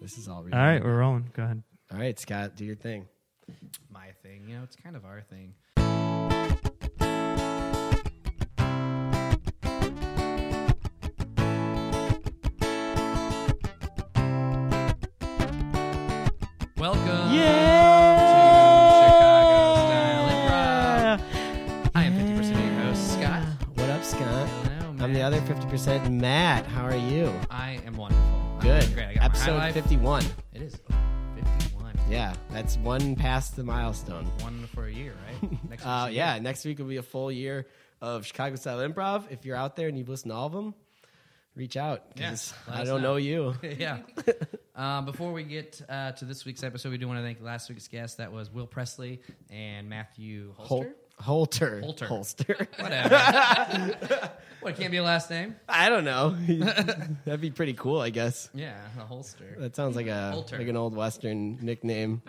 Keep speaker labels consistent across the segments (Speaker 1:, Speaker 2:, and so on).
Speaker 1: This is all really
Speaker 2: All right, we're rolling. Go ahead.
Speaker 1: All right, Scott, do your thing.
Speaker 3: my thing. You know, it's kind of our thing. Welcome to Chicago Style Improv. I am 50% of your host, Scott.
Speaker 1: What up, Scott?
Speaker 3: Hello,
Speaker 1: I'm the
Speaker 3: Matt.
Speaker 1: other 50% Matt. How are you?
Speaker 3: I am wonderful.
Speaker 1: Good.
Speaker 3: I'm great. I got my high
Speaker 1: Episode
Speaker 3: life.
Speaker 1: 51.
Speaker 3: It is 51.
Speaker 1: Yeah, that's one past the milestone.
Speaker 3: One for a year, right? Next
Speaker 1: Uh,
Speaker 3: week's a
Speaker 1: yeah,
Speaker 3: year.
Speaker 1: next week will be a full year of Chicago Style Improv. If you're out there and you've listened to all of them, reach out. 'cause
Speaker 3: Yes, let
Speaker 1: I
Speaker 3: us
Speaker 1: don't
Speaker 3: know.
Speaker 1: know you.
Speaker 3: yeah. Um, before we get uh, to this week's episode, we do want to thank last week's guest. That was Will Presley and Matthew
Speaker 1: Hol- Holter.
Speaker 3: Holster. Holter.
Speaker 1: Holster.
Speaker 3: Whatever. what it can't be a last name?
Speaker 1: I don't know. That'd be pretty cool, I guess.
Speaker 3: Yeah, a holster.
Speaker 1: That sounds like a
Speaker 3: Holter.
Speaker 1: like an old Western nickname.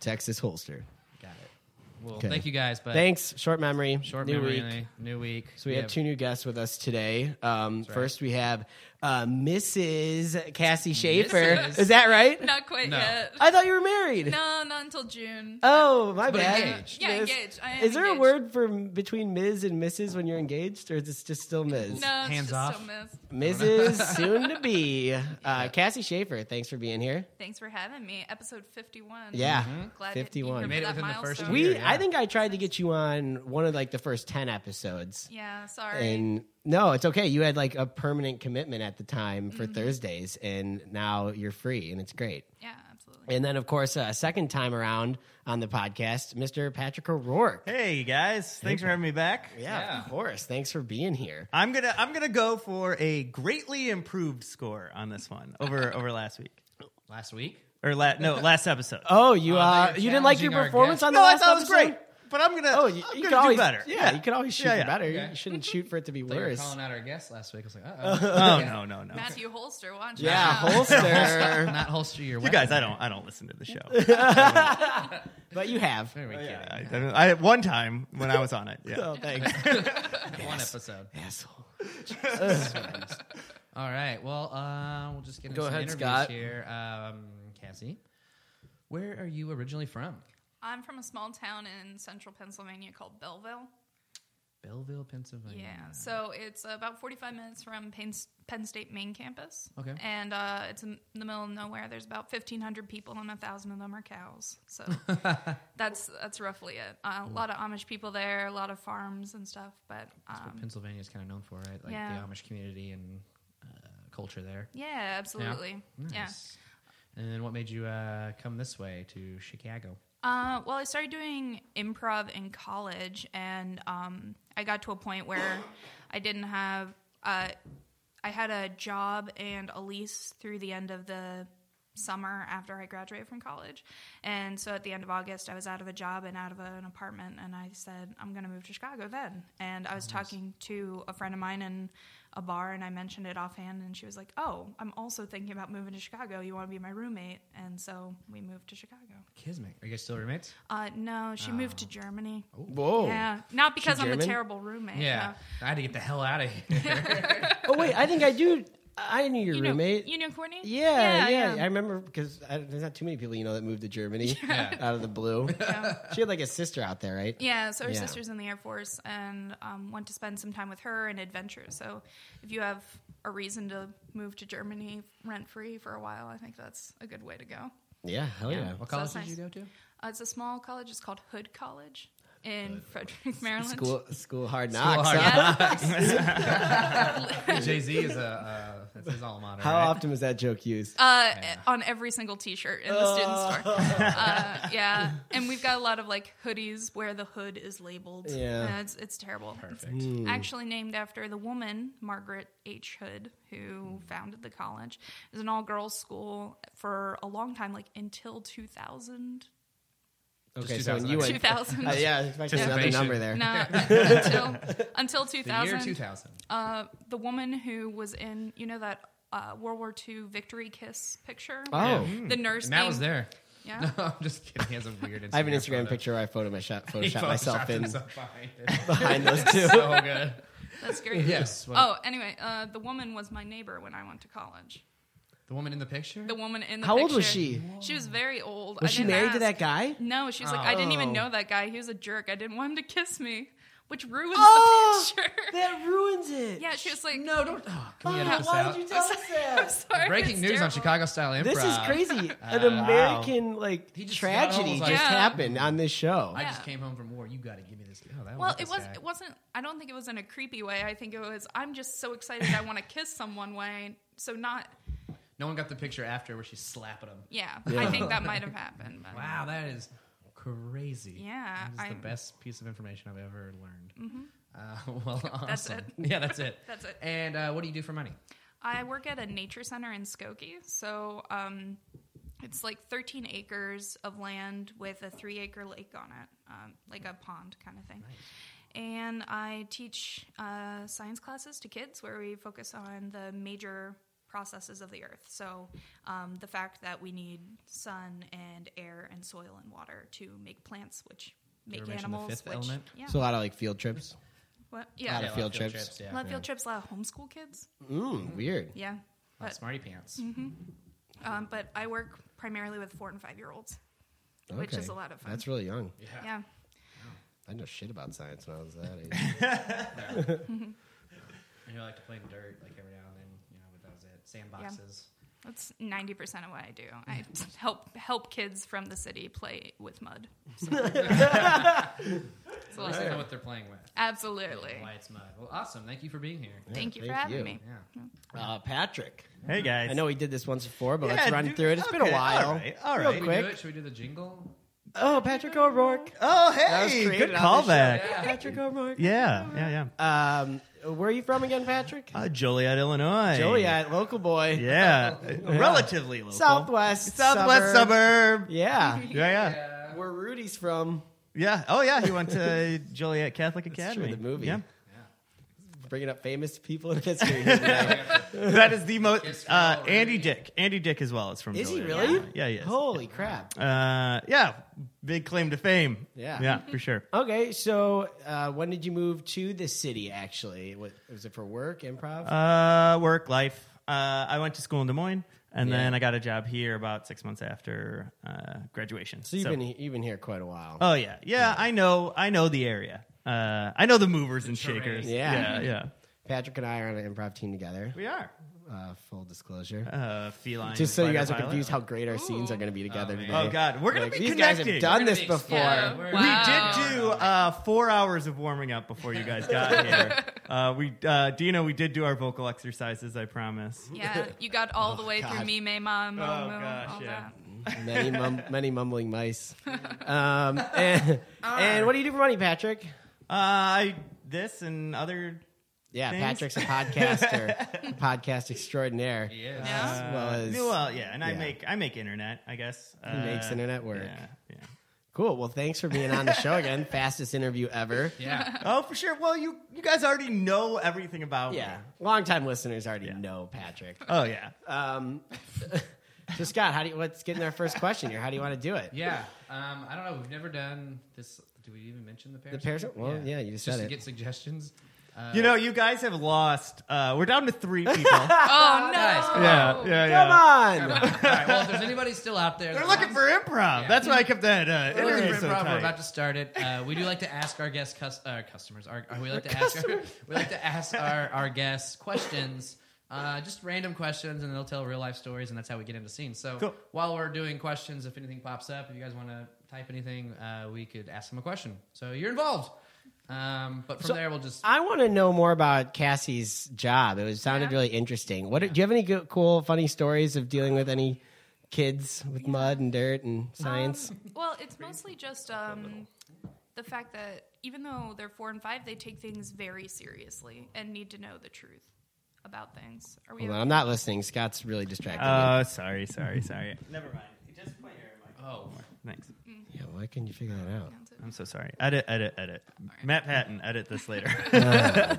Speaker 1: Texas Holster.
Speaker 3: Got it. Well,
Speaker 1: Okay.
Speaker 3: thank you guys. But
Speaker 1: Thanks. Short memory.
Speaker 3: short
Speaker 1: New
Speaker 3: memory,
Speaker 1: week.
Speaker 3: only, new week.
Speaker 1: So we have two new guests with us today. Um,
Speaker 3: right.
Speaker 1: First, we have uh, Mrs's Cassie Schaefer.
Speaker 3: Mrs..
Speaker 1: Is that right?
Speaker 4: Not quite
Speaker 3: No. Uh,
Speaker 4: yet.
Speaker 1: I thought you were married.
Speaker 4: No, not until June.
Speaker 1: Oh, my
Speaker 3: But
Speaker 1: bad.
Speaker 3: engaged.
Speaker 4: Yeah,
Speaker 1: Miss-
Speaker 4: engaged. I am
Speaker 1: Is there a
Speaker 4: engaged.
Speaker 1: word for m- between Ms. and Mrs. when you're engaged, or is it just still Ms.?
Speaker 4: No, it's
Speaker 3: Hands
Speaker 4: just
Speaker 3: off.
Speaker 4: still missed.
Speaker 1: Mrs. soon to be uh, Cassie Schaefer. Thanks for being here.
Speaker 4: Thanks for having me. Episode 51.
Speaker 1: Yeah,
Speaker 4: Glad
Speaker 1: 51.
Speaker 4: That
Speaker 1: Made
Speaker 3: it
Speaker 4: you that
Speaker 3: within the first
Speaker 4: milestone.
Speaker 3: year.
Speaker 1: We.
Speaker 3: yeah.
Speaker 1: I think I tried to get you on one of like the first ten episodes.
Speaker 4: Yeah, sorry.
Speaker 1: and no, it's okay. You had like a permanent commitment at the time for Thursdays, and now you're free, and it's great.
Speaker 4: yeah, absolutely.
Speaker 1: And then, of course, uh, second time around on the podcast, Mr. Patrick O'Rourke.
Speaker 5: Hey guys, thanks for having me back.
Speaker 1: Yeah,
Speaker 3: Yeah.
Speaker 1: of course. Thanks for being here.
Speaker 5: I'm gonna I'm gonna go for a greatly improved score on this one over over last week
Speaker 3: last week.
Speaker 5: or la- no last episode.
Speaker 1: Oh, you
Speaker 3: Oh, I
Speaker 1: uh,
Speaker 3: thought you were
Speaker 1: you didn't like your
Speaker 3: challenging our
Speaker 1: performance
Speaker 3: guest.
Speaker 1: on the
Speaker 5: no, I
Speaker 1: last
Speaker 5: thought it was
Speaker 1: episode.
Speaker 5: great, but I'm gonna
Speaker 1: Oh, you,
Speaker 5: I'm
Speaker 1: you
Speaker 5: gonna
Speaker 1: could
Speaker 5: do
Speaker 1: always
Speaker 5: better.
Speaker 1: Yeah, you could always shoot
Speaker 5: Yeah,
Speaker 1: for
Speaker 5: yeah.
Speaker 1: better.
Speaker 3: Okay.
Speaker 1: You shouldn't shoot for it to be
Speaker 3: They were
Speaker 1: worse.
Speaker 3: calling out our guest last week. I was like, uh
Speaker 5: Oh no no no.
Speaker 4: Matthew Holster, watch
Speaker 1: Yeah,
Speaker 4: out.
Speaker 1: holster.
Speaker 3: not holster your
Speaker 5: You
Speaker 3: weapon.
Speaker 5: guys, I don't I don't listen to the show.
Speaker 1: but you have.
Speaker 3: Very kidding.
Speaker 5: I, I, don't- I- one time when I was on it. Yeah.
Speaker 1: Oh, thanks,
Speaker 3: One episode.
Speaker 1: asshole.
Speaker 3: All right. Well, uh, we'll just get into
Speaker 1: Go
Speaker 3: some
Speaker 1: ahead,
Speaker 3: interviews
Speaker 1: Scott.
Speaker 3: here. Um, Cassie, where are you originally from?
Speaker 4: I'm from a small town in central Pennsylvania called Belleville.
Speaker 3: Belleville, Pennsylvania.
Speaker 4: Yeah, so it's about 45 minutes from Penn, Penn State main campus.
Speaker 3: Okay.
Speaker 4: And uh, it's in the middle of nowhere. There's about 1,500 people, and a 1,000 of them are cows. So that's that's roughly it. Uh, a lot of Amish people there, a lot of farms and stuff. But
Speaker 3: Pennsylvania
Speaker 4: um,
Speaker 3: Pennsylvania's kind of known for, right? Like
Speaker 4: yeah.
Speaker 3: the Amish community and uh, culture there.
Speaker 4: yeah, absolutely. Yeah.
Speaker 3: Nice. And then what made you uh, come this way to Chicago?
Speaker 4: Uh, well, I started doing improv in college, and um, I got to a point where I didn't have. Uh, I had a job and a lease through the end of the summer after I graduated from college, and so at the end of August, I was out of a job and out of an apartment, and I said I'm going to move to Chicago then. And I was talking to a friend of mine in a bar, and I mentioned it offhand, and she was like, "Oh, I'm also thinking about moving to Chicago. You want to be my roommate?" And so we moved to Chicago.
Speaker 3: Kismet. Are you guys still roommates?
Speaker 4: Uh, no, she moved to Germany.
Speaker 1: Whoa.
Speaker 4: Yeah, not because I'm a
Speaker 1: Oh. German?
Speaker 4: terrible roommate. no.
Speaker 3: I had to get the hell out of here.
Speaker 1: Oh wait, I think I do. I knew your
Speaker 4: You know,
Speaker 1: roommate.
Speaker 4: you know Courtney?
Speaker 1: yeah, yeah, I remember because there's not too many people you know that moved to Germany
Speaker 3: Yeah.
Speaker 1: out of the blue.
Speaker 4: Yeah.
Speaker 1: She had like a sister out there, right?
Speaker 4: Yeah, so her
Speaker 1: Yeah.
Speaker 4: sister's in the Air Force and um, want to spend some time with her and adventure. So if you have a reason to move to Germany rent free for a while, I think that's a good way to go.
Speaker 1: Yeah, hell yeah.
Speaker 3: what
Speaker 4: So
Speaker 3: college
Speaker 4: that's
Speaker 3: did you go
Speaker 4: nice.
Speaker 3: to?
Speaker 4: Uh, it's a small college. It's called Hood College in Frederick, Maryland.
Speaker 1: School, school hard knocks.
Speaker 3: hard
Speaker 1: huh?
Speaker 4: Yeah.
Speaker 3: Jay Z is a uh, that's his alma mater.
Speaker 1: How
Speaker 3: right?
Speaker 1: often was that joke used?
Speaker 4: uh, on every single T-shirt in the student store. Uh, yeah, and we've got a lot of like hoodies where the hood is labeled.
Speaker 1: Yeah.
Speaker 4: And it's it's terrible. It's
Speaker 1: Mm,
Speaker 3: Perfect.
Speaker 4: actually named after the woman Margaret H. Hood
Speaker 3: Mm.
Speaker 4: who founded the college. It was an all-girls school for a long time, like until 2000.
Speaker 1: okay,
Speaker 3: just
Speaker 1: so when you
Speaker 3: 2000.
Speaker 1: went,
Speaker 4: 2000.
Speaker 1: uh, yeah, I was expecting another
Speaker 3: Anticipation.
Speaker 1: number there.
Speaker 4: No, until until
Speaker 3: The
Speaker 4: 2000.
Speaker 3: year 2000.
Speaker 4: Uh, the woman who was in you know that. Uh, World War II victory kiss picture.
Speaker 1: Oh.
Speaker 4: the
Speaker 3: Ah.
Speaker 4: nurse.
Speaker 3: And Matt
Speaker 4: being-
Speaker 3: was there.
Speaker 4: Yeah,
Speaker 3: No, I'm just kidding. He has a weird Instagram
Speaker 1: I have an Instagram
Speaker 3: photo.
Speaker 1: picture where I photo my shot,
Speaker 3: He
Speaker 1: Photoshop myself
Speaker 3: photoshopped
Speaker 1: in
Speaker 3: himself behind it.
Speaker 1: behind those two.
Speaker 3: so good.
Speaker 4: That's great.
Speaker 3: Yes.
Speaker 4: Oh, anyway, uh, the woman was my neighbor when I went to college.
Speaker 3: The woman in the picture?
Speaker 4: The woman in the
Speaker 1: How old was
Speaker 4: picture.
Speaker 1: she?
Speaker 4: She was very old.
Speaker 1: Was
Speaker 4: I
Speaker 1: she
Speaker 4: didn't
Speaker 1: married to that
Speaker 4: ask.
Speaker 1: guy?
Speaker 4: No, she's like, I didn't even
Speaker 1: Oh.
Speaker 4: know that guy. He was a jerk. I didn't want him to kiss me, which ruins
Speaker 1: Oh,
Speaker 4: the picture.
Speaker 1: That ruins it.
Speaker 4: yeah, she was like,
Speaker 3: no, don't. Oh, can we edit
Speaker 1: Oh,
Speaker 3: this
Speaker 1: why
Speaker 3: out?
Speaker 1: did you tell us
Speaker 4: I'm
Speaker 1: that?
Speaker 4: sorry.
Speaker 3: Breaking
Speaker 4: it's
Speaker 3: news on
Speaker 4: terrible.
Speaker 3: Chicago Style Improv.
Speaker 1: This is crazy. An
Speaker 3: Uh,
Speaker 1: American like
Speaker 3: He just got
Speaker 1: tragedy
Speaker 3: almost
Speaker 1: just
Speaker 3: like-
Speaker 4: Yeah.
Speaker 1: happened on this show.
Speaker 3: I just
Speaker 4: Yeah.
Speaker 3: came home from war. You got to give me this. Oh, that
Speaker 4: Well,
Speaker 3: was
Speaker 4: it was. It wasn't. I don't think it was in a creepy way. I think it was. I'm just so excited. I want to kiss someone. Way. So not.
Speaker 3: No one got the picture after where she's slapping him.
Speaker 4: Yeah. I think that might have happened. But.
Speaker 3: Wow, that is crazy.
Speaker 4: Yeah,
Speaker 3: that is the
Speaker 4: I'm- Mm-hmm.
Speaker 3: best piece of information I've ever learned. Uh, well, awesome.
Speaker 4: That's it.
Speaker 3: Yeah, that's it.
Speaker 4: That's it.
Speaker 3: And uh, what do you do for money?
Speaker 4: I work at a nature center in Skokie. So um, it's like 13 acres of land with a three acre lake on it, um, like a pond kind of thing. And I teach uh, science classes to kids where we focus on the major processes of the earth. So um, the fact that we need sun and air and soil and water to make plants, which
Speaker 3: you
Speaker 4: make
Speaker 3: ever mention the
Speaker 4: animals.
Speaker 3: fifth
Speaker 4: which,
Speaker 3: element?
Speaker 4: Yeah.
Speaker 1: So a lot of like field trips.
Speaker 4: what?
Speaker 1: lot
Speaker 4: Yeah.
Speaker 1: of
Speaker 3: Yeah,
Speaker 1: field trips.
Speaker 4: A
Speaker 3: yeah.
Speaker 4: lot of field trips, a lot of homeschool kids.
Speaker 1: Mm, weird.
Speaker 4: Yeah.
Speaker 3: Lot of
Speaker 4: But-
Speaker 3: Smarty pants.
Speaker 4: Um, but I work primarily with four and five year olds, which is a lot of fun.
Speaker 1: That's really young.
Speaker 4: yeah.
Speaker 1: I know shit about science when I was that age.
Speaker 3: And you like to play in dirt, like every now and then, you know, but that was it. Sandboxes.
Speaker 4: That's ninety percent of what I do. I help help kids from the city play with mud. So- It's a
Speaker 3: At least
Speaker 4: lot.
Speaker 3: they know what they're playing with.
Speaker 4: Absolutely.
Speaker 3: Why it's mud. Well, awesome. Thank you for being here.
Speaker 4: Thank you for
Speaker 1: thank
Speaker 4: having
Speaker 1: you.
Speaker 4: me.
Speaker 3: Yeah.
Speaker 1: uh, Patrick.
Speaker 5: Hey guys.
Speaker 1: I know we did this once before, but
Speaker 5: Yeah,
Speaker 1: let's run
Speaker 5: dude,
Speaker 1: through it. It's been a
Speaker 5: okay,
Speaker 1: while.
Speaker 5: all right, all
Speaker 1: Real
Speaker 5: right.
Speaker 3: Should we do
Speaker 1: quick.
Speaker 3: it? Should we do the jingle?
Speaker 1: Oh, Patrick O'Rourke.
Speaker 5: Oh,
Speaker 1: was
Speaker 5: hey,
Speaker 1: created
Speaker 5: good
Speaker 1: on this
Speaker 5: callback.
Speaker 1: Patrick O'Rourke.
Speaker 5: Yeah, yeah, yeah.
Speaker 1: Um, where are you from again, Patrick?
Speaker 5: Uh, Joliet, Illinois.
Speaker 1: Joliet, local boy.
Speaker 5: Yeah, relatively local.
Speaker 1: Southwest.
Speaker 5: Southwest suburb.
Speaker 1: Yeah.
Speaker 5: Yeah, yeah,
Speaker 3: Yeah.
Speaker 1: Where Rudy's from.
Speaker 5: yeah. Oh, yeah. He went to Joliet Catholic
Speaker 1: That's
Speaker 5: Academy.
Speaker 1: true, the movie.
Speaker 5: Yeah,
Speaker 1: Bringing up famous people in history. here today.
Speaker 5: that is the most.
Speaker 3: It's from
Speaker 5: Uh,
Speaker 3: already.
Speaker 5: Andy Dick. Andy Dick as well. It's from.
Speaker 1: is he
Speaker 5: Joliet,
Speaker 1: really?
Speaker 5: Illinois. Yeah, he is.
Speaker 1: Holy crap.
Speaker 5: Uh, yeah, big claim to fame.
Speaker 1: Yeah.
Speaker 5: yeah, for sure.
Speaker 1: Okay, so uh, when did you move to the city, actually? What, was it for work, improv?
Speaker 5: Uh, work life. Uh, I went to school in Des Moines, and
Speaker 1: Yeah.
Speaker 5: then I got a job here about six months after uh, graduation.
Speaker 1: so you've, been, he- you've been here quite a while.
Speaker 5: Oh yeah, yeah. I know. I know the area. Uh, I know the movers and
Speaker 3: terrain.
Speaker 5: shakers.
Speaker 1: Yeah.
Speaker 5: yeah, yeah.
Speaker 1: Patrick and I are on an improv team together,
Speaker 5: We are.
Speaker 1: uh, full disclosure.
Speaker 5: Uh, feline.
Speaker 1: Just so you
Speaker 5: spider
Speaker 1: guys are
Speaker 5: pilot.
Speaker 1: confused how great our scenes are going to be together
Speaker 3: man.
Speaker 1: today.
Speaker 5: Oh God, we're gonna
Speaker 1: Like,
Speaker 5: be
Speaker 1: these guys
Speaker 5: connecting.
Speaker 1: have done
Speaker 3: We're gonna
Speaker 1: this
Speaker 3: be
Speaker 1: before.
Speaker 3: exploding.
Speaker 4: Yeah.
Speaker 3: We're-
Speaker 5: We
Speaker 4: Wow.
Speaker 5: did do uh, four hours of warming up before you guys got here. Uh, we, uh, Dina, we did do our vocal exercises. I promise.
Speaker 4: Yeah, you got all the way through
Speaker 1: God.
Speaker 4: me, me, ma, mo,
Speaker 5: Oh,
Speaker 4: mo,
Speaker 5: gosh,
Speaker 4: all
Speaker 5: yeah.
Speaker 1: many, mum, many mumbling mice. Um,
Speaker 5: Ah.
Speaker 1: and, and what do you do for money, Patrick?
Speaker 5: Uh, I this and other.
Speaker 1: Yeah,
Speaker 5: Things?
Speaker 1: Patrick's a podcaster, a podcast extraordinaire.
Speaker 4: that.
Speaker 3: Yes.
Speaker 4: Yeah.
Speaker 1: As well
Speaker 5: uh,
Speaker 1: as
Speaker 5: well, yeah, and I
Speaker 1: yeah.
Speaker 5: make I make internet. I guess uh,
Speaker 1: makes internet work.
Speaker 5: Yeah, yeah.
Speaker 1: cool. Well, thanks for being on the show again. Fastest interview ever.
Speaker 3: Yeah.
Speaker 5: Oh, for sure. Well, you you guys already know everything about
Speaker 1: Yeah,
Speaker 5: me.
Speaker 1: longtime listeners already know Patrick.
Speaker 5: Oh yeah.
Speaker 1: Um, so Scott, how do you? Let's get in our first question here. How do you want to do it?
Speaker 3: Yeah. Um, I don't know. We've never done this. Do we even mention the Paris?
Speaker 1: Paris- well, yeah, you
Speaker 3: just
Speaker 1: said
Speaker 3: to
Speaker 1: it.
Speaker 3: get suggestions. Uh,
Speaker 5: You know, you guys have lost. Uh, we're down to three people. yeah,
Speaker 4: Oh no!
Speaker 3: Guys, come
Speaker 5: yeah,
Speaker 1: Come on.
Speaker 3: All right. Well, if there's anybody still out there,
Speaker 5: They're
Speaker 3: that
Speaker 5: looking
Speaker 3: wants-
Speaker 5: for improv. That's why I kept that uh,
Speaker 3: We're looking
Speaker 5: interview
Speaker 3: for
Speaker 5: so
Speaker 3: improv. We're
Speaker 5: tight.
Speaker 3: about to start it. Uh, we do like to ask our guests, cus- uh, customers. Our, we like to ask. Our, we like to ask our, our guests questions, uh, just random questions, and they'll tell real life stories, and that's how we get into scenes. So
Speaker 5: Cool.
Speaker 3: while we're doing questions, if anything pops up, if you guys want to type anything, uh, we could ask them a question. So you're involved. Um, but from there, we'll just
Speaker 1: I want to know more about Cassie's job. It was sounded
Speaker 4: Yeah.
Speaker 1: really interesting. What do you have any good, cool, funny stories of dealing with any kids with mud and dirt and science?
Speaker 4: Um, well, it's mostly just um, the fact that even though they're four and five, they take things very seriously and need to know the truth about things. Are we?
Speaker 1: Hold on, I'm not listening. Scott's really distracted.
Speaker 5: Uh, sorry, sorry, sorry. Never mind. Just point your
Speaker 3: oh.
Speaker 5: Thanks.
Speaker 1: yeah, why couldn't you figure that out?
Speaker 5: I'm so sorry. Edit, edit, edit. Matt Patton, edit this later.
Speaker 1: Oh,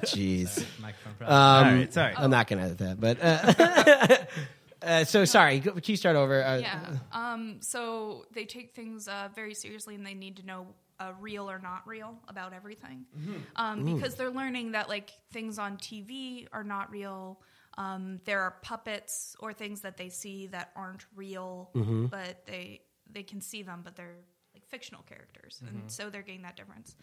Speaker 1: Jeez.
Speaker 3: Microphone
Speaker 1: Um,
Speaker 3: problem.
Speaker 5: All right, sorry.
Speaker 1: I'm not going to edit that, but. Uh, Uh, so sorry. go- Can you start over? Uh,
Speaker 4: yeah. Um, so they take things uh, very seriously, and they need to know uh, real or not real about everything, um, because they're learning that like things on TV are not real. Um, there are puppets or things that they see that aren't real, but they they can see them, but they're like fictional characters, and so they're getting that difference.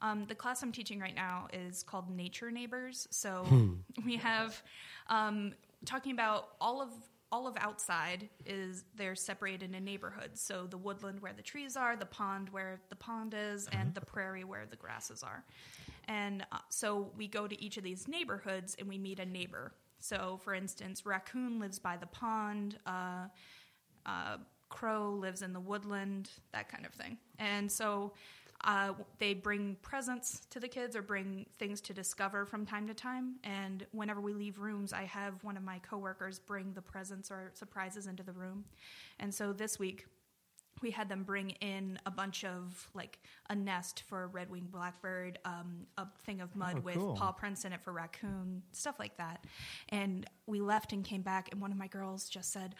Speaker 4: Um, the class I'm teaching right now is called Nature Neighbors. So we have um, talking about all of all of outside is they're separated in neighborhoods. So the woodland where the trees are, the pond where the pond is, and the prairie where the grasses are. And uh, so we go to each of these neighborhoods and we meet a neighbor. So for instance, raccoon lives by the pond. Uh, uh, crow lives in the woodland, that kind of thing. And so uh, they bring presents to the kids or bring things to discover from time to time. And whenever we leave rooms, I have one of my coworkers bring the presents or surprises into the room. And so this week, we had them bring in a bunch of like a nest for a red-winged blackbird, um, a thing of mud
Speaker 5: Oh,
Speaker 4: with
Speaker 5: cool.
Speaker 4: paw prints in it for raccoon, stuff like that. And we left and came back, and one of my girls just said,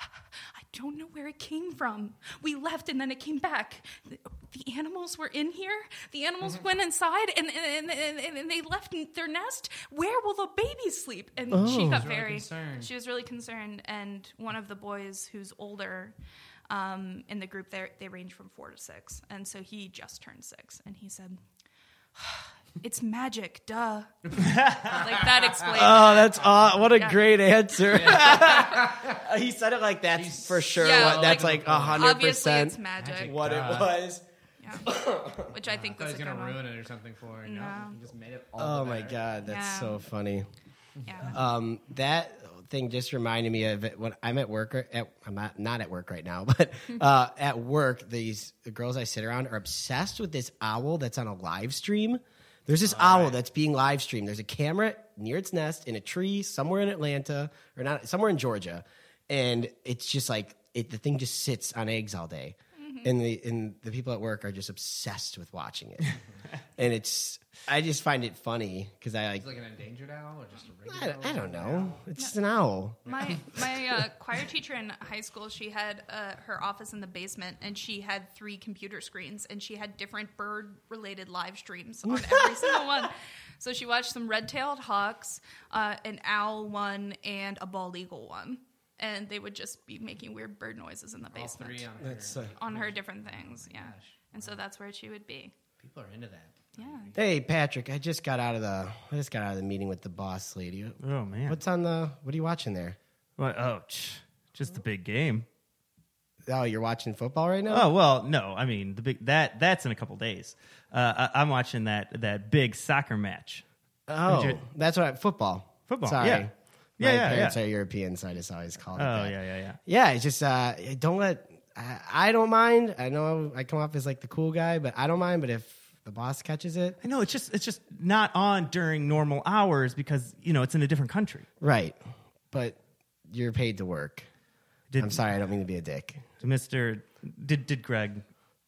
Speaker 4: I don't know where it came from. We left and then it came back. The, the animals were in here. The
Speaker 5: Mm-hmm.
Speaker 4: animals went inside and, and, and, and, and they left their nest. Where will the baby sleep? And
Speaker 5: Oh.
Speaker 4: she got
Speaker 3: really
Speaker 4: very
Speaker 3: concerned.
Speaker 4: She was really concerned. And one of the boys who's older um, in the group, there they range from four to six. And so he just turned six. And he said, It's magic, duh. like that explains.
Speaker 1: Oh, that's aw- what a
Speaker 4: Yeah.
Speaker 1: great answer. he said it like that's
Speaker 3: He's
Speaker 1: for sure.
Speaker 4: Yeah.
Speaker 1: what, that's like a hundred
Speaker 4: Obviously, it's
Speaker 1: percent
Speaker 4: magic,
Speaker 1: what it
Speaker 3: God.
Speaker 1: was.
Speaker 4: which I think
Speaker 3: I thought
Speaker 4: was
Speaker 3: he was
Speaker 4: a good
Speaker 3: gonna
Speaker 4: one.
Speaker 3: ruin it or something for her. No,
Speaker 4: No.
Speaker 3: he just made it all.
Speaker 1: Oh
Speaker 3: the
Speaker 1: my
Speaker 3: better.
Speaker 1: god, that's
Speaker 4: Yeah.
Speaker 1: so funny.
Speaker 4: Yeah.
Speaker 1: Um, that thing just reminded me of it when I'm at work. At I'm not, not at work right now, but uh, at work, these the girls I sit around are obsessed with this owl that's on a live stream. There's this owl that's being live streamed. There's a camera near its nest in a tree somewhere in Atlanta or not somewhere in Georgia, and it's just like it, the thing just sits on eggs all day. And the and the people at work are just obsessed with watching it, and it's I just find it funny because I like
Speaker 3: He's like an endangered owl or just a
Speaker 1: I,
Speaker 3: regular.
Speaker 1: I don't
Speaker 3: owl?
Speaker 1: know. It's just an owl.
Speaker 4: My my uh, choir teacher in high school, she had uh, her office in the basement, and she had three computer screens, and she had different bird related live streams on every single one. So she watched some red tailed hawks, uh, an owl one, and a bald eagle one, and they would just be making weird bird noises in the
Speaker 3: All
Speaker 4: basement
Speaker 3: three on her.
Speaker 1: That's, uh,
Speaker 4: on her different things. Yeah,
Speaker 3: Gosh,
Speaker 4: and so that's where she would be.
Speaker 3: People are into that.
Speaker 4: Yeah.
Speaker 1: hey, Patrick. I just got out of the. I just got out of the meeting with the boss lady.
Speaker 5: Oh man.
Speaker 1: What's on the? What are you watching there?
Speaker 5: What? Oh, tch, just the big game.
Speaker 1: Oh, you're watching football right now.
Speaker 5: Oh well, no. I mean, the big that that's in a couple days. Uh, I, I'm watching that that big soccer match.
Speaker 1: Oh,
Speaker 5: did you-
Speaker 1: that's what I, football.
Speaker 5: Football,
Speaker 1: Sorry.
Speaker 5: yeah.
Speaker 1: My
Speaker 5: Yeah, yeah,
Speaker 1: parents
Speaker 5: yeah.
Speaker 1: are European, so I just always call it
Speaker 5: Oh
Speaker 1: that.
Speaker 5: yeah, yeah, yeah.
Speaker 1: Yeah, it's just uh, don't let. I, I don't mind. I know I come off as like the cool guy, but I don't mind. But if the boss catches it,
Speaker 5: I know it's just it's just not on during normal hours because you know it's in a different country.
Speaker 1: right? But you're paid to work.
Speaker 5: Did
Speaker 1: I'm sorry, I don't mean to be a dick.
Speaker 5: Mr. Did did Greg?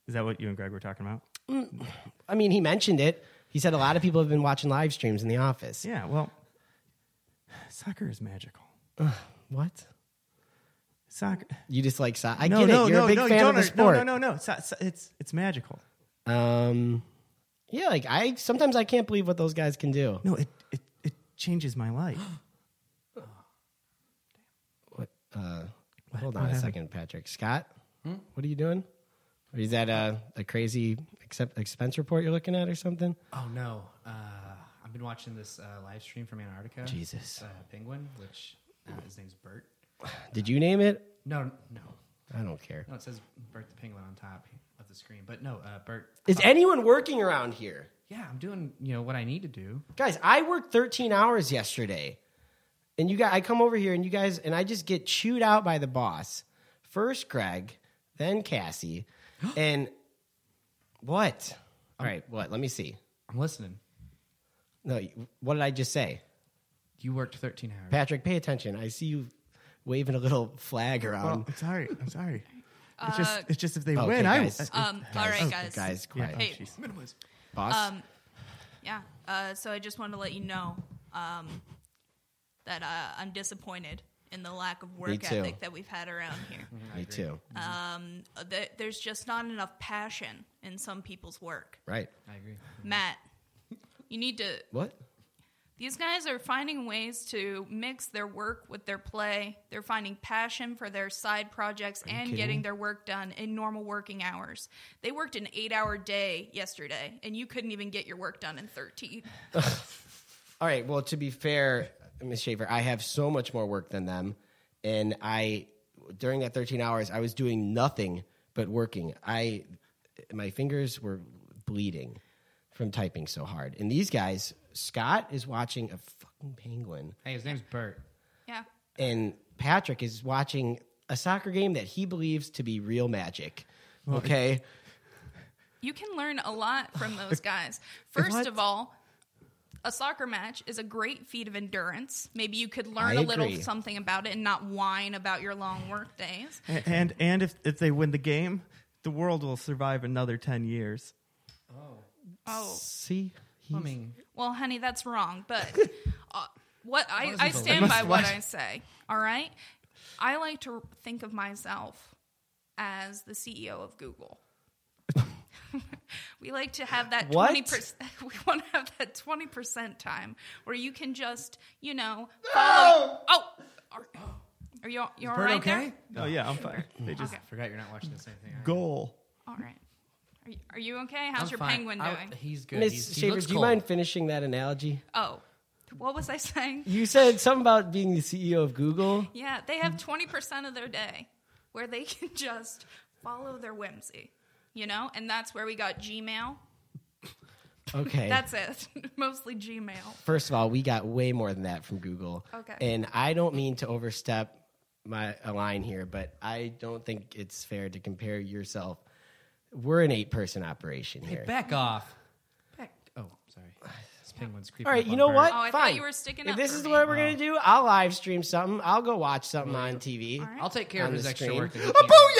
Speaker 5: Is that what you and Greg were talking about?
Speaker 1: I mean, he mentioned it. He said a lot of people have been watching live streams in the office.
Speaker 5: Yeah. Well, soccer is magical.
Speaker 1: What?
Speaker 5: Soccer.
Speaker 1: You just like so- I
Speaker 5: no,
Speaker 1: get
Speaker 5: no,
Speaker 1: it. You're
Speaker 5: no,
Speaker 1: a big
Speaker 5: no, you
Speaker 1: fan of
Speaker 5: don't
Speaker 1: the
Speaker 5: under- no,
Speaker 1: sport.
Speaker 5: No, no, no, So- so- It's it's magical.
Speaker 1: Um, yeah, like I sometimes I can't believe what those guys can do.
Speaker 5: No, it it it changes my life.
Speaker 1: What, uh, hold on a second, Patrick Scott. What are you doing? Or Is that a, a crazy except expense report you're looking at or something?
Speaker 3: Oh no! Uh, I've been watching this uh, live stream from Antarctica.
Speaker 1: Jesus.
Speaker 3: uh, penguin, which uh, his name's Bert.
Speaker 1: Did you name it?
Speaker 3: No, no,
Speaker 1: I don't care.
Speaker 3: no. It says Bert the penguin on top of the screen, but no, uh, Bert.
Speaker 1: Is anyone working around here?
Speaker 3: Yeah, I'm doing you know what I need to do.
Speaker 1: Guys, I worked 13 hours yesterday. And you guys, I come over here and you guys, and I just get chewed out by the boss. First Greg, then Cassie. And what? All right, what? Let me see.
Speaker 3: I'm listening.
Speaker 1: No, you- what did I just say?
Speaker 3: You worked 13 hours.
Speaker 1: Patrick, pay attention. I see you waving a little flag
Speaker 5: Oh,
Speaker 1: around.
Speaker 5: I'm sorry. I'm sorry. It's just it's just if they
Speaker 1: Um, Okay,
Speaker 5: win,
Speaker 1: guys.
Speaker 5: I.
Speaker 4: uh, Um, all right, guys.
Speaker 1: Guys,
Speaker 5: yeah,
Speaker 1: quiet.
Speaker 5: oh,
Speaker 4: Hey.
Speaker 5: jeez.
Speaker 3: Minimize.
Speaker 1: boss.
Speaker 4: Um, yeah. Uh, so I just wanted to let you know um, that uh, I'm disappointed in the lack of work
Speaker 1: too. Mm-hmm.
Speaker 4: ethic that we've had around here.
Speaker 1: me too.
Speaker 4: um, th- there's just not enough passion in some people's work.
Speaker 1: Right.
Speaker 3: I agree.
Speaker 4: Matt, you need to.
Speaker 1: What?
Speaker 4: These guys are finding ways to mix their work with their play. They're finding passion for their side projects and
Speaker 1: kidding
Speaker 4: getting
Speaker 1: me?
Speaker 4: their work done in normal working hours. They worked an eight hour day yesterday, and you couldn't even get your work done in 13.
Speaker 1: All right. Well, to be fair, Ms. Schaefer, I have so much more work than them, and I during that 13 hours, I was doing nothing but working. I my fingers were bleeding from typing so hard. And these guys, Scott is watching a fucking penguin,
Speaker 3: Hey, his name's Bert.
Speaker 4: Yeah.
Speaker 1: and Patrick is watching a soccer game that he believes to be real magic. Okay.
Speaker 4: You can learn a lot from those guys. First
Speaker 1: What?
Speaker 4: of all, a soccer match is a great feat of endurance. Maybe you could
Speaker 1: I
Speaker 4: learn a little
Speaker 1: agree.
Speaker 4: something about it and not whine about your long work days.
Speaker 5: A- And and if if they win the game, the world will survive another ten years.
Speaker 4: Oh,
Speaker 1: See,
Speaker 3: I mean,
Speaker 4: well, honey, that's wrong. But uh, what I,
Speaker 3: doesn't
Speaker 4: I stand by
Speaker 5: believe-
Speaker 4: what I say. All right, I like to think of myself as the CEO of Google. we like to have that
Speaker 1: What?
Speaker 4: twenty percent. We want to have that twenty percent time where you can just, you know, follow. Oh, are, are you you're all
Speaker 3: Bert
Speaker 4: right
Speaker 3: okay?
Speaker 4: there?
Speaker 5: Oh yeah, I'm fine. They just
Speaker 4: Okay,
Speaker 3: Forgot you're not watching the same thing.
Speaker 5: goal.
Speaker 4: all right. Are you, are you okay? How's
Speaker 3: I'm
Speaker 4: your
Speaker 3: fine.
Speaker 4: penguin
Speaker 3: I'll-
Speaker 4: doing?
Speaker 3: he's good.
Speaker 1: Ms.
Speaker 3: He's, he
Speaker 1: Schaefer,
Speaker 3: looks
Speaker 1: do you
Speaker 3: cold.
Speaker 1: mind finishing that analogy?
Speaker 4: oh, what was I saying?
Speaker 1: You said something about being the CEO of Google.
Speaker 4: Yeah, they
Speaker 1: Hmm.
Speaker 4: have 20% of their day where they can just follow their whimsy, you know? And that's where we got Gmail.
Speaker 1: Okay.
Speaker 4: That's it. Mostly Gmail.
Speaker 1: First of all, we got way more than that from Google.
Speaker 4: Okay.
Speaker 1: And I don't mean to overstep my a line here, but I don't think it's fair to compare yourself. We're an eight person operation
Speaker 3: Hey,
Speaker 1: here.
Speaker 3: back off. Back. Oh, sorry. This penguin's creeping.
Speaker 1: all right,
Speaker 3: up
Speaker 1: you
Speaker 3: on
Speaker 1: know
Speaker 3: Bert.
Speaker 1: what?
Speaker 4: Oh, I thought
Speaker 1: Fine.
Speaker 4: you were sticking
Speaker 1: If
Speaker 4: up
Speaker 1: this
Speaker 4: for
Speaker 1: is
Speaker 4: me.
Speaker 1: what we're gonna do, I'll live stream something. I'll go watch something on TV.
Speaker 4: All right.
Speaker 3: I'll take care
Speaker 1: On
Speaker 3: of
Speaker 1: the
Speaker 3: his extra
Speaker 1: screen.
Speaker 3: work. that he can't-
Speaker 1: Oh,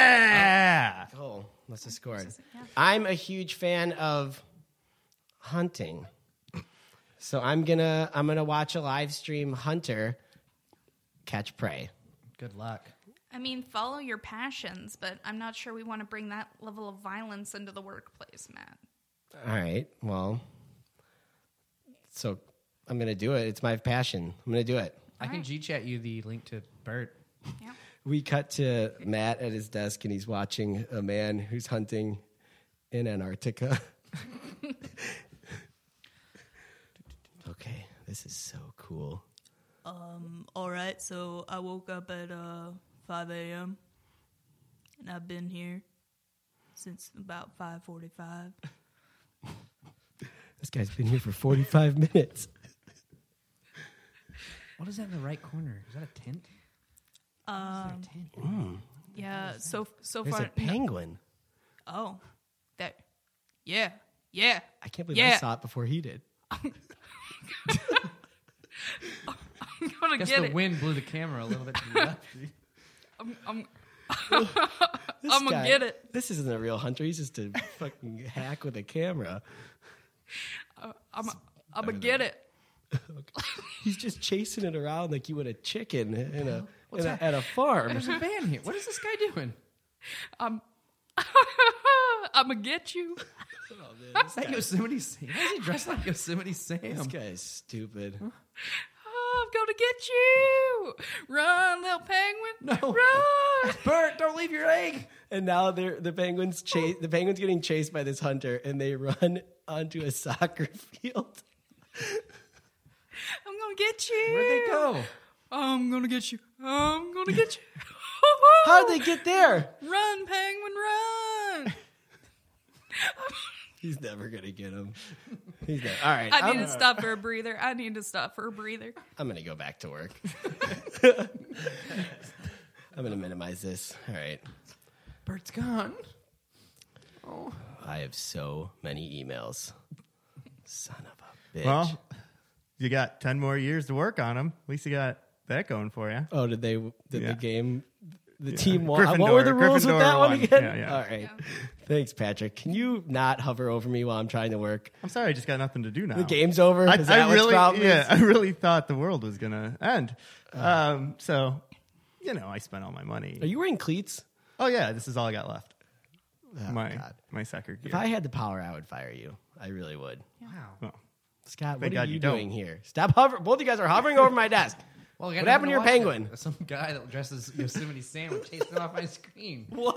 Speaker 5: Booyah!
Speaker 1: Goal. Must have scored.
Speaker 4: yeah.
Speaker 1: I'm a huge fan of hunting. So I'm gonna I'm gonna watch a live stream hunter catch prey.
Speaker 3: Good luck.
Speaker 4: I mean, follow your passions, but I'm not sure we want to bring that level of violence into the workplace, Matt.
Speaker 1: All right. Well, so I'm going to do it. It's my passion. I'm going to do it.
Speaker 3: I can G chat you the link to Bert.
Speaker 4: Yeah.
Speaker 1: We cut to Matt at his desk and he's watching a man who's hunting in Antarctica. okay. This is so cool.
Speaker 2: All right, so I woke up at uh, 5 a.m. and I've been here since about 5:45.
Speaker 1: This guy's been here for 45 minutes.
Speaker 3: What is that in the right corner? Is that a tent? Um, tent?
Speaker 2: Yeah, so so
Speaker 1: There's
Speaker 2: far.
Speaker 1: a penguin.
Speaker 2: oh, that. Yeah, yeah.
Speaker 1: I can't believe I
Speaker 2: Yeah.
Speaker 1: saw it before he did.
Speaker 4: I'm going
Speaker 3: I
Speaker 4: to
Speaker 3: guess
Speaker 4: get
Speaker 3: the
Speaker 4: it.
Speaker 3: wind blew the camera a little bit to the left.
Speaker 4: I'm, I'm,
Speaker 1: This
Speaker 4: I'm going
Speaker 1: guy-
Speaker 4: to get it.
Speaker 1: This isn't a real hunter. He's just a fucking hack with a camera.
Speaker 4: I'm, I'm going to get it.
Speaker 1: He's just chasing it around like you would a chicken in a, in a at a farm.
Speaker 3: There's a van here. What is this guy doing?
Speaker 4: I'm going to get you.
Speaker 3: Is that Yosemite Sam? Why is he dressed like Yosemite
Speaker 1: This
Speaker 3: Sam?
Speaker 1: guy is stupid.
Speaker 4: Oh, I'm going to get you. Run, little penguin.
Speaker 3: No.
Speaker 4: Run.
Speaker 3: Bert, don't leave your egg.
Speaker 1: And now they're the penguins chase the penguins getting chased by this hunter, and they run onto a soccer field.
Speaker 4: I'm going to get you.
Speaker 3: Where'd they go?
Speaker 4: I'm gonna get you. I'm gonna get you.
Speaker 1: How'd they get there?
Speaker 4: Run, penguin, run!
Speaker 1: He's never gonna get him. He's never, all right.
Speaker 4: I need
Speaker 1: I'm,
Speaker 4: to stop for a breather. I need to stop for a breather.
Speaker 1: I'm gonna go back to work. I'm gonna minimize this. All right.
Speaker 3: Bert's gone.
Speaker 1: I have so many emails. Son of a bitch.
Speaker 5: Well, you got ten more years to work on them. At least you got that going for you.
Speaker 1: Oh, did they? Did
Speaker 5: Yeah.
Speaker 1: the game? The team won. what were the
Speaker 5: Gryffindor-
Speaker 1: rules with
Speaker 5: Gryffindor
Speaker 1: that one
Speaker 5: won.
Speaker 1: again?
Speaker 5: Yeah, yeah.
Speaker 1: All right. Thanks, Patrick. Can you not hover over me while I'm trying to work?
Speaker 5: I'm sorry, I just got nothing to do now.
Speaker 1: The game's over.
Speaker 5: I,
Speaker 1: Is that
Speaker 5: I
Speaker 1: what's
Speaker 5: really,
Speaker 1: problem
Speaker 5: yeah,
Speaker 1: is?
Speaker 5: I really thought the world was gonna end. Um, so, you know, I spent all my money.
Speaker 1: Uh. Are you wearing cleats?
Speaker 5: oh yeah, this is all I got left. my
Speaker 1: Oh, God.
Speaker 5: Oh, my soccer gear.
Speaker 1: If I had the power, I would fire you. I really would.
Speaker 3: Wow.
Speaker 5: Well,
Speaker 1: Scott, what
Speaker 5: Thank
Speaker 1: are
Speaker 5: God
Speaker 1: you,
Speaker 5: you don't.
Speaker 1: doing here? Stop hovering. Both of you guys are hovering over my desk.
Speaker 3: Well, I
Speaker 1: What
Speaker 3: gotta
Speaker 1: happened to your
Speaker 3: watch that.
Speaker 1: penguin?
Speaker 3: Some guy that dresses Yosemite Sam was chasing off my screen.
Speaker 1: What?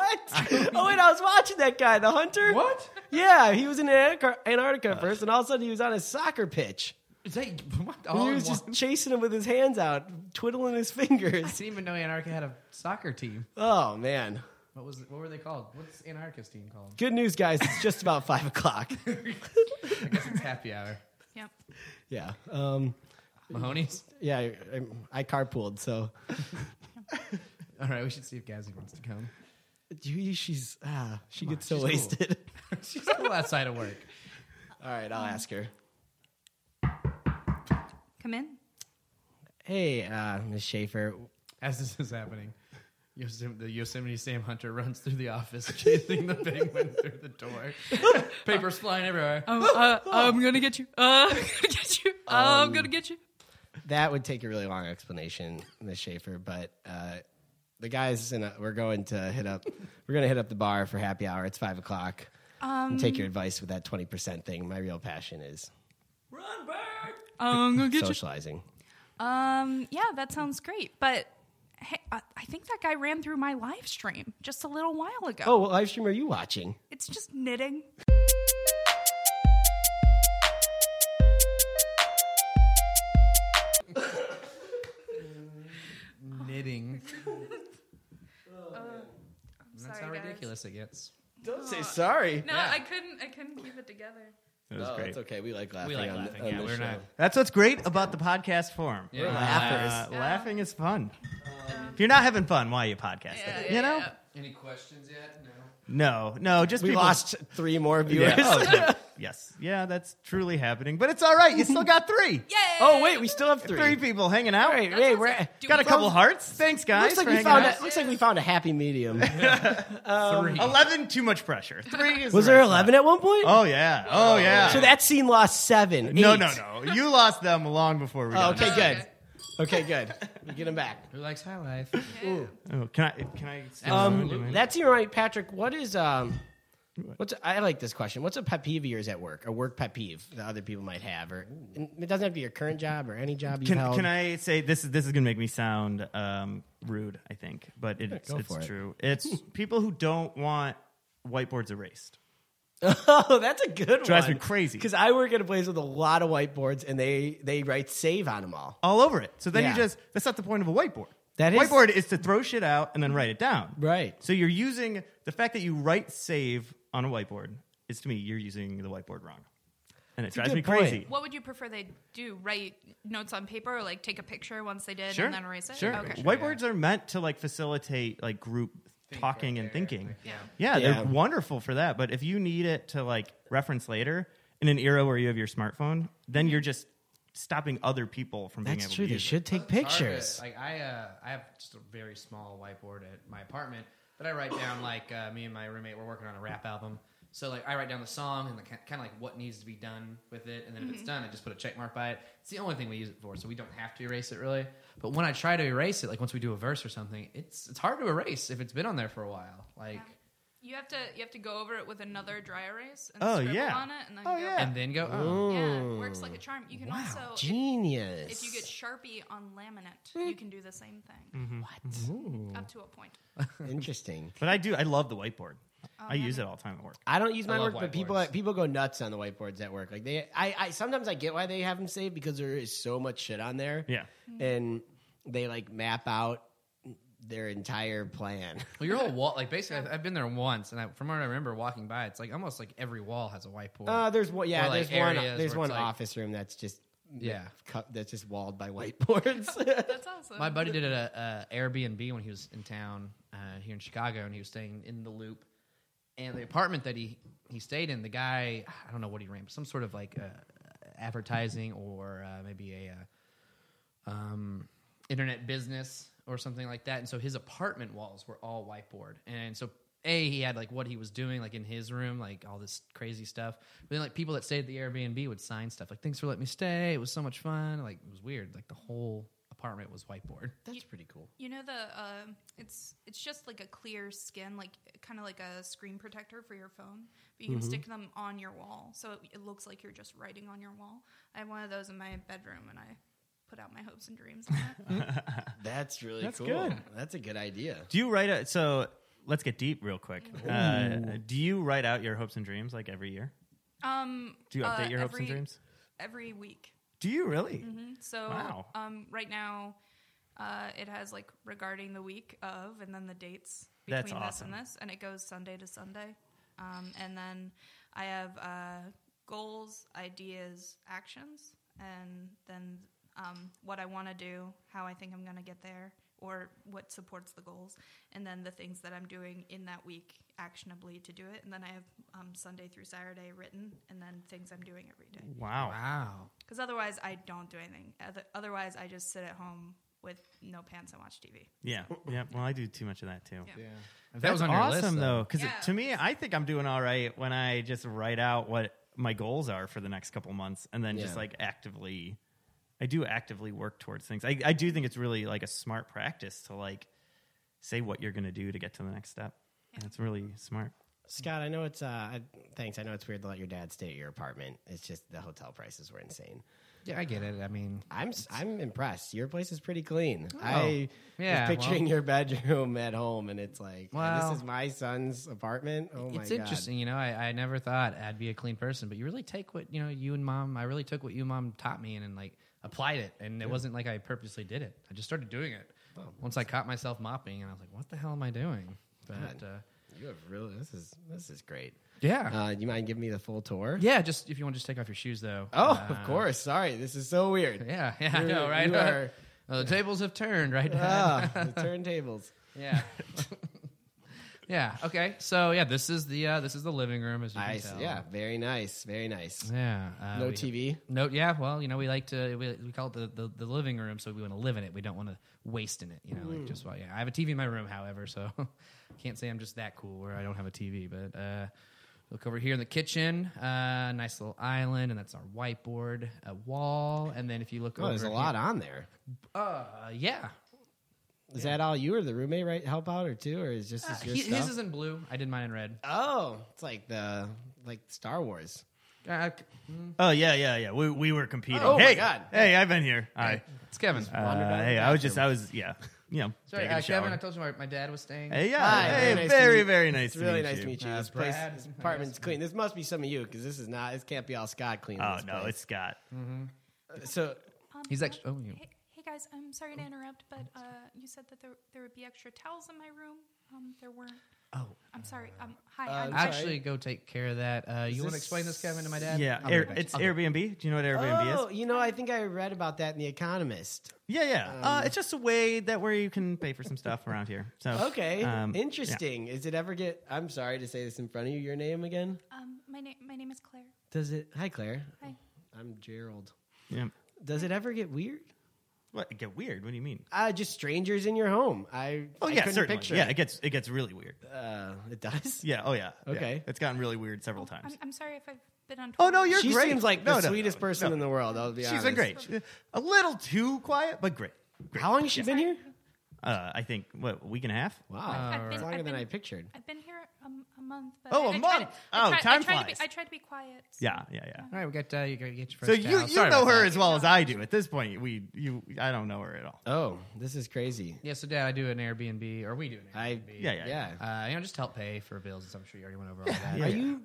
Speaker 1: oh, wait, I was watching that guy, the hunter.
Speaker 3: What?
Speaker 1: Yeah, he was in Antarctica Antarctica at first, and all of a sudden he was on a soccer pitch.
Speaker 3: Is that what?
Speaker 1: And
Speaker 3: All
Speaker 1: he
Speaker 3: in
Speaker 1: was just
Speaker 3: one?
Speaker 1: chasing him with his hands out, twiddling his
Speaker 3: I
Speaker 1: fingers.
Speaker 3: didn't even know Antarctica had a soccer team.
Speaker 1: Oh, man.
Speaker 3: What was? What were they called? What's Antarctica's team called?
Speaker 1: Good news, guys. It's just about five o'clock.
Speaker 3: I guess it's happy hour.
Speaker 4: Yep.
Speaker 1: Yeah. Um,
Speaker 3: Mahoney's.
Speaker 1: yeah, I, I, I carpooled, so
Speaker 3: All right, we should see if Gazzy wants to come.
Speaker 1: Gee, she's ah, she
Speaker 3: Come
Speaker 1: gets
Speaker 3: on,
Speaker 1: so
Speaker 3: she's cool.
Speaker 1: wasted.
Speaker 3: She's still outside of work.
Speaker 1: All right, I'll ask her.
Speaker 4: Come in.
Speaker 1: Hey, uh, Miss Schaefer.
Speaker 3: As this is happening, Yosem- the Yosemite Sam Hunter runs through the office, chasing the penguin through the door. Papers flying everywhere.
Speaker 4: Oh.
Speaker 2: I'm, uh, I'm gonna get you. Uh, I'm gonna get you. Uh, I'm gonna get you.
Speaker 1: That would take a really long explanation, Miss Schaefer. But uh, the guys and we're going to hit up. We're going to hit up the bar for happy hour. It's five o'clock. Um, take your advice with that twenty percent thing. My real passion is
Speaker 2: Oh, I'm gonna get you.
Speaker 1: socializing.
Speaker 4: Um, yeah, that sounds great. But hey, I, I think that guy ran through my live stream just a little while ago.
Speaker 1: Oh, what live stream are you watching?
Speaker 4: It's just knitting.
Speaker 3: Knitting. That's how
Speaker 4: Sorry, guys.
Speaker 3: ridiculous it gets.
Speaker 1: Don't say sorry.
Speaker 4: No,
Speaker 3: Yeah.
Speaker 4: I couldn't. I couldn't keep it together.
Speaker 5: That was great.
Speaker 1: Oh, it's okay. We like laughing.
Speaker 3: We like
Speaker 1: on,
Speaker 3: laughing.
Speaker 1: on
Speaker 3: Yeah,
Speaker 1: this
Speaker 3: we're
Speaker 1: show.
Speaker 3: not.
Speaker 5: That's what's great about the podcast form.
Speaker 3: Yeah. We're
Speaker 5: Uh, Laughing is fun. if you're not having fun, why are you podcasting? you know?
Speaker 3: Any questions yet? No.
Speaker 5: No, no, just
Speaker 1: We
Speaker 5: people-
Speaker 1: lost three more viewers.
Speaker 5: Yeah. Oh, yeah. yes. Yeah, that's truly happening. But it's all right. You still got three.
Speaker 4: Yay!
Speaker 1: Oh, wait, we still have
Speaker 5: Three,
Speaker 1: three.
Speaker 5: people hanging out.
Speaker 1: All right, hey, we're
Speaker 4: Do
Speaker 5: Got
Speaker 4: we-
Speaker 5: a couple hearts. Thanks, guys.
Speaker 1: looks like
Speaker 5: for
Speaker 1: we
Speaker 5: hanging
Speaker 1: found
Speaker 5: out.
Speaker 1: a, looks like we found a happy medium.
Speaker 3: Three.
Speaker 5: Eleven. Too much pressure. Three is.
Speaker 1: Was
Speaker 5: the
Speaker 1: there
Speaker 5: right
Speaker 1: eleven at one point?
Speaker 5: spot. Oh yeah. Oh yeah.
Speaker 1: So that scene lost seven.
Speaker 5: No,
Speaker 1: eight.
Speaker 5: no, no. You lost them long before we.
Speaker 1: Oh,
Speaker 5: got
Speaker 1: okay,
Speaker 5: them.
Speaker 1: good. Okay, good. We get him back.
Speaker 3: Who likes high life?
Speaker 5: Oh, can I? Can I? see what I'm doing?
Speaker 1: Um, that's you right, Patrick. What is um, what's I like this question. What's a pet peeve of yours at work? A work pet peeve that other people might have, or it doesn't have to be your current job or any job you
Speaker 5: Can,
Speaker 1: held.
Speaker 5: can I say this is this is gonna make me sound um, rude? I think, but it, it's,
Speaker 1: go for it.
Speaker 5: true. It's people who don't want whiteboards erased.
Speaker 1: Oh, that's a good
Speaker 5: Drives
Speaker 1: one.
Speaker 5: me crazy.
Speaker 1: because I work at a place with a lot of whiteboards, and they they write save on them all.
Speaker 5: all over it. So then
Speaker 1: Yeah.
Speaker 5: you just that's not the point of a whiteboard.
Speaker 1: That is-
Speaker 5: whiteboard is to throw shit out and then write it down.
Speaker 1: Right.
Speaker 5: So you're using the fact that you write save on a whiteboard is to me you're using the whiteboard wrong, and it drives
Speaker 1: good
Speaker 5: me crazy.
Speaker 4: What would you prefer they do? Write notes on paper, or like take a picture once they did,
Speaker 5: Sure.
Speaker 4: and then erase it.
Speaker 5: Sure.
Speaker 4: Okay.
Speaker 5: Whiteboards are meant to like facilitate like group talking and thinking.
Speaker 4: Yeah.
Speaker 5: Yeah,
Speaker 1: Yeah.
Speaker 5: they're wonderful for that. But if you need it to like reference later in an era where you have your smartphone, then you're just stopping other people from being
Speaker 1: That's
Speaker 5: able
Speaker 1: true.
Speaker 5: to
Speaker 1: They
Speaker 5: use it.
Speaker 1: should take pictures.
Speaker 3: Like I, uh, I have just a very small whiteboard at my apartment, but I write down like uh, me and my roommate were working on a rap album. So like I write down the song and the kind of like what needs to be done with it, and then if it's done, I just put a check mark by it. It's the only thing we use it for, so we don't have to erase it really. But when I try to erase it, like once we do a verse or something, it's it's hard to erase if it's been on there for a while. Like
Speaker 4: You have to. You have to go over it with another dry erase and
Speaker 5: Oh,
Speaker 4: scribble
Speaker 5: yeah.
Speaker 4: on it, and then
Speaker 5: Oh,
Speaker 4: go
Speaker 5: yeah.
Speaker 3: and then go, oh,
Speaker 4: Yeah, it works like a charm. You can also, if,
Speaker 1: Genius.
Speaker 4: if you get Sharpie on laminate, you can do the same thing. What? Up to a point.
Speaker 1: Interesting.
Speaker 5: But I do. I love the whiteboard.
Speaker 4: Oh,
Speaker 5: I use it all the time at work.
Speaker 1: I don't use my
Speaker 3: love
Speaker 1: work, but people
Speaker 3: whiteboards.
Speaker 1: people go nuts on the whiteboards at work. Like they, I, I sometimes I get why they have them saved because there is so much shit on there.
Speaker 5: Yeah.
Speaker 1: and they like map out their entire plan.
Speaker 3: well, your whole wall. Like basically, I've, I've been there once, and I, from what I remember walking by, it's like almost like every wall has a whiteboard.
Speaker 1: Uh, there's one, yeah,
Speaker 3: Or, like,
Speaker 1: there's one,
Speaker 3: areas
Speaker 1: there's
Speaker 3: where
Speaker 1: one
Speaker 3: it's like-
Speaker 1: office room that's just
Speaker 3: Yeah.
Speaker 1: cu- that's just walled by whiteboards.
Speaker 4: That's awesome.
Speaker 3: My buddy did it at uh, Airbnb when he was in town uh, here in Chicago, and he was staying in the Loop. And the apartment that he he stayed in, the guy I don't know what he ran, but some sort of like uh, advertising or uh, maybe a uh, um, internet business or something like that. And so his apartment walls were all whiteboard, and so. A, he had like what he was doing, like in his room, like all this crazy stuff. But then, like people that stayed at the Airbnb would sign stuff, like "Thanks for letting me stay. It was so much fun." Like it was weird. Like the whole apartment was whiteboard.
Speaker 1: That's pretty cool.
Speaker 4: You know the uh, it's it's just like a clear skin, like kind of like a screen protector for your phone, but you
Speaker 5: Mm-hmm.
Speaker 4: can stick them on your wall, so it, it looks like you're just writing on your wall. I have one of those in my bedroom, and I put out my hopes and dreams on it.
Speaker 1: That's really
Speaker 5: That's
Speaker 1: cool.
Speaker 5: good.
Speaker 1: That's a good idea.
Speaker 5: Do you write a so? Let's get deep real quick. Uh, do you write out your hopes and dreams like every year?
Speaker 4: um,
Speaker 5: Do you
Speaker 4: uh,
Speaker 5: update your hopes and
Speaker 4: every- Mm-hmm.
Speaker 5: dreams?
Speaker 4: every week?
Speaker 5: Do you really?
Speaker 4: So
Speaker 5: Wow.
Speaker 4: um, right now, uh, it has like regarding the week of, and then the dates between
Speaker 5: That's awesome.
Speaker 4: this and this, and it goes Sunday to Sunday. Um, and then I have uh, goals, ideas, actions, and then um, what I want to do, how I think I'm going to get there, or what supports the goals, and then the things that I'm doing in that week actionably to do it. And then I have um, Sunday through Saturday written, and then things I'm doing every day.
Speaker 5: Oh, Wow.
Speaker 3: Wow.
Speaker 4: Because otherwise, I don't do anything. Oth- Otherwise, I just sit at home with no pants and watch TV.
Speaker 5: Yeah. Yeah. Well, I do too much of that too.
Speaker 4: Yeah.
Speaker 3: Yeah.
Speaker 5: That's
Speaker 3: If that was on your
Speaker 5: awesome
Speaker 3: list,
Speaker 5: though, because
Speaker 4: Yeah.
Speaker 5: to me, I think I'm doing all right when I just write out what my goals are for the next couple months, and then just
Speaker 1: Yeah.
Speaker 5: like actively, I do actively work towards things. I, I do think it's really like a smart practice to like say what you're going to do to get to the next step. That's really smart.
Speaker 1: Scott, I know it's uh I- thanks. I know it's weird to let your dad stay at your apartment. It's just the hotel prices were insane.
Speaker 3: Yeah, I get it. I mean,
Speaker 1: I'm s- I'm impressed. Your place is pretty clean. I
Speaker 3: Oh, Yeah,
Speaker 1: was picturing
Speaker 3: well-
Speaker 1: your bedroom at home and it's like
Speaker 3: Well-
Speaker 1: this is my son's apartment. Oh my
Speaker 3: it's
Speaker 1: god.
Speaker 3: interesting. You know, I, I never thought I'd be a clean person, but you really take what you know. You and mom, I really took what you and mom taught me and, and like applied it. And it wasn't like I purposely did it. I just started doing it
Speaker 1: Oh.
Speaker 3: once I caught myself mopping, and I was like, "What the hell am I doing?" But uh,
Speaker 1: You have really this is this is great.
Speaker 3: yeah,
Speaker 1: Uh, you mind giving me the full tour?
Speaker 3: yeah. Just if you want to just take off your shoes, though.
Speaker 1: Oh,
Speaker 3: Uh,
Speaker 1: of course. Sorry, this is so weird.
Speaker 3: Yeah, yeah. I
Speaker 1: You-
Speaker 3: know, right?
Speaker 1: you are-
Speaker 3: Well, the tables have turned, right?
Speaker 1: Ah, the turntables.
Speaker 3: Yeah. yeah. Okay. So yeah, this is the uh, this is the living room, as you
Speaker 1: Nice.
Speaker 3: can tell.
Speaker 1: Yeah, very nice. Very nice.
Speaker 3: Yeah. Uh,
Speaker 1: no
Speaker 3: we-
Speaker 1: TV.
Speaker 3: No. Yeah. Well, you know, we like to we, we call it the, the, the living room, so we want to live in it. We don't want to waste in it. You know,
Speaker 1: Mm.
Speaker 3: like just well, yeah. I have a TV in my room, however, so can't say I'm just that cool where I don't have a TV. But uh, look over here in the kitchen, uh, nice little island, and that's our whiteboard uh, wall. And then if you look
Speaker 1: Oh,
Speaker 3: over,
Speaker 1: there's a
Speaker 3: here-
Speaker 1: lot on there.
Speaker 3: Uh, yeah.
Speaker 1: Is that all you or the roommate right help out or two or is just
Speaker 3: Uh,
Speaker 1: is your
Speaker 3: he-
Speaker 1: stuff?
Speaker 3: his is in blue. I did mine in red.
Speaker 1: oh, it's like the like Star Wars.
Speaker 3: Uh,
Speaker 5: Oh yeah, yeah, yeah. We we were competing.
Speaker 1: Oh, my
Speaker 5: hey,
Speaker 1: God.
Speaker 5: Hey, I've been here. Hi.
Speaker 3: it's Kevin.
Speaker 1: wandered out
Speaker 5: Uh,
Speaker 1: of
Speaker 5: hey,
Speaker 1: the
Speaker 5: I was just I was yeah. You know,
Speaker 3: Sorry,
Speaker 5: taking a
Speaker 3: uh, Kevin. I
Speaker 5: shower.
Speaker 3: told you my, my dad was staying.
Speaker 5: Hey, yeah.
Speaker 1: Hi,
Speaker 5: hey,
Speaker 1: nice to
Speaker 5: very,
Speaker 1: meet-
Speaker 5: very nice.
Speaker 1: It's really nice to
Speaker 5: you.
Speaker 1: meet you.
Speaker 3: Uh,
Speaker 1: this place,
Speaker 3: Brad.
Speaker 1: this apartment's clean. This must be some of you because this is not. This can't be all Scott clean.
Speaker 5: Oh
Speaker 1: this
Speaker 5: no, it's
Speaker 1: place. Uh,
Speaker 5: Scott.
Speaker 1: so.
Speaker 4: Um,
Speaker 3: He's
Speaker 4: I-
Speaker 3: ex- oh, you-
Speaker 4: Hey, hey guys, I'm sorry to
Speaker 5: Oh.
Speaker 4: interrupt, but uh, you said that there, there would be extra towels in my room. Um, there weren't.
Speaker 3: Oh,
Speaker 4: I'm sorry. Um, hi.
Speaker 1: uh,
Speaker 4: I'm,
Speaker 1: Ash-
Speaker 4: I,
Speaker 3: actually, go take care of that. Uh, you want to
Speaker 1: this-
Speaker 3: explain this, Kevin, to my dad?
Speaker 5: Yeah,
Speaker 3: I'll be
Speaker 5: Air,
Speaker 3: right back.
Speaker 5: it's
Speaker 3: Okay.
Speaker 5: Airbnb. Do you know what Airbnb
Speaker 1: Oh,
Speaker 5: is?
Speaker 1: you know, I think I read about that in The Economist.
Speaker 5: Yeah, yeah.
Speaker 1: um,
Speaker 5: uh, it's just a way that where you can pay for some stuff around here. So
Speaker 1: Okay,
Speaker 5: um, yeah.
Speaker 1: interesting. Is it ever get? I'm sorry to say this in front of you. Your name again?
Speaker 4: um, my name my name is Claire.
Speaker 1: Does it? Hi, Claire.
Speaker 4: Hi.
Speaker 1: I'm Gerald.
Speaker 5: Yeah.
Speaker 1: Does it ever get weird?
Speaker 5: What? It get weird. What do you mean?
Speaker 1: Uh, just strangers in your home. I
Speaker 5: Oh
Speaker 1: I
Speaker 5: yeah,
Speaker 1: couldn't
Speaker 5: certainly.
Speaker 1: Picture
Speaker 5: Yeah, it
Speaker 1: it.
Speaker 5: gets it gets really weird.
Speaker 1: Uh, it does.
Speaker 5: Yeah. Oh yeah. yeah.
Speaker 1: Okay.
Speaker 5: It's gotten really weird several
Speaker 4: Oh, I'm,
Speaker 5: times.
Speaker 4: I'm sorry if I've been on.
Speaker 5: Oh no,
Speaker 4: Twitter.
Speaker 5: you're
Speaker 1: she
Speaker 5: great.
Speaker 1: seems like
Speaker 5: No,
Speaker 1: the
Speaker 5: no,
Speaker 1: sweetest
Speaker 5: no,
Speaker 1: person
Speaker 5: no.
Speaker 1: in the world. I'll be
Speaker 5: She's
Speaker 1: honest.
Speaker 5: a great. she- A little too quiet, but great.
Speaker 1: How long has she been here?
Speaker 5: Uh, I think what a week and a half.
Speaker 1: Wow,
Speaker 4: I've been-
Speaker 1: it's longer
Speaker 4: I've
Speaker 1: than
Speaker 4: been-
Speaker 1: I pictured.
Speaker 4: I've been here um, a, a month. But
Speaker 5: Oh,
Speaker 4: I-
Speaker 5: a
Speaker 4: I try
Speaker 5: month.
Speaker 4: To, I
Speaker 5: Oh,
Speaker 4: try,
Speaker 5: time
Speaker 4: I try To
Speaker 5: flies.
Speaker 4: be, I try to be quiet. so-
Speaker 5: Yeah, yeah, yeah.
Speaker 3: All right, we got uh, you got to get your first.
Speaker 5: So you
Speaker 3: towel.
Speaker 5: you
Speaker 3: Sorry
Speaker 5: know
Speaker 3: about
Speaker 5: her
Speaker 3: that.
Speaker 5: as well as I do at this point. We you I don't know her at all.
Speaker 1: Oh, this is crazy.
Speaker 3: Yeah, so Dad, I do an Airbnb, or we do an Airbnb.
Speaker 1: I
Speaker 5: Yeah, yeah,
Speaker 1: yeah.
Speaker 3: uh, you know, just help pay for bills. as I'm sure you already went over all that.
Speaker 1: Are you?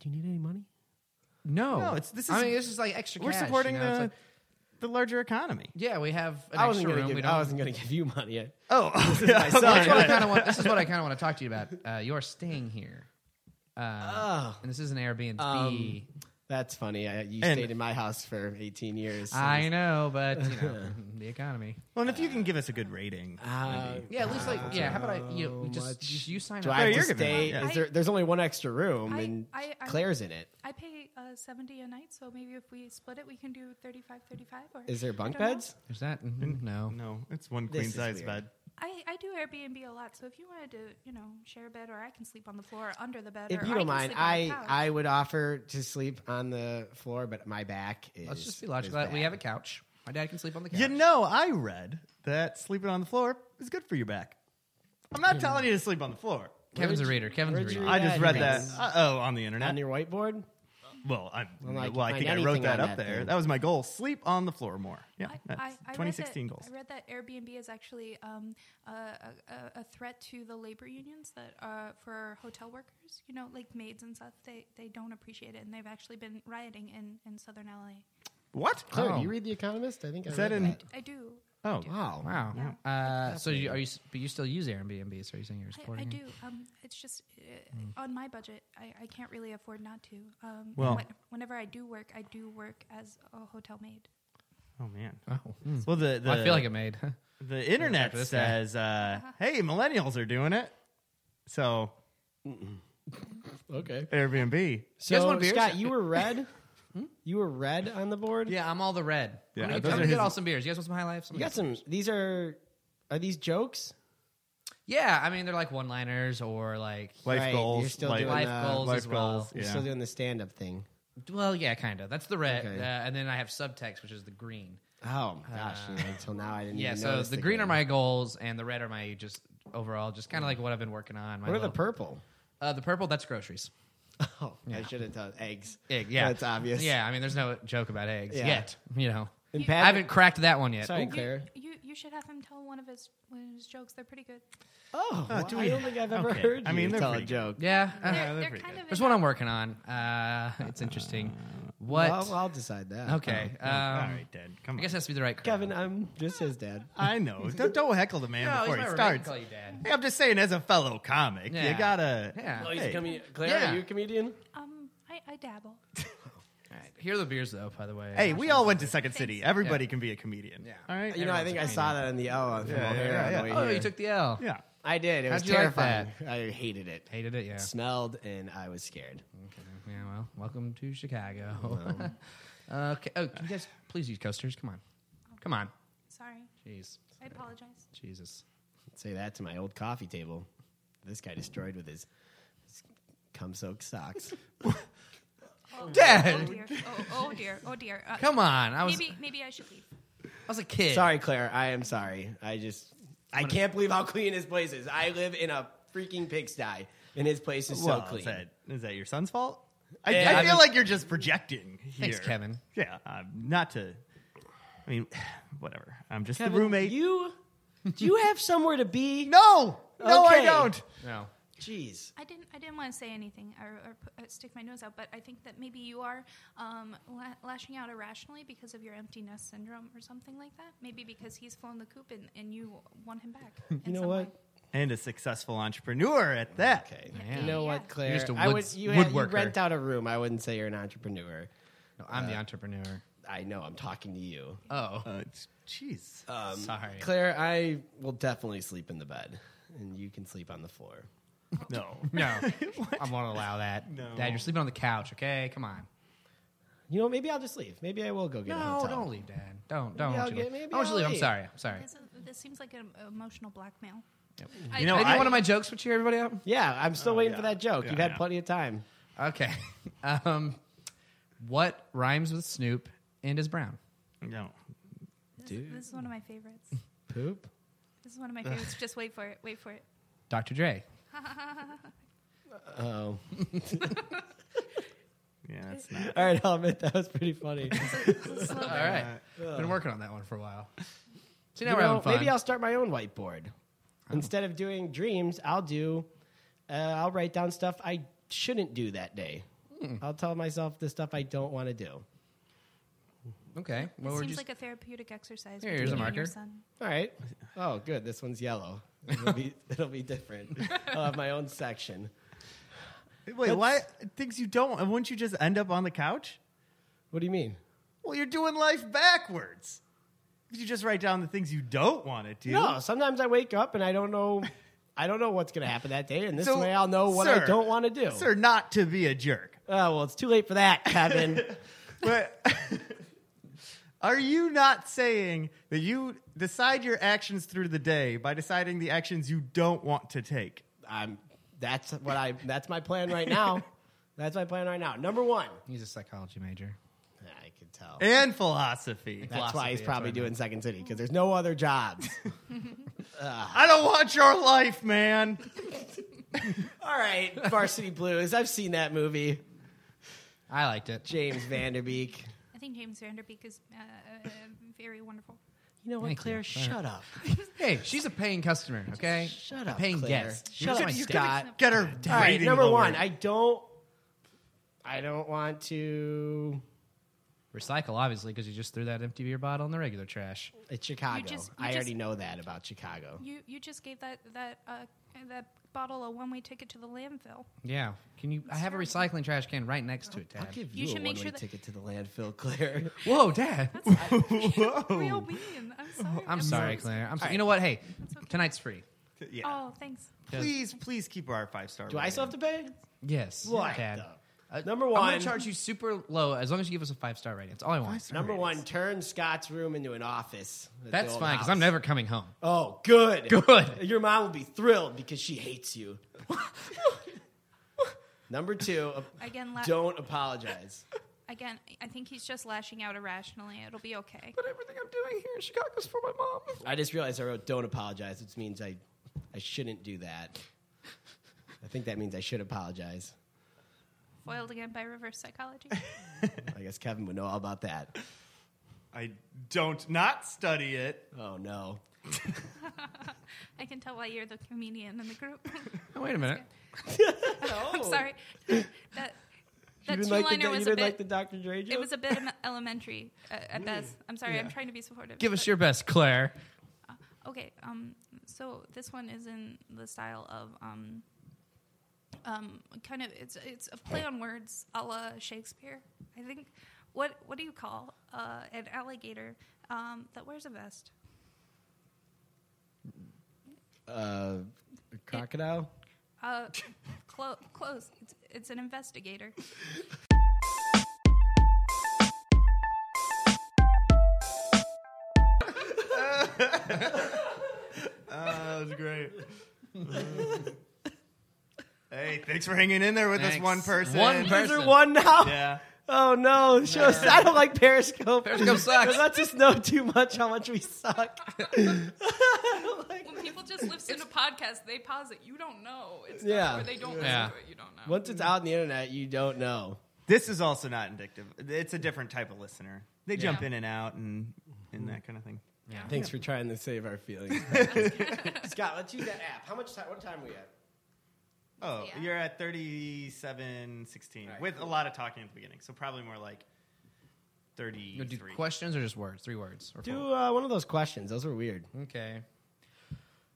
Speaker 1: Do you need any money?
Speaker 3: No,
Speaker 5: No, it's- this
Speaker 3: I
Speaker 5: is-
Speaker 3: mean, this is like extra.
Speaker 5: We're
Speaker 3: cash,
Speaker 5: supporting
Speaker 3: you know? It's
Speaker 5: the
Speaker 3: like-
Speaker 5: the larger economy.
Speaker 3: yeah, we have an
Speaker 1: I
Speaker 3: extra
Speaker 1: wasn't
Speaker 3: room.
Speaker 1: gonna give.
Speaker 3: we don't
Speaker 1: I wasn't gonna give you money. I-
Speaker 5: Oh,
Speaker 1: my son.
Speaker 3: That's what I kinda want- this is what I kind of want to talk to you about. Uh, you are staying here, uh,
Speaker 1: Oh.
Speaker 3: and this is an Airbnb.
Speaker 1: Um, That's funny. I, you
Speaker 5: And-
Speaker 1: stayed in my house for 18 years.
Speaker 3: I know, but you know, the economy.
Speaker 5: Well, and if you can give us a good rating,
Speaker 1: Uh,
Speaker 5: maybe.
Speaker 3: Yeah, at least like yeah. How about I? You know, we just,
Speaker 1: much
Speaker 3: just you sign
Speaker 1: do
Speaker 3: up.
Speaker 1: I have
Speaker 5: you're
Speaker 1: to
Speaker 5: giving
Speaker 1: stay?
Speaker 5: it,
Speaker 4: yeah.
Speaker 1: Is there, there's only one extra room,
Speaker 4: I-
Speaker 1: and
Speaker 4: I- I-
Speaker 1: Claire's in it.
Speaker 4: I pay uh, 70 a night, so maybe if we split it, we can do 35, 35. Or
Speaker 1: Is there bunk
Speaker 4: I don't know.
Speaker 1: beds?
Speaker 3: Is that mhm, no?
Speaker 5: No, it's one
Speaker 1: This
Speaker 5: queen
Speaker 1: is
Speaker 5: size
Speaker 1: weird.
Speaker 5: bed.
Speaker 4: I, I do Airbnb a lot, so if you wanted to, you know, share a bed, or I can sleep on the floor or under the bed.
Speaker 1: If
Speaker 4: or
Speaker 1: you
Speaker 4: I
Speaker 1: don't
Speaker 4: can
Speaker 1: mind,
Speaker 4: sleep on the
Speaker 1: I
Speaker 4: couch.
Speaker 1: I would offer to sleep on the floor, but my back is.
Speaker 3: Let's just be logical.
Speaker 1: is
Speaker 3: We
Speaker 1: bad.
Speaker 3: have a couch. My dad can sleep on the couch.
Speaker 5: You know, I read that sleeping on the floor is good for your back. I'm not telling you to sleep on the floor.
Speaker 3: Kevin's a
Speaker 1: Where'd you-
Speaker 3: reader. Kevin's a
Speaker 1: where'd you
Speaker 3: reader.
Speaker 1: read
Speaker 5: I just
Speaker 1: Yeah,
Speaker 5: read
Speaker 1: he
Speaker 5: that.
Speaker 1: does.
Speaker 5: Uh oh, on the internet.
Speaker 1: on your whiteboard.
Speaker 5: well, I,
Speaker 1: Well, I
Speaker 5: well, I
Speaker 1: can
Speaker 5: think
Speaker 1: find
Speaker 5: I wrote
Speaker 1: anything
Speaker 5: that
Speaker 1: on
Speaker 5: up
Speaker 1: that
Speaker 5: there.
Speaker 1: thing.
Speaker 5: That was my goal. Sleep on the floor more. Yeah,
Speaker 4: I,
Speaker 5: that's
Speaker 4: I, I
Speaker 5: 2016
Speaker 4: read that,
Speaker 5: goals.
Speaker 4: I read that Airbnb is actually um, a, a- a, a threat to the labor unions that uh, for hotel workers, you know, like maids and stuff, they, they don't appreciate it, and they've actually been rioting in, in southern LA.
Speaker 5: What?
Speaker 1: Claire,
Speaker 3: Oh.
Speaker 1: do you read The Economist? I think I
Speaker 5: Is
Speaker 1: read
Speaker 5: that in-
Speaker 4: I do.
Speaker 5: Oh,
Speaker 1: Wow.
Speaker 3: Wow. Uh, so you, are you? s- But you still use Airbnb? So are you saying you're
Speaker 4: I, I
Speaker 3: supporting? it?
Speaker 4: do. Um, it's just uh,
Speaker 5: Mm.
Speaker 4: on my budget. I, I can't really afford not to. Um,
Speaker 5: Well-
Speaker 4: when- whenever I do work, I do work as a hotel maid.
Speaker 5: Oh man.
Speaker 3: Oh, mm.
Speaker 5: Well, the, the
Speaker 3: I feel like a maid.
Speaker 5: the internet
Speaker 3: after this guy.
Speaker 5: says, uh,
Speaker 1: Uh-huh.
Speaker 5: "Hey, millennials are doing it." So
Speaker 1: Okay.
Speaker 5: Airbnb.
Speaker 3: guys
Speaker 1: So
Speaker 3: want beers?
Speaker 1: Scott, you were red. Hmm? you were red on the board.
Speaker 3: yeah, I'm all the red.
Speaker 5: Yeah,
Speaker 3: I'm gonna,
Speaker 5: those
Speaker 3: I'm
Speaker 5: are
Speaker 3: gonna
Speaker 5: his-
Speaker 3: get all some beers. You guys want some high life?
Speaker 1: You got some. These are are these jokes?
Speaker 3: Yeah, I mean they're like one-liners or like.
Speaker 5: Life
Speaker 1: Right,
Speaker 5: goals.
Speaker 1: you're still
Speaker 5: like-
Speaker 1: doing
Speaker 3: life
Speaker 1: uh,
Speaker 3: goals
Speaker 5: life
Speaker 3: as well.
Speaker 5: goals.
Speaker 1: You're
Speaker 5: Yeah.
Speaker 1: still doing the stand up thing.
Speaker 3: Well, yeah, kind of. That's the red,
Speaker 1: Okay.
Speaker 3: uh, and then I have subtext, which is the green.
Speaker 1: Oh my gosh! yeah, until now, I didn't.
Speaker 3: Yeah,
Speaker 1: even
Speaker 3: so
Speaker 1: notice
Speaker 3: the green are
Speaker 1: green.
Speaker 3: my goals, and the red are my just overall, just kind of like what I've been working on. My
Speaker 1: What are the
Speaker 3: little-
Speaker 1: purple?
Speaker 3: Uh, the purple, that's groceries.
Speaker 1: Oh, I should have done eggs.
Speaker 3: Egg, yeah,
Speaker 1: that's obvious.
Speaker 3: Yeah, I mean, there's no joke about eggs
Speaker 1: Yeah.
Speaker 3: yet. You know,
Speaker 1: And
Speaker 3: I
Speaker 1: Pat,
Speaker 3: haven't cracked that one yet.
Speaker 1: Sorry,
Speaker 3: Ooh.
Speaker 1: Claire.
Speaker 4: You, you should have him tell one of his one of his jokes. They're pretty good.
Speaker 1: Oh, well,
Speaker 5: do
Speaker 1: I
Speaker 5: we-
Speaker 1: don't think I've ever
Speaker 5: okay.
Speaker 1: heard you
Speaker 5: I mean, they're
Speaker 1: tell a
Speaker 5: pretty good.
Speaker 1: joke.
Speaker 3: Yeah, uh,
Speaker 4: they're
Speaker 5: they're
Speaker 4: they're
Speaker 5: pretty
Speaker 4: kind
Speaker 5: good.
Speaker 4: of.
Speaker 3: there's
Speaker 4: in
Speaker 3: one
Speaker 4: that-
Speaker 3: I'm working on. Uh, it's interesting. What?
Speaker 1: Well, I'll decide that. Uh,
Speaker 3: okay, um,
Speaker 5: All right, Dad. Come on.
Speaker 3: I guess it has to be the right. crowd.
Speaker 1: Kevin, I'm just his dad.
Speaker 5: I know. Don't, don't heckle the man
Speaker 3: no, he's
Speaker 5: before
Speaker 3: my
Speaker 5: he
Speaker 3: roommate. I can
Speaker 5: starts.
Speaker 3: Call you dad.
Speaker 5: Hey, I'm just saying, as a fellow comic, you
Speaker 3: Yeah.
Speaker 5: gotta.
Speaker 3: Yeah. Oh,
Speaker 5: Hey,
Speaker 1: Claire,
Speaker 3: Yeah.
Speaker 1: are you a comedian?
Speaker 4: Um, I, I dabble.
Speaker 3: All right. Here are the beers, though. By the way,
Speaker 5: hey, we all went to Second City. Everybody
Speaker 3: Yeah.
Speaker 5: can be a comedian.
Speaker 3: Yeah.
Speaker 5: All right.
Speaker 1: You know, I think I saw that in the O from
Speaker 5: Yeah,
Speaker 1: O'Hare
Speaker 5: yeah,
Speaker 1: on the
Speaker 5: yeah.
Speaker 1: way
Speaker 3: Oh,
Speaker 1: here.
Speaker 3: you took the L.
Speaker 5: Yeah.
Speaker 1: I did. It was
Speaker 3: How'd you like
Speaker 1: terrifying. I hated it.
Speaker 3: Hated it. Yeah.
Speaker 1: It smelled, and I was scared.
Speaker 3: Okay. Yeah, well, welcome to Chicago. okay. Oh, can you guys please use coasters? Come on. Come on.
Speaker 4: Sorry,
Speaker 3: Jeez.
Speaker 4: I apologize.
Speaker 3: Jesus.
Speaker 1: Say that to my old coffee table. This guy destroyed with his, his cum soaked socks.
Speaker 4: Oh,
Speaker 3: Dad!
Speaker 4: Oh dear. Oh, oh dear. Oh dear. Uh,
Speaker 3: Come on. I was
Speaker 4: maybe maybe I should leave.
Speaker 3: I was a kid.
Speaker 1: sorry, Claire. I am sorry. I just I can't believe how clean his place is. I live in a freaking pigsty, and his place is so
Speaker 5: well,
Speaker 1: clean.
Speaker 5: is that, is that your son's fault? I,
Speaker 1: Yeah,
Speaker 5: I
Speaker 1: I
Speaker 5: feel like you're just projecting here.
Speaker 3: Thanks, Kevin.
Speaker 5: Yeah. Um, not to. I mean, whatever. I'm just
Speaker 1: Kevin,
Speaker 5: the roommate.
Speaker 1: You do you have somewhere to be?
Speaker 5: no. No, I
Speaker 1: Okay.
Speaker 5: don't.
Speaker 3: No.
Speaker 1: Jeez.
Speaker 4: I didn't. I didn't want to say anything or, or pu- uh, stick my nose out, but I think that maybe you are um, la- lashing out irrationally because of your empty nest syndrome or something like that. Maybe because he's flown the coop and, and you want him back.
Speaker 1: You know what?
Speaker 5: And a successful entrepreneur at that.
Speaker 1: Okay.
Speaker 3: Man.
Speaker 1: You know
Speaker 4: Yeah.
Speaker 1: what, Claire?
Speaker 3: You're just a
Speaker 1: I
Speaker 3: wood-
Speaker 1: would, you, had- you
Speaker 3: woodworker.
Speaker 1: rent out a room. I wouldn't say you're an entrepreneur.
Speaker 3: No, I'm the entrepreneur.
Speaker 1: I know. I'm talking to you.
Speaker 3: Oh.
Speaker 5: Uh, it's- Jeez.
Speaker 1: Um,
Speaker 3: Sorry.
Speaker 1: Claire. I will definitely sleep in the bed, and you can sleep on the floor.
Speaker 5: no.
Speaker 3: no. I won't allow that.
Speaker 5: No.
Speaker 3: Dad, you're sleeping on the couch, okay? Come on.
Speaker 1: You know, maybe I'll just leave. Maybe I will go get a
Speaker 3: No,
Speaker 1: hotel.
Speaker 3: don't leave, Dad. Don't, don't.
Speaker 1: I'll
Speaker 3: want you to
Speaker 1: get-
Speaker 3: leave.
Speaker 1: maybe
Speaker 3: I want you to
Speaker 1: I'll
Speaker 3: leave. I'm
Speaker 1: leave.
Speaker 3: sorry. I'm sorry.
Speaker 4: This, is- this seems like an emotional blackmail.
Speaker 3: Yep.
Speaker 4: I-
Speaker 5: You know,
Speaker 3: Maybe
Speaker 5: I-
Speaker 3: one of my jokes would cheer everybody up.
Speaker 1: Yeah, I'm
Speaker 3: Oh,
Speaker 1: still waiting for
Speaker 5: yeah.
Speaker 1: that joke.
Speaker 5: Yeah,
Speaker 1: You've had
Speaker 5: yeah.
Speaker 1: plenty of time.
Speaker 3: Okay. um, what rhymes with Snoop and is brown?
Speaker 5: No.
Speaker 4: this,
Speaker 1: Dude.
Speaker 4: this is one of my favorites.
Speaker 1: Poop.
Speaker 4: This is one of my favorites. Just wait for it. Wait for it.
Speaker 3: Dr. Dre.
Speaker 1: Oh,
Speaker 5: Yeah, that's not.
Speaker 1: all right. I'll admit that was pretty funny.
Speaker 3: All right. Been working on that one for a while. See, now
Speaker 1: You
Speaker 3: we're
Speaker 1: know,
Speaker 3: having fun. Oh.
Speaker 1: maybe I'll start my own whiteboard. Instead of doing dreams, I'll do. Uh, I'll write down stuff I shouldn't do that day.
Speaker 3: Hmm.
Speaker 1: I'll tell myself the stuff I don't want to do. All
Speaker 3: Okay. What
Speaker 4: This
Speaker 3: were
Speaker 4: seems
Speaker 3: you-
Speaker 4: like a therapeutic exercise.
Speaker 3: Here, here's
Speaker 4: between
Speaker 3: a
Speaker 4: you and your
Speaker 3: marker.
Speaker 4: son.
Speaker 1: right. Oh, good. This one's yellow. It'll be, it'll be different. I'll have my own section.
Speaker 5: Wait, why things you don't? and Wouldn't you just end up on the couch?
Speaker 1: What do you mean?
Speaker 5: Well, you're doing life backwards. If you just write down the things you don't want to do.
Speaker 1: No. Sometimes I wake up and I don't know. I don't know what's going to happen that day, and this
Speaker 5: So,
Speaker 1: way I'll know what I
Speaker 5: sir,
Speaker 1: don't want to do.
Speaker 5: Sir, not to be a jerk.
Speaker 1: Oh, well, it's too late for that, Kevin.
Speaker 5: But are you not saying that you decide your actions through the day by deciding the actions you don't want to take?
Speaker 1: I'm that's what I that's my plan right now. That's my plan right now. Number one.
Speaker 3: He's a psychology major.
Speaker 1: I can tell.
Speaker 5: and philosophy.
Speaker 1: That's why he's
Speaker 3: philosophy,
Speaker 1: probably
Speaker 3: that's what I
Speaker 1: doing Second City because there's no other jobs.
Speaker 5: I don't want your life, man.
Speaker 1: All right, Varsity Blues. I've seen that movie.
Speaker 3: I liked it.
Speaker 1: James Vanderbeek.
Speaker 4: I think James Vanderbeek is uh, uh, very wonderful.
Speaker 1: You know what,
Speaker 3: Thank you.
Speaker 1: Claire? Shut up.
Speaker 3: Hey, she's a paying customer, okay?
Speaker 1: Shut
Speaker 3: a
Speaker 1: up,
Speaker 3: paying
Speaker 1: Claire.
Speaker 3: guest.
Speaker 1: Shut
Speaker 3: You're
Speaker 1: up,
Speaker 3: just my
Speaker 1: Scott.
Speaker 5: Get her.
Speaker 1: All right,
Speaker 5: rating
Speaker 1: number
Speaker 5: lower.
Speaker 1: one. I don't. I don't want to.
Speaker 3: Recycle, obviously, because you just threw that empty beer bottle in the regular trash.
Speaker 1: It's Chicago.
Speaker 4: just- you
Speaker 1: I already
Speaker 4: just-
Speaker 1: know that about Chicago.
Speaker 4: You you just gave that that uh, that bottle a one way ticket to the landfill.
Speaker 3: Yeah. Can you? I have a
Speaker 4: terrible.
Speaker 3: recycling trash can right next to it,
Speaker 1: I'll
Speaker 3: Dad.
Speaker 1: give
Speaker 4: You
Speaker 1: you, a
Speaker 4: should
Speaker 1: one-way
Speaker 4: make sure that-
Speaker 1: ticket to the landfill, Claire.
Speaker 3: Whoa, Dad.
Speaker 1: Oh.
Speaker 4: Real mean. I'm sorry.
Speaker 3: I'm sorry, Claire. I'm sorry. You know what? Hey, tonight's free.
Speaker 5: Yeah.
Speaker 4: Oh, thanks.
Speaker 5: please, please keep our five star.
Speaker 1: Uh, Do I still have to pay?
Speaker 3: Yes,
Speaker 1: What
Speaker 3: Dad.
Speaker 1: the- Uh, Number
Speaker 3: I'm
Speaker 1: one.
Speaker 3: gonna charge you super low as long as you give us a five star rating. That's all I want.
Speaker 1: Number one. Turn Scott's room into an office. at the
Speaker 3: That's
Speaker 1: old
Speaker 3: fine because I'm
Speaker 1: house.
Speaker 3: never coming home.
Speaker 1: Oh, good.
Speaker 3: Good.
Speaker 1: Your mom will be thrilled because she hates you. Number two,
Speaker 4: Again, la-
Speaker 1: don't apologize.
Speaker 4: again. I think he's just lashing out irrationally. It'll be okay.
Speaker 3: But everything I'm doing here in Chicago is for my mom.
Speaker 1: I just realized I wrote "don't apologize," which means I, I shouldn't do that. I think that means I should apologize.
Speaker 4: Foiled again by reverse psychology.
Speaker 1: I guess Kevin would know all about that.
Speaker 5: I don't not study it.
Speaker 1: Oh no!
Speaker 4: I can tell why you're the comedian in the group.
Speaker 3: Oh, wait a minute.
Speaker 4: I'm sorry. That that
Speaker 1: you
Speaker 4: two
Speaker 1: didn't, like the,
Speaker 4: liner
Speaker 1: you
Speaker 4: was a
Speaker 1: didn't
Speaker 4: bit.
Speaker 1: like the Dr. Dre joke?
Speaker 4: it was a bit em- elementary uh, at best. I'm sorry. I'm trying to be supportive.
Speaker 3: Give us
Speaker 4: but-
Speaker 3: your best, Claire.
Speaker 4: Okay, um, so this one is in the style of um, um, kind of it's it's a play on words, a la Shakespeare. I think. What what do you call uh, an alligator um, that wears a vest?
Speaker 1: uh, a crocodile.
Speaker 4: Uh, clo- close. It's, it's an investigator.
Speaker 5: that was Uh, great. hey, thanks for hanging in there with us,
Speaker 3: Thanks.
Speaker 5: one person.
Speaker 3: One per-
Speaker 1: Is there
Speaker 3: Person.
Speaker 1: one now?
Speaker 5: Yeah.
Speaker 1: Oh no! Show us, I don't like Periscope.
Speaker 3: Periscope sucks.
Speaker 1: It lets us know too much how much we suck.
Speaker 4: When people just listen to podcasts, they pause it. You don't know. It's
Speaker 1: not- Yeah. or they
Speaker 4: they don't
Speaker 3: Yeah.
Speaker 4: listen to it. You don't know.
Speaker 1: Once it's out on the internet, you don't know.
Speaker 5: This is also not indicative. It's a different type of listener. They jump
Speaker 4: Yeah.
Speaker 5: in and out and and that kind of thing.
Speaker 3: Yeah.
Speaker 1: Thanks for trying to save our feelings. Scott, let's use that app. How much time? What time are we at?
Speaker 5: Oh,
Speaker 4: Yeah.
Speaker 5: you're at thirty-seven sixteen
Speaker 1: All right,
Speaker 5: with a
Speaker 1: cool.
Speaker 5: lot of talking at the beginning, so probably more like
Speaker 3: You gonna do
Speaker 5: thirty-three.
Speaker 3: questions or just words? Three words. Or
Speaker 1: Do uh, one of those questions. Those were weird.
Speaker 3: four? Okay.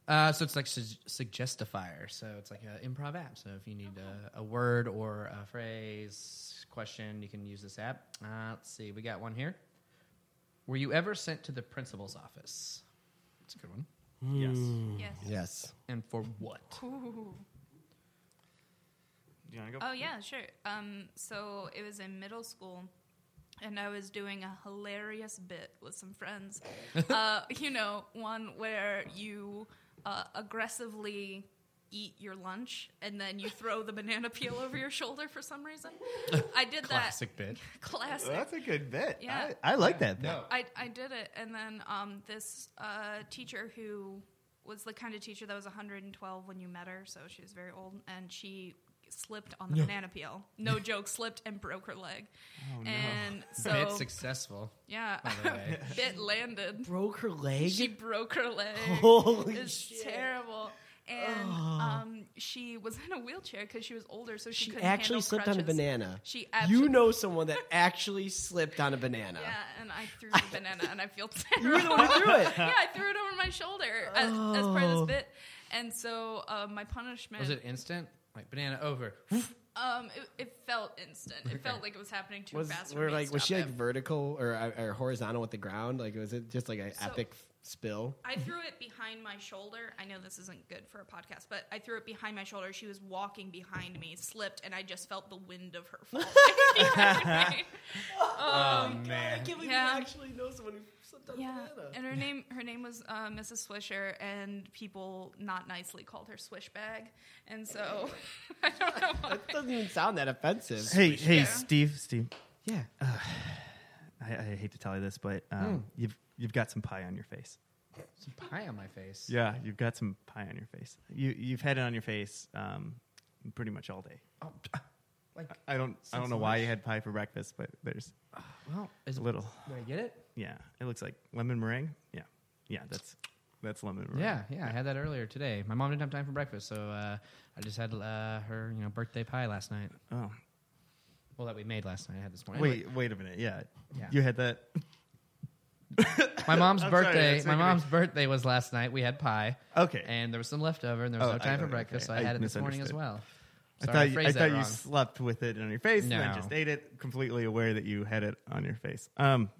Speaker 3: Uh, so it's like su- suggestifier. So it's like an improv app. So if you need a, a word or a phrase, question, you can use this app. Uh, let's see. We got one here. Were you ever sent to the principal's office? That's a good one.
Speaker 5: Yes.
Speaker 4: Yes.
Speaker 1: Yes.
Speaker 3: And for what?
Speaker 4: Ooh.
Speaker 5: Do you want to go?
Speaker 4: Oh yeah, sure. Um, so it was in middle school, and I was doing a hilarious bit with some friends. uh, you know, one where you uh, aggressively eat your lunch and then you throw the banana peel over your shoulder for some reason. I did
Speaker 3: Classic bit.
Speaker 4: that. Classic.
Speaker 5: That's a good bit.
Speaker 4: Yeah.
Speaker 5: I, I like that bit.
Speaker 4: I, I did it, and then um, this uh, teacher who was the kind of teacher that was 112 when you met her, so she was very old, and she slipped on the banana peel. No joke, slipped and broke her leg.
Speaker 5: no.
Speaker 4: and so,
Speaker 3: Bit successful.
Speaker 4: yeah,
Speaker 3: by the way.
Speaker 4: bit landed.
Speaker 1: Broke her leg.
Speaker 4: She broke her leg.
Speaker 1: Holy
Speaker 4: It's
Speaker 1: shit.
Speaker 4: terrible. And um, she was in a wheelchair because she was older, so she,
Speaker 1: She
Speaker 4: couldn't handle
Speaker 1: actually slipped on a
Speaker 4: crutches.
Speaker 1: banana.
Speaker 4: She
Speaker 1: you
Speaker 4: absolutely-
Speaker 1: know someone that actually slipped on a banana.
Speaker 4: Yeah, and I threw the banana, and I feel terrible.
Speaker 1: You were the one who threw it. Oh.
Speaker 4: yeah, I threw it over my shoulder as, as part of this bit. And so uh, my punishment,
Speaker 3: Was it instant? Like banana over.
Speaker 4: um, it, it felt instant. It felt like it was happening too
Speaker 1: Was
Speaker 4: fast. For
Speaker 1: were
Speaker 4: me to
Speaker 1: like was
Speaker 4: stop
Speaker 1: she like
Speaker 4: it.
Speaker 1: vertical or uh, or horizontal with the ground? Like was it just like an
Speaker 4: So-
Speaker 1: epic f- spill?
Speaker 4: I threw it behind my shoulder. I know this isn't good for a podcast, but I threw it behind my shoulder. She was walking behind me, slipped, and I just felt the wind of her falling. behind me.
Speaker 3: Oh, man.
Speaker 1: can't believe
Speaker 4: you Yeah.
Speaker 1: actually know someone who slipped on
Speaker 4: Yeah, and her name her name was uh, Mrs. Swisher, and people not nicely called her Swishbag, and so I don't know why.
Speaker 1: Doesn't even sound that offensive.
Speaker 5: Hey, hey,
Speaker 4: Yeah.
Speaker 5: Steve, Steve.
Speaker 1: Yeah.
Speaker 5: Uh, I, I hate to tell you this, but um, you've you've got some pie on your face.
Speaker 3: Some pie on my face.
Speaker 5: Yeah, you've got some pie on your face. You you've had it on your face um, pretty much all day.
Speaker 3: Oh, like,
Speaker 5: I don't I
Speaker 3: Since
Speaker 5: don't know why you
Speaker 3: lunch.
Speaker 5: had pie for breakfast, but there's
Speaker 3: well, is
Speaker 5: a
Speaker 3: it,
Speaker 5: little.
Speaker 3: did I get it?
Speaker 5: Yeah, it looks like lemon meringue. Yeah, yeah, that's that's lemon meringue.
Speaker 3: Yeah, yeah, I had that earlier today. My mom didn't have time for breakfast, so uh, I just had uh, her, you know, birthday pie last night.
Speaker 5: Oh
Speaker 3: Well, that we made last night. I had this morning. Anyway,
Speaker 5: wait, wait a minute. Yeah,
Speaker 3: Yeah.
Speaker 5: you had that.
Speaker 3: my mom's
Speaker 5: I'm sorry,
Speaker 3: birthday.
Speaker 5: that's
Speaker 3: my
Speaker 5: making me-
Speaker 3: mom's birthday was last night. We had pie,
Speaker 5: Okay,
Speaker 3: and there was some leftover, and there was
Speaker 5: Oh,
Speaker 3: no
Speaker 5: I
Speaker 3: time
Speaker 5: got
Speaker 3: for
Speaker 5: it,
Speaker 3: breakfast,
Speaker 5: okay.
Speaker 3: so I
Speaker 5: I
Speaker 3: had it this morning as
Speaker 5: misunderstood.
Speaker 3: well.
Speaker 5: I
Speaker 3: Sorry,
Speaker 5: thought
Speaker 3: I
Speaker 5: you,
Speaker 3: phrased
Speaker 5: I
Speaker 3: that
Speaker 5: thought you
Speaker 3: wrong.
Speaker 5: slept with it on your face and
Speaker 3: No.
Speaker 5: then just ate it, completely aware that you had it on your face. Um,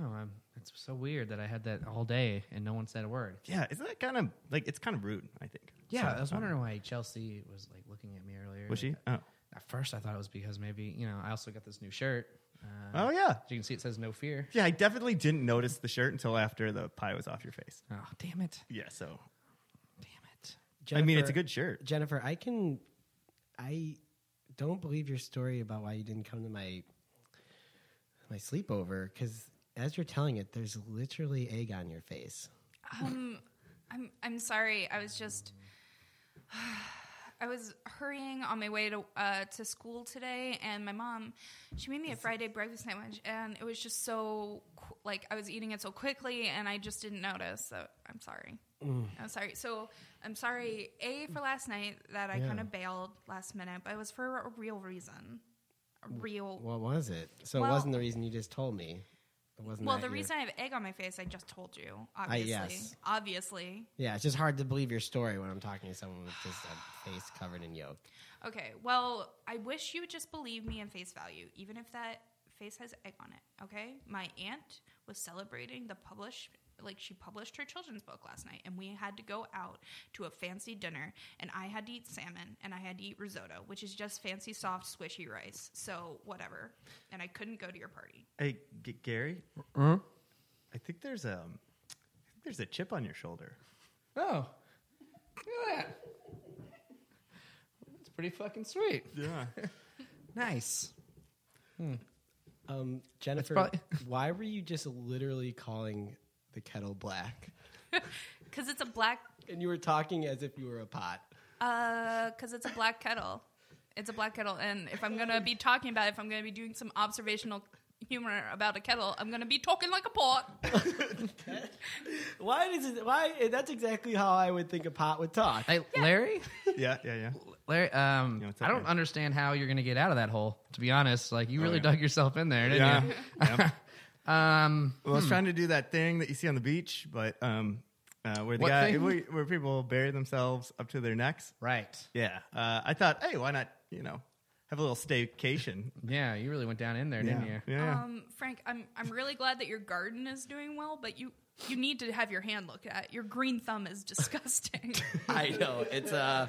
Speaker 3: no, I'm, it's so weird that I had that all day and no one said a word.
Speaker 5: yeah, isn't that kind of like it's kind of rude? I think.
Speaker 3: Yeah,
Speaker 5: So,
Speaker 3: I was
Speaker 5: um,
Speaker 3: wondering why Chelsea was like looking at me earlier.
Speaker 5: Was
Speaker 3: like,
Speaker 5: she? Oh,
Speaker 3: At first, I thought it was because maybe you know I also got this new shirt. Uh,
Speaker 5: oh yeah,
Speaker 3: as you can see, it says "No Fear."
Speaker 5: yeah. I definitely didn't notice the shirt until after the pie was off your face.
Speaker 3: Oh, damn it!
Speaker 5: Yeah, so
Speaker 3: Damn it!
Speaker 5: I mean, it's
Speaker 1: Jennifer-
Speaker 5: a good shirt.
Speaker 1: Jennifer, I can, I don't believe your story about why you didn't come to my my sleepover because as you're telling it, there's literally egg on your face.
Speaker 4: Um, I'm I'm sorry. I was just I was hurrying on my way to uh, to school today, and my mom she made me a Friday breakfast sandwich, and it was just so qu- like I was eating it so quickly, and I just didn't notice. So I'm sorry.
Speaker 1: Mm.
Speaker 4: I'm sorry. So I'm sorry. A for last night that I
Speaker 1: Yeah.
Speaker 4: kind of bailed last minute, but it was for a real reason. A real.
Speaker 1: What was it? So it
Speaker 4: Well-
Speaker 1: wasn't the reason you just told me. It wasn't.
Speaker 4: Well,
Speaker 1: that
Speaker 4: the
Speaker 1: your-
Speaker 4: reason I have egg on my face, I just told you. Obviously,
Speaker 1: yes.
Speaker 4: obviously,
Speaker 1: Yeah, it's just hard to believe your story when I'm talking to someone with just a face covered in yolk.
Speaker 4: Okay, well, I wish you would just believe me in face value, even if that face has egg on it, okay? My aunt was celebrating the publish like she published her children's book last night and we had to go out to a fancy dinner and I had to eat salmon and I had to eat risotto, which is just fancy soft squishy rice. So, whatever. And I couldn't go to your party.
Speaker 5: Hey, G- Gary, I think there's a, I think there's a chip on your shoulder.
Speaker 3: Oh, look at that! It's pretty fucking sweet.
Speaker 5: Yeah.
Speaker 3: Nice.
Speaker 1: Um, Jennifer,
Speaker 3: probably-
Speaker 1: why were you just literally calling the kettle black?
Speaker 4: Cuz it's a black
Speaker 1: And you were talking as if you were a pot.
Speaker 4: Uh, because it's a black kettle. It's a black kettle, and if I'm gonna be talking about, it, if I'm gonna be doing some observational humor about a kettle, I'm gonna be talking like a pot.
Speaker 1: Why does it? Why? That's exactly how I would think a pot would talk.
Speaker 3: Hey, Larry.
Speaker 5: yeah, yeah, yeah.
Speaker 3: Larry, um,
Speaker 5: Yeah, what's
Speaker 3: I
Speaker 5: up,
Speaker 3: don't
Speaker 5: man? Oh,
Speaker 3: understand how you're gonna get out of that hole. To be honest, like you really
Speaker 5: yeah.
Speaker 3: dug yourself in there, didn't
Speaker 5: Yeah. Hmm.
Speaker 3: you?
Speaker 5: Yep.
Speaker 3: Um,
Speaker 5: Well, I was trying to do that thing that you see on the beach, but um, uh, where the
Speaker 3: What
Speaker 5: guy,
Speaker 3: thing?
Speaker 5: where, where people bury themselves up to their necks.
Speaker 3: right.
Speaker 5: Yeah, uh, I thought, hey, why not? You know, have a little staycation.
Speaker 3: Yeah, you really went down in there, didn't
Speaker 5: yeah,
Speaker 3: you?
Speaker 5: yeah.
Speaker 4: Um, Frank, I'm I'm really glad that your garden is doing well, but you you need to have your hand looked at. Your green thumb is disgusting.
Speaker 1: I know it's uh,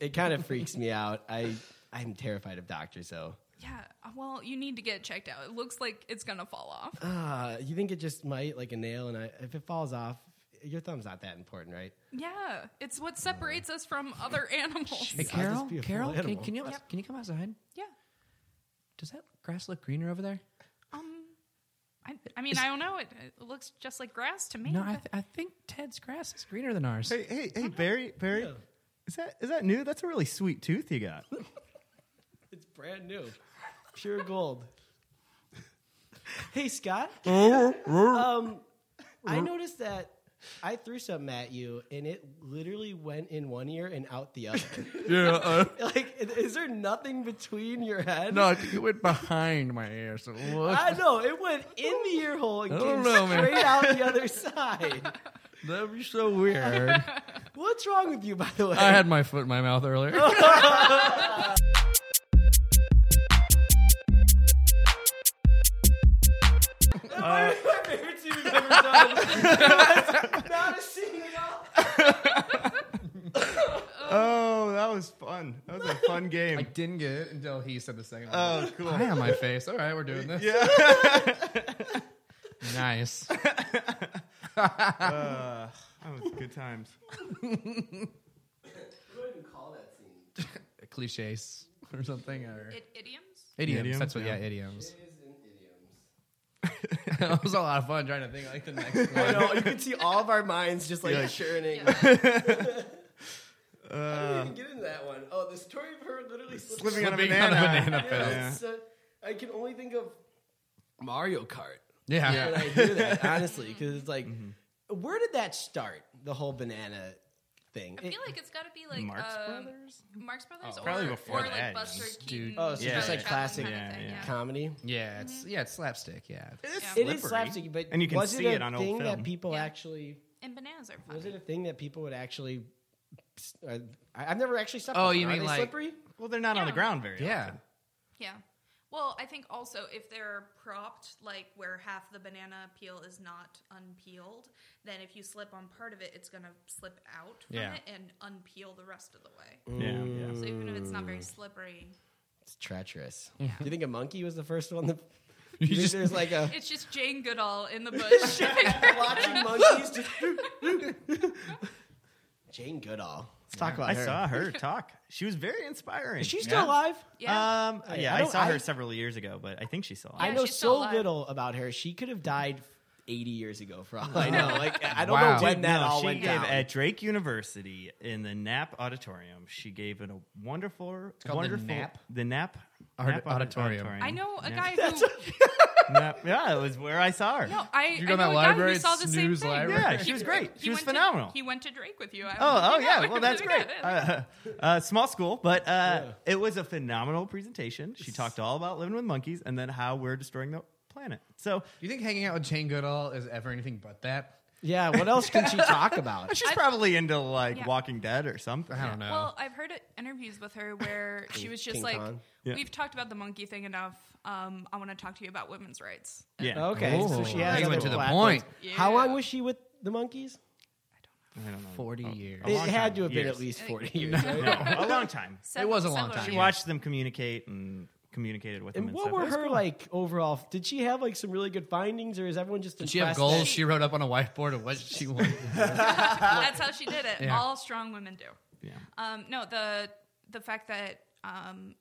Speaker 1: it kind of freaks me out. I I'm terrified of doctors though.
Speaker 4: yeah, uh, well, you need to get it checked out. It looks like it's gonna fall off.
Speaker 1: Uh, you think it just might like a nail, and I, if it falls off, your thumb's not that important, right?
Speaker 4: Yeah, it's what separates us from other animals.
Speaker 3: Hey,
Speaker 1: Jeez, I'll
Speaker 3: Carol,
Speaker 1: just be a full
Speaker 3: Carol, can,
Speaker 1: animal.
Speaker 3: can you can you come outside?
Speaker 4: Yeah.
Speaker 3: Does that grass look greener over there?
Speaker 4: Um. I, I mean, I don't know. It, it looks just like grass to me.
Speaker 3: No, I,
Speaker 4: but-
Speaker 3: th- I think Ted's grass is greener than ours.
Speaker 5: hey, hey, hey, Barry, Barry,
Speaker 1: Yeah.
Speaker 5: is that is that new? That's a really sweet tooth you got.
Speaker 1: It's brand new, pure gold. hey Scott,
Speaker 3: Mm-hmm.
Speaker 1: um, I noticed that I threw something at you, and it literally went in one ear and out the other.
Speaker 3: Yeah, uh,
Speaker 1: like, is there nothing between your head?
Speaker 3: I think it went behind my ear. So look,
Speaker 1: I know it went in the ear hole and
Speaker 3: I
Speaker 1: came
Speaker 3: don't know, man.
Speaker 1: straight out the other side.
Speaker 3: that'd be so weird.
Speaker 1: What's wrong with you, by the way?
Speaker 3: I had my foot in my mouth earlier.
Speaker 1: My favorite scene we've ever done. It was not a scene at all.
Speaker 5: oh, that was fun. That was a fun
Speaker 3: I
Speaker 5: game.
Speaker 3: didn't get it until he said the second one.
Speaker 5: Oh, cool.
Speaker 3: Eye on my face. All right, we're doing this.
Speaker 5: Yeah.
Speaker 3: Nice.
Speaker 5: Uh, that was good times.
Speaker 1: What do I even call that scene?
Speaker 3: Cliches or something. Or
Speaker 4: It, idioms?
Speaker 3: idioms.
Speaker 5: Idioms,
Speaker 3: That's what, yeah,
Speaker 5: yeah.
Speaker 3: idioms.
Speaker 1: It is in idioms.
Speaker 3: it was a lot of fun trying to think like the next one.
Speaker 1: know, you can see all of our minds just like churning. How did we even get into that one? Oh, the story of her literally slipping.
Speaker 5: Living on a
Speaker 3: Slipping
Speaker 5: banana.
Speaker 3: on a banana
Speaker 1: Yeah,
Speaker 3: peel.
Speaker 5: Yeah.
Speaker 1: it's, uh, I can only think of Mario Kart
Speaker 3: Yeah.
Speaker 1: when I hear that, honestly, because it's like,
Speaker 5: Mm-hmm.
Speaker 1: where did that start? The whole banana thing.
Speaker 4: I
Speaker 1: It-
Speaker 4: feel like it's got to be like
Speaker 5: Marx
Speaker 1: uh,
Speaker 4: um,
Speaker 5: Brothers?
Speaker 4: Marx Brothers,
Speaker 3: Oh,
Speaker 4: or,
Speaker 5: probably before
Speaker 4: or
Speaker 5: that,
Speaker 4: like Buster
Speaker 3: just-
Speaker 4: Keaton.
Speaker 3: dude.
Speaker 1: oh, so
Speaker 5: Yeah,
Speaker 1: just
Speaker 5: yeah,
Speaker 1: like
Speaker 5: yeah.
Speaker 1: classic
Speaker 4: Chaplin kind of
Speaker 5: Yeah,
Speaker 4: thing,
Speaker 5: yeah.
Speaker 1: comedy.
Speaker 3: Yeah, it's yeah, it's slapstick. Yeah,
Speaker 4: Yeah.
Speaker 1: It is
Speaker 5: Slippery.
Speaker 1: slapstick, but
Speaker 5: And you can
Speaker 1: was
Speaker 5: see
Speaker 1: it a
Speaker 5: it on old
Speaker 1: thing that
Speaker 5: film.
Speaker 1: people
Speaker 4: Yeah.
Speaker 1: actually
Speaker 4: And bananas are funny.
Speaker 1: was it a thing that people would actually? Uh, I- I've never actually stepped.
Speaker 3: Oh,
Speaker 1: on them.
Speaker 3: you
Speaker 1: Are
Speaker 3: mean
Speaker 1: they
Speaker 3: like-
Speaker 1: slippery?
Speaker 5: Well, they're not on the
Speaker 4: Yeah.
Speaker 5: ground very
Speaker 3: yeah.
Speaker 5: often.
Speaker 4: Yeah. Well, I think also if they're propped like where half the banana peel is not unpeeled, then if you slip on part of it, it's going to slip out from
Speaker 3: Yeah.
Speaker 4: it and unpeel the rest of the way.
Speaker 5: Yeah, yeah.
Speaker 4: So even if it's not very slippery,
Speaker 1: It's treacherous. Do you think a monkey was the first one? That, you
Speaker 3: You
Speaker 1: think
Speaker 3: just-
Speaker 1: there's like a
Speaker 4: it's just Jane Goodall in the bush.
Speaker 1: watching monkeys just. Jane Goodall. Let's talk about
Speaker 5: I
Speaker 1: her.
Speaker 5: saw her talk. She was very inspiring.
Speaker 1: Is she still
Speaker 5: Yeah.
Speaker 1: alive?
Speaker 4: yeah.
Speaker 5: Um,
Speaker 1: I-
Speaker 5: yeah,
Speaker 1: I
Speaker 5: I,
Speaker 1: don't-
Speaker 5: saw
Speaker 1: I-
Speaker 5: her several years ago, but I think she's still
Speaker 1: I
Speaker 5: alive.
Speaker 4: Yeah,
Speaker 1: know
Speaker 4: she's still
Speaker 1: so
Speaker 4: alive.
Speaker 1: little about her. She could have died 80 years ago, for all I know. Like I don't
Speaker 3: Wow.
Speaker 1: know when
Speaker 5: Dude,
Speaker 1: that
Speaker 5: no,
Speaker 1: all
Speaker 5: she
Speaker 1: went
Speaker 5: gave
Speaker 1: down.
Speaker 5: at Drake University in the Knapp Auditorium. She gave it a wonderful,
Speaker 3: called the
Speaker 5: wonderful
Speaker 3: Knapp?
Speaker 5: the Knapp,
Speaker 3: Aud-
Speaker 5: Knapp Audi-
Speaker 3: Auditorium.
Speaker 4: I know a
Speaker 5: Knapp-
Speaker 4: guy who.
Speaker 5: Knapp- yeah, it was where I saw her.
Speaker 4: No, I,
Speaker 3: You
Speaker 4: I
Speaker 3: go to
Speaker 4: know
Speaker 3: that
Speaker 4: a guy
Speaker 3: library,
Speaker 4: who saw the same
Speaker 3: snooze
Speaker 4: thing.
Speaker 3: library?
Speaker 5: Yeah, she was great. She was
Speaker 4: went to-
Speaker 5: phenomenal.
Speaker 4: he went to Drake with you. I
Speaker 5: Oh,
Speaker 4: went
Speaker 5: oh
Speaker 4: to-
Speaker 5: yeah.
Speaker 4: went
Speaker 5: Well,
Speaker 4: to
Speaker 5: that's
Speaker 4: do
Speaker 5: great.
Speaker 4: that.
Speaker 5: Uh, uh, small school, but uh, it was a phenomenal presentation. She talked all about living with monkeys and then how we're destroying the planet. So
Speaker 3: Do you think hanging out with Jane Goodall is ever anything but that?
Speaker 1: Yeah, what else can she talk about?
Speaker 5: she's probably into like
Speaker 4: Yeah.
Speaker 5: Walking Dead or something.
Speaker 3: I don't know.
Speaker 4: Well, I've heard it, interviews with her where she was just
Speaker 1: King
Speaker 4: like,
Speaker 1: Kong.
Speaker 5: Yeah.
Speaker 4: "We've talked about the monkey thing enough. Um, I want to talk to you about women's rights."
Speaker 5: Yeah.
Speaker 1: Okay, so
Speaker 3: Ooh.
Speaker 1: she has
Speaker 3: You
Speaker 1: other
Speaker 3: went to the
Speaker 1: platforms.
Speaker 3: point.
Speaker 1: How
Speaker 4: Yeah.
Speaker 1: long was she with the monkeys?
Speaker 5: I don't know. Oh,
Speaker 3: Forty
Speaker 5: A-
Speaker 3: years.
Speaker 5: a
Speaker 1: It
Speaker 5: long
Speaker 1: had
Speaker 5: time.
Speaker 1: to have been
Speaker 5: Years.
Speaker 1: at least 40 years. right?
Speaker 5: No, a long time.
Speaker 4: Several-
Speaker 3: was a long
Speaker 4: several
Speaker 3: time.
Speaker 5: She
Speaker 4: years.
Speaker 5: watched them communicate and communicated with
Speaker 1: And
Speaker 5: them. and
Speaker 1: what
Speaker 5: stuff.
Speaker 1: were
Speaker 5: It was
Speaker 1: her
Speaker 5: cool.
Speaker 1: like overall? Did she have like some really good findings, or is everyone just
Speaker 3: Did she have
Speaker 1: impressed
Speaker 3: goals
Speaker 1: that-
Speaker 3: she wrote up on a whiteboard of what she wanted?
Speaker 4: That's how she did it.
Speaker 3: Yeah.
Speaker 4: All strong women do.
Speaker 5: Yeah.
Speaker 4: Um, no, the the fact that um,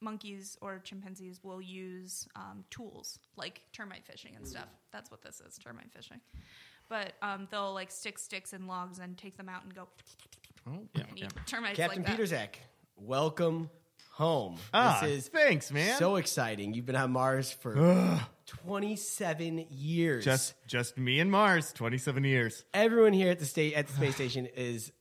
Speaker 4: monkeys or chimpanzees will use um, tools like termite fishing and stuff. That's what this is, termite fishing. But um, they'll like stick sticks and logs and take them out and go. and eat
Speaker 5: yeah.
Speaker 4: termites
Speaker 1: Captain
Speaker 4: like that.
Speaker 1: Peterzak, welcome home.
Speaker 5: Ah,
Speaker 1: this is
Speaker 5: thanks, man.
Speaker 1: so exciting. You've been on Mars for 27 years.
Speaker 5: just just me and Mars, twenty seven years.
Speaker 1: everyone here at the state at the space station is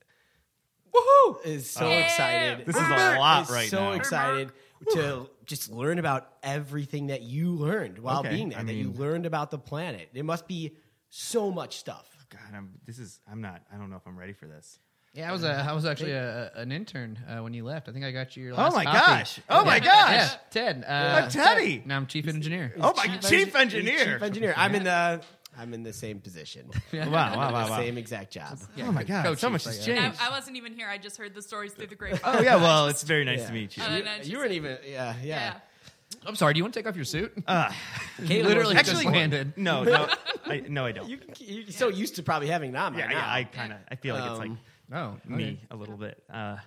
Speaker 1: woohoo is so
Speaker 4: Yeah.
Speaker 1: excited.
Speaker 5: This is a lot
Speaker 1: is
Speaker 5: right
Speaker 1: so
Speaker 5: now.
Speaker 1: excited to just learn about everything that you learned while
Speaker 5: Okay,
Speaker 1: being there.
Speaker 5: I
Speaker 1: that you
Speaker 5: mean-
Speaker 1: learned about the planet. There must be so much stuff.
Speaker 5: God, I'm. This is. I'm not. I don't know if I'm ready for this.
Speaker 3: Yeah, I was a, I was actually a, a- an intern uh, when you left. I think I got you your last.
Speaker 5: my
Speaker 3: copy.
Speaker 5: gosh. Oh my
Speaker 3: Yeah.
Speaker 5: gosh.
Speaker 3: Yeah, Ted. Uh,
Speaker 5: I'm Teddy.
Speaker 3: Now I'm chief engineer.
Speaker 5: Oh my chief, engineer.
Speaker 1: Chief engineer. I'm in the I'm in the same position.
Speaker 5: Wow, wow,
Speaker 1: the
Speaker 5: wow, wow.
Speaker 1: same exact job.
Speaker 5: oh my God,
Speaker 3: co-chief,
Speaker 5: so much
Speaker 3: I
Speaker 5: has
Speaker 3: guess.
Speaker 5: changed.
Speaker 4: I, I wasn't even here. I just heard the stories through the grapevine.
Speaker 5: oh yeah, well, it's very Oh, nice to meet you.
Speaker 4: Uh,
Speaker 1: You,
Speaker 4: no,
Speaker 1: you weren't even yeah, yeah.
Speaker 4: yeah.
Speaker 3: I'm sorry. Do you want to take off your suit?
Speaker 1: Caitlin
Speaker 3: Literally
Speaker 1: was-
Speaker 3: just landed.
Speaker 5: No, no, I, no, I don't.
Speaker 1: you, you're so used to probably having that on by
Speaker 5: yeah, yeah,
Speaker 1: now.
Speaker 5: I kind of. I feel like it's like
Speaker 1: Um,
Speaker 3: No,
Speaker 5: me a little bit. Uh,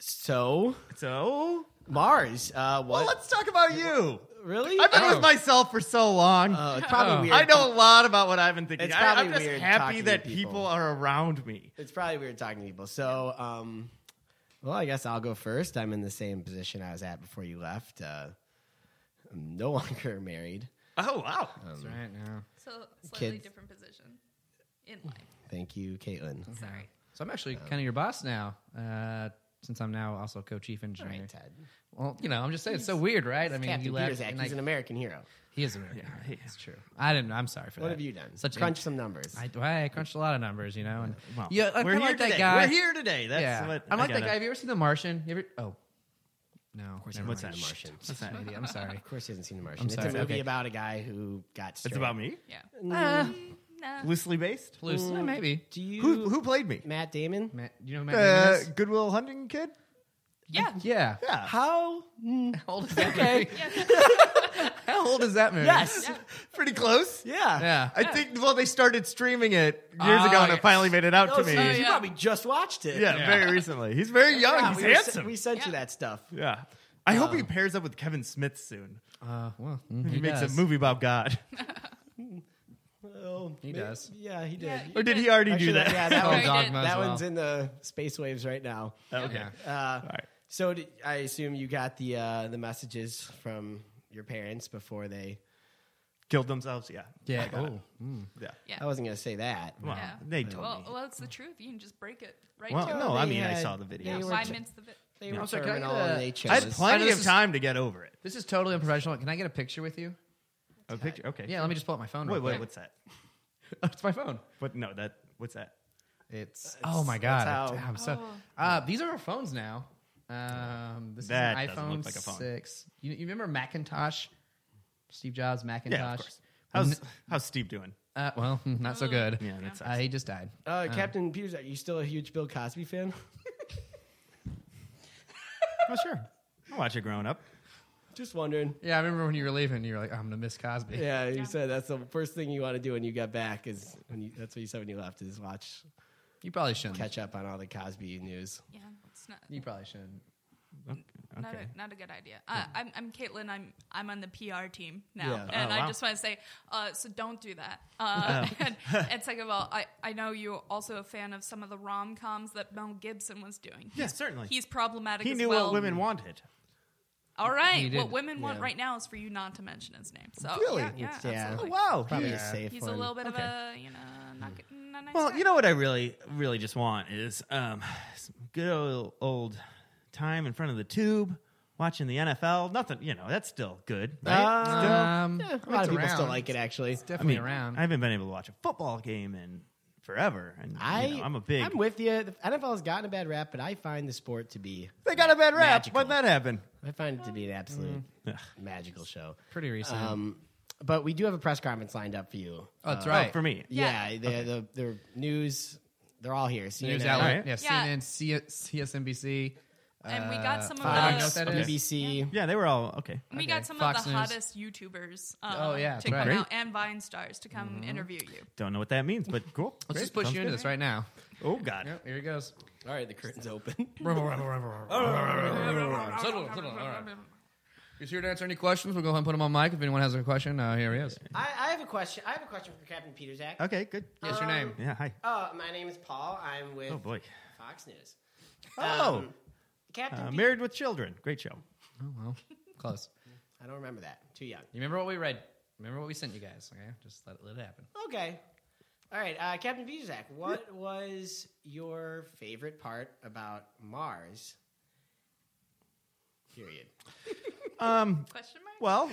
Speaker 1: so
Speaker 5: so
Speaker 1: Mars, uh, what?
Speaker 5: well, let's talk about you.
Speaker 1: really?
Speaker 5: I've been
Speaker 3: Oh.
Speaker 5: with myself for so long.
Speaker 1: Uh, it's probably
Speaker 3: Oh.
Speaker 1: weird.
Speaker 5: I know a lot about what I've been thinking.
Speaker 1: It's
Speaker 5: I,
Speaker 1: probably
Speaker 5: I'm just
Speaker 1: weird talking
Speaker 5: happy
Speaker 1: to
Speaker 5: that
Speaker 1: people.
Speaker 5: people. are around me.
Speaker 1: It's probably weird talking to people. So, um, well, I guess I'll go first. I'm in the same position I was at before you left. Uh, I'm no longer married.
Speaker 5: Oh wow,
Speaker 3: That's right. No.
Speaker 4: So slightly
Speaker 1: Kids.
Speaker 4: different position in life.
Speaker 1: Thank you, Caitlin.
Speaker 4: Sorry.
Speaker 3: So I'm actually kind of your boss now, uh, since I'm now also co-chief engineer.
Speaker 1: All right, Ted.
Speaker 3: Well, you know, I'm just saying it's so weird, right? I mean,
Speaker 1: Captain
Speaker 3: you left.
Speaker 1: Peterzak,
Speaker 3: and
Speaker 1: he's
Speaker 3: I-
Speaker 1: an American hero.
Speaker 3: he is American. Yeah, it's true. I didn't. I'm sorry for
Speaker 1: What
Speaker 3: that.
Speaker 1: have you done?
Speaker 3: Such
Speaker 1: Crunch
Speaker 3: an-
Speaker 1: some numbers.
Speaker 3: I, well, I crunched a lot of numbers, you know. And,
Speaker 5: Well,
Speaker 3: yeah, I'm
Speaker 5: we're
Speaker 3: kinda
Speaker 5: here
Speaker 3: like
Speaker 5: today.
Speaker 3: that guy.
Speaker 5: We're here today. That's
Speaker 3: yeah,
Speaker 5: what
Speaker 3: I'm
Speaker 5: I
Speaker 3: like that
Speaker 5: gotta-
Speaker 3: guy. Have you ever seen The Martian? You ever? Oh, no. never
Speaker 5: What's
Speaker 3: mind.
Speaker 5: that?
Speaker 1: Martian.
Speaker 5: What's that?
Speaker 3: Maybe, I'm sorry.
Speaker 1: Of course, he hasn't seen The Martian. It's
Speaker 3: sorry,
Speaker 1: a movie
Speaker 3: okay.
Speaker 1: about a guy who got.
Speaker 5: It's
Speaker 1: Straight.
Speaker 5: about me,
Speaker 4: Yeah.
Speaker 3: Uh,
Speaker 4: No.
Speaker 5: loosely based.
Speaker 3: Loose. Eh, maybe.
Speaker 1: Do you?
Speaker 5: Who who played me?
Speaker 1: Matt Damon.
Speaker 3: Matt, you know who Matt
Speaker 5: Uh,
Speaker 3: Damon is?
Speaker 5: Goodwill Hunting kid.
Speaker 4: Yeah.
Speaker 3: Yeah.
Speaker 5: Yeah.
Speaker 1: How? Mm,
Speaker 3: How old is that movie? How old is that movie?
Speaker 1: yes.
Speaker 4: Yeah.
Speaker 5: Pretty close.
Speaker 1: Yeah.
Speaker 3: Yeah.
Speaker 5: I think. Well, they started streaming it years
Speaker 3: Ah,
Speaker 5: ago, and
Speaker 3: yeah.
Speaker 5: it finally made it out
Speaker 1: Oh,
Speaker 5: to
Speaker 1: so
Speaker 5: me.
Speaker 1: You
Speaker 4: yeah.
Speaker 1: probably just watched it.
Speaker 5: Yeah,
Speaker 3: Yeah.
Speaker 5: very recently. He's very young.
Speaker 1: Yeah,
Speaker 5: He's
Speaker 1: we, were-
Speaker 5: handsome.
Speaker 1: we sent you
Speaker 4: Yeah.
Speaker 1: that stuff.
Speaker 5: yeah. I hope he pairs up with Kevin Smith soon.
Speaker 3: Uh, well,
Speaker 5: Mm-hmm. He, makes
Speaker 3: does.
Speaker 5: a movie about God.
Speaker 1: Oh,
Speaker 3: He
Speaker 1: may-
Speaker 3: does.
Speaker 1: Yeah, he did.
Speaker 4: Yeah,
Speaker 5: Or did he already
Speaker 1: Actually,
Speaker 5: do that?
Speaker 1: Yeah, that,
Speaker 3: Oh,
Speaker 1: one-
Speaker 3: Dogma as
Speaker 1: that
Speaker 3: well.
Speaker 1: one's in the space waves right now.
Speaker 5: okay.
Speaker 3: Yeah.
Speaker 1: Uh,
Speaker 5: All right.
Speaker 1: So did, I assume you got the uh, the messages from your parents before they.
Speaker 5: Killed themselves. Yeah.
Speaker 3: Yeah.
Speaker 5: I got it.
Speaker 3: mm.
Speaker 5: Yeah.
Speaker 4: Yeah.
Speaker 1: I wasn't gonna say that.
Speaker 5: Well,
Speaker 4: Yeah.
Speaker 5: they told
Speaker 4: well,
Speaker 5: me.
Speaker 4: well, it's the truth. You can just break it right
Speaker 5: Well,
Speaker 4: to
Speaker 5: no,
Speaker 1: they
Speaker 5: I mean, I
Speaker 1: had-
Speaker 5: saw the
Speaker 1: they
Speaker 5: video.
Speaker 4: it.
Speaker 1: were-
Speaker 4: Why mince the bit?
Speaker 1: They were
Speaker 3: I'm sorry, can I get
Speaker 1: terminal
Speaker 3: a-
Speaker 1: and they
Speaker 5: I had
Speaker 1: chose.
Speaker 3: I
Speaker 5: plenty
Speaker 3: know
Speaker 5: of
Speaker 3: this-
Speaker 5: time to get over it.
Speaker 3: This is totally unprofessional. Can I get a picture with you?
Speaker 5: A picture. Okay.
Speaker 3: Yeah, let me just pull up my phone.
Speaker 5: Wait,
Speaker 3: real
Speaker 5: wait.
Speaker 3: quick.
Speaker 5: What's that?
Speaker 3: it's my phone.
Speaker 5: What? No, that. What's that?
Speaker 3: It's, oh my god!
Speaker 1: that's how-
Speaker 3: Damn, so uh, these are our phones now. Um, this is
Speaker 5: That
Speaker 3: an
Speaker 5: doesn't
Speaker 3: iPhone
Speaker 5: look like a phone.
Speaker 3: six. You, you remember Macintosh? Steve Jobs Macintosh.
Speaker 5: Yeah, of course. How's How's Steve doing?
Speaker 3: Uh, well, not so good.
Speaker 5: Yeah, that
Speaker 3: uh,
Speaker 5: sucks.
Speaker 3: he just died.
Speaker 1: Uh, Captain Peters, are you still a huge Bill Cosby fan?
Speaker 5: Oh sure. I watch it growing up.
Speaker 1: Just wondering.
Speaker 3: Yeah, I remember when you were leaving, you were like, "Oh, "I'm gonna miss Cosby."
Speaker 1: Yeah, you said that's the first thing you want to do when you get back is when you, that's what you said when you left is watch
Speaker 3: You probably shouldn't.
Speaker 1: catch up on all the Cosby news.
Speaker 4: Yeah, it's not.
Speaker 3: You probably shouldn't.
Speaker 5: Okay.
Speaker 4: Not, a, not a good idea. Uh, I'm, I'm Caitlin. I'm I'm on the PR team now,
Speaker 1: Yeah.
Speaker 4: and
Speaker 5: Oh, wow. Oh.
Speaker 4: I just want to say, uh, so don't do that. Uh, and, and second of all, I, I know you're also a fan of some of the rom coms that Mel Gibson was doing.
Speaker 5: Yeah, certainly.
Speaker 4: He's problematic.
Speaker 5: He
Speaker 4: as
Speaker 5: knew
Speaker 4: well.
Speaker 5: what women wanted.
Speaker 4: All
Speaker 3: He
Speaker 4: right,
Speaker 3: did.
Speaker 4: what women want
Speaker 1: Yeah.
Speaker 4: right now is for you not to mention his name. So
Speaker 1: Really?
Speaker 4: yeah, yeah,
Speaker 1: It's- yeah.
Speaker 5: Oh
Speaker 4: absolutely.
Speaker 5: wow.
Speaker 1: Probably
Speaker 5: He-
Speaker 1: a safe
Speaker 4: He's
Speaker 1: one.
Speaker 4: a little bit of
Speaker 5: Okay.
Speaker 4: a you know
Speaker 3: Hmm.
Speaker 4: not, good- not nice
Speaker 5: Well,
Speaker 4: guy.
Speaker 5: you know what I really, really just want is um, some good old, old time in front of the tube, watching the NFL. Nothing, you know, that's still good, right?
Speaker 1: Uh,
Speaker 3: Um,
Speaker 1: yeah,
Speaker 3: it's
Speaker 1: a lot of people still
Speaker 3: around.
Speaker 1: like it actually.
Speaker 3: It's definitely around.
Speaker 5: I haven't been able to watch a football game in forever, and
Speaker 1: I
Speaker 5: you know, I'm a big.
Speaker 1: I'm with you. The NFL has gotten a bad rap, but I find the sport to be
Speaker 5: they got a bad rap.
Speaker 1: Magical.
Speaker 5: Why'd that happen?
Speaker 1: I find it to be an absolute
Speaker 5: Ugh.
Speaker 1: magical show.
Speaker 3: Mm. Pretty recent.
Speaker 1: Um, but we do have a press conference lined up for you. Uh,
Speaker 3: oh, that's
Speaker 5: Oh,
Speaker 3: right.
Speaker 5: for me,
Speaker 1: Yeah, the, the the news, they're all here.
Speaker 3: News
Speaker 1: CNN,
Speaker 3: outlet.
Speaker 5: All
Speaker 3: Yeah,
Speaker 5: right.
Speaker 4: Yeah.
Speaker 3: CNN, C- CSNBC.
Speaker 4: and we got some of
Speaker 3: Uh, I don't know
Speaker 4: the
Speaker 3: what
Speaker 1: Fox,
Speaker 3: that is.
Speaker 1: BBC.
Speaker 5: yeah, they were all okay.
Speaker 4: And we
Speaker 3: Okay.
Speaker 4: got some
Speaker 3: Fox
Speaker 4: of the
Speaker 3: News.
Speaker 4: hottest YouTubers. Uh,
Speaker 3: Oh, yeah,
Speaker 4: to
Speaker 3: that's
Speaker 4: come
Speaker 3: right. Mm-hmm.
Speaker 4: out and Vine stars to come interview you.
Speaker 5: Don't know what that means, but cool.
Speaker 3: Let's
Speaker 5: Great.
Speaker 3: just push
Speaker 5: Sounds
Speaker 3: you into
Speaker 5: good.
Speaker 3: this right now.
Speaker 5: Oh God,
Speaker 3: Yep, here he goes.
Speaker 1: All right, the curtain's open.
Speaker 3: He's here to answer any questions. We'll go ahead and put him on mic if anyone has a question. Uh, here he is.
Speaker 1: I, I have a question. I have a question for Captain Peterzak.
Speaker 5: okay, good.
Speaker 3: What's your name?
Speaker 5: Yeah, hi.
Speaker 1: Uh, my name is Paul. I'm with
Speaker 5: Oh boy.
Speaker 1: Fox News. Um,
Speaker 5: Oh,
Speaker 1: Captain
Speaker 5: uh,
Speaker 1: Pe-
Speaker 5: Married with Children, great show.
Speaker 3: Oh, well, close.
Speaker 1: I don't remember that. Too young.
Speaker 3: You remember what we read? Remember what we sent you guys? Okay, just let it, let it happen.
Speaker 1: Okay. All right, uh, Captain Peterzak, what was your favorite part about Mars? Period.
Speaker 4: Question mark?
Speaker 5: Um, Well,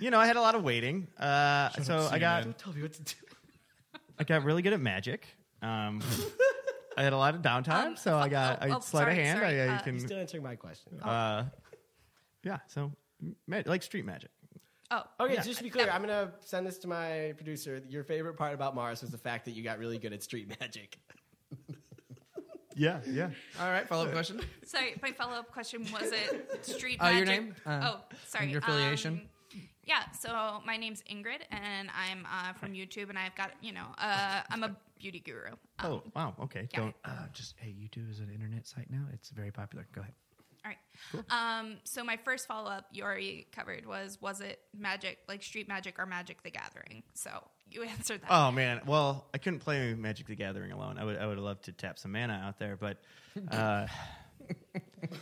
Speaker 5: you know, I had a lot of waiting. Uh, so I got
Speaker 1: Tell me what to do.
Speaker 5: I got really good at magic. Um, I had a lot of downtime,
Speaker 4: Um,
Speaker 5: so I got
Speaker 4: oh,
Speaker 5: I
Speaker 4: oh,
Speaker 5: sleight of
Speaker 4: sorry,
Speaker 5: hand.
Speaker 4: sorry,
Speaker 5: I, I
Speaker 4: uh,
Speaker 1: You're
Speaker 5: can,
Speaker 1: still answering my question.
Speaker 5: uh, yeah. So ma- like street magic.
Speaker 4: Oh,
Speaker 1: okay,
Speaker 5: yeah.
Speaker 1: just to be clear, I'm gonna send this to my producer. Your favorite part about Mars was the fact that you got really good at street magic.
Speaker 5: Yeah, yeah.
Speaker 3: All right, follow up question.
Speaker 4: sorry. My follow up question was it street
Speaker 3: Uh, your
Speaker 4: magic?
Speaker 3: name? Uh,
Speaker 4: oh, sorry.
Speaker 3: and your affiliation?
Speaker 4: Um, yeah, so my name's Ingrid, and I'm uh, from YouTube, and I've got you know, uh, I'm a beauty guru. Um,
Speaker 5: Oh wow. Okay.
Speaker 4: Yeah.
Speaker 5: Don't.
Speaker 3: Uh, just hey, YouTube is an internet site now. It's very popular. Go ahead.
Speaker 4: All right. Um, so my first follow up you already covered was was it magic like Street Magic or Magic the Gathering? So you answered that.
Speaker 5: Oh man. Well, I couldn't play Magic the Gathering alone. I would I would have loved to tap some mana out there, but uh,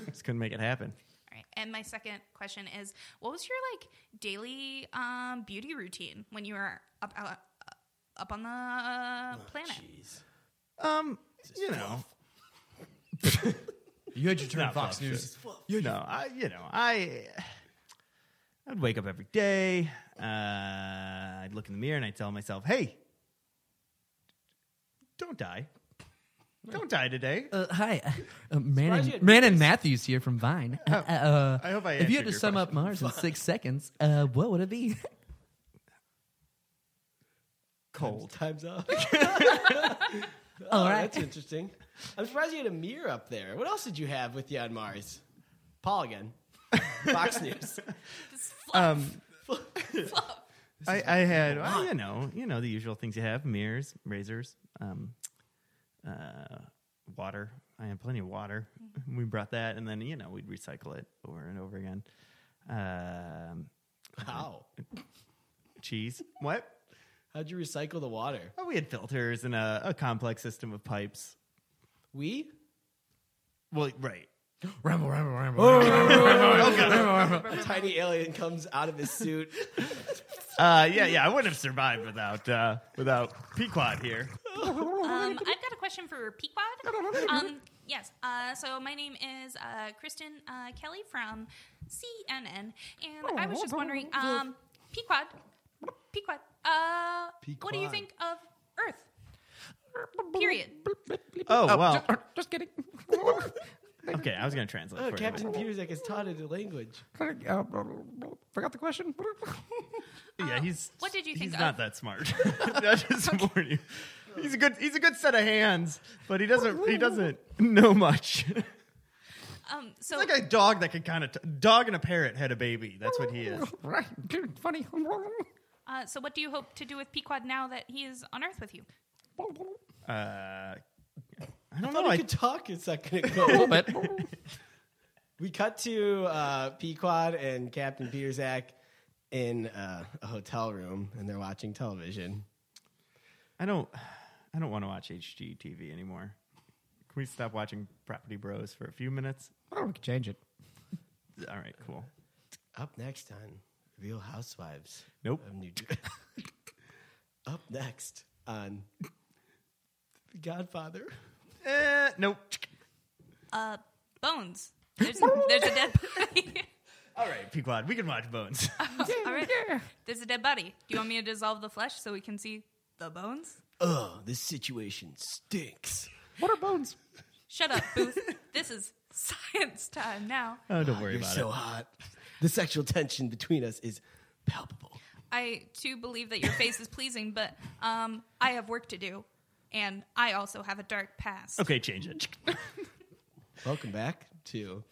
Speaker 5: just couldn't make it happen.
Speaker 4: All right. And my second question is, what was your like daily um, beauty routine when you were up uh, up on the uh, planet?
Speaker 1: Jeez.
Speaker 5: Um, you know.
Speaker 3: You had your turn,
Speaker 5: No,
Speaker 3: Fox
Speaker 5: no, sure.
Speaker 3: News.
Speaker 5: you know, I, you know, I, I'd wake up every day. Uh, I'd look in the mirror and I'd tell myself, "Hey, don't die, don't die today."
Speaker 3: Uh, hi, uh, Man,
Speaker 1: Surprised you
Speaker 3: and,
Speaker 1: had
Speaker 3: Man and Matthews here from Vine. Uh, uh,
Speaker 5: I hope I
Speaker 3: If you had
Speaker 5: answered your
Speaker 3: to sum up
Speaker 5: question.
Speaker 3: Mars in six seconds, uh, what would it be?
Speaker 5: Cold.
Speaker 1: Time's up.
Speaker 3: All
Speaker 1: Oh,
Speaker 3: right.
Speaker 1: That's interesting. I'm surprised you had a mirror up there. What else did you have with you on Mars? Paul again. Fox News.
Speaker 4: Just fluff,
Speaker 5: Um,
Speaker 4: fluff.
Speaker 5: I, I had, well, you know, you know, the usual things you have: mirrors, razors, um, uh, water. I had plenty of water. We brought that, and then you know, we'd recycle it over and over again. Um,
Speaker 1: Wow.
Speaker 5: cheese. What?
Speaker 1: How'd you recycle the water?
Speaker 5: Oh, we had filters and a, a complex system of pipes.
Speaker 1: We?
Speaker 5: Well, right.
Speaker 3: Ramble, ramble, ramble.
Speaker 1: A tiny alien comes out of his suit.
Speaker 5: Uh, yeah, yeah. I wouldn't have survived without uh, without Pequod here.
Speaker 4: Um, I've got a question for Pequod. Um, yes. Uh, so my name is uh, Kristen uh, Kelly from CNN, and I was just wondering, um, Pequod, Pequod, uh, what do you
Speaker 1: Pequod.
Speaker 4: think of Earth? Period.
Speaker 5: Oh, well.
Speaker 3: just, uh, just kidding.
Speaker 5: Okay, I was gonna translate.
Speaker 1: Oh,
Speaker 5: for
Speaker 1: Captain Puzek is taught a new language.
Speaker 3: Uh, Forgot the question.
Speaker 5: you. Yeah, he's.
Speaker 4: What did you
Speaker 5: he's
Speaker 4: think
Speaker 5: He's not
Speaker 4: of-
Speaker 5: that smart. I just warn you. He's a good. He's a good set of hands, but he doesn't. He doesn't know much. He's
Speaker 4: Um, so
Speaker 5: like a dog that could kind of. T- dog and a parrot had a baby. That's what he is.
Speaker 3: right, dude, funny.
Speaker 4: Uh, so, what do you hope to do with Pequod now that he is on Earth with you?
Speaker 5: Uh, I don't
Speaker 1: thought he
Speaker 5: know. I,
Speaker 1: could talk a second ago.
Speaker 3: But
Speaker 1: we cut to uh, Pequod and Captain Puzek in uh, a hotel room, and they're watching television.
Speaker 5: I don't. I don't want to watch HGTV anymore. Can we stop watching Property Bros for a few minutes?
Speaker 3: oh, we could change it.
Speaker 5: All right, cool.
Speaker 1: Up next on Real Housewives
Speaker 5: Nope.
Speaker 1: of New Jersey. Up next on The Godfather.
Speaker 5: Eh, nope.
Speaker 4: Uh, bones. There's, there's a dead body.
Speaker 5: All right, Pequod, we can watch Bones.
Speaker 4: All right. There's a dead body. Do you want me to dissolve the flesh so we can see the bones?
Speaker 1: Ugh, Oh, this situation stinks.
Speaker 3: What are bones?
Speaker 4: Shut up, Booth. this is science time now.
Speaker 5: Oh, don't worry
Speaker 1: You're
Speaker 5: about
Speaker 1: so
Speaker 5: it.
Speaker 1: hot. The sexual tension between us is palpable.
Speaker 4: I too believe that your face is pleasing, but um, I have work to do, and I also have a dark past.
Speaker 5: Okay, change it.
Speaker 1: Welcome back to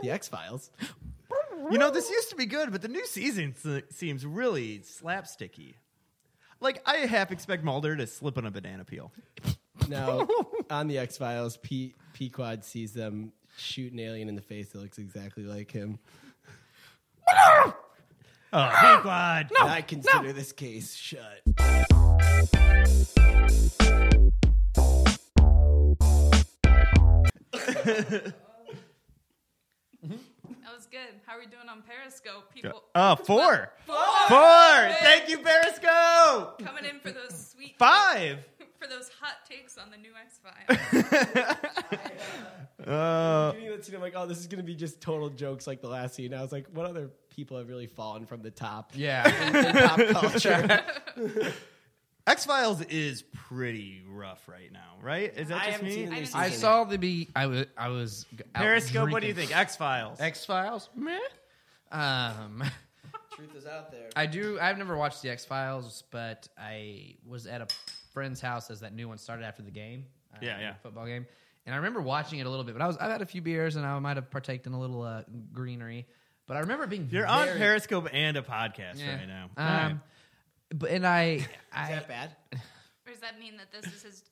Speaker 1: The X Files.
Speaker 5: You know, this used to be good, but the new season s- seems really slapsticky. Like, I half expect Mulder to slip on a banana peel.
Speaker 1: Now, on The X Files, P- Pequod sees them shoot an alien in the face that looks exactly like him.
Speaker 5: Oh, Pequod!
Speaker 1: And I consider this case shut.
Speaker 4: That was good. How are we doing on Periscope? People
Speaker 5: Uh, four!
Speaker 4: Four!
Speaker 5: Four! Thank you, Periscope!
Speaker 4: coming in for those sweet
Speaker 5: Five!
Speaker 4: for those hot takes on the new X Files.
Speaker 5: Uh,
Speaker 1: Doing that scene, I'm like, oh, this is gonna be just total jokes like the last scene. I was like, what other people have really fallen from the top?
Speaker 3: Yeah,
Speaker 1: in pop culture.
Speaker 5: X Files is pretty rough right now, right? Is that
Speaker 1: I
Speaker 5: just
Speaker 1: haven't
Speaker 5: me?
Speaker 1: seen the new
Speaker 4: I
Speaker 1: season.
Speaker 3: I saw the be. I was. I was g- out
Speaker 5: Periscope, what do you
Speaker 3: drinking.
Speaker 5: think? X Files.
Speaker 3: X Files. Meh. Um,
Speaker 1: Truth is out there.
Speaker 3: I do. I've never watched the X Files, but I was at a friend's house as that new one started after the game. uh,
Speaker 5: Yeah, yeah.
Speaker 3: Football game, and I remember watching it a little bit. But I was. I've had a few beers, and I might have partaked in a little uh, greenery. But I remember it being.
Speaker 5: You're on
Speaker 3: very-
Speaker 5: Periscope and a podcast
Speaker 3: Yeah.
Speaker 5: right now. All right.
Speaker 3: Um, but and I,
Speaker 1: Is
Speaker 3: I
Speaker 1: that bad?
Speaker 4: Or does that mean that this is his?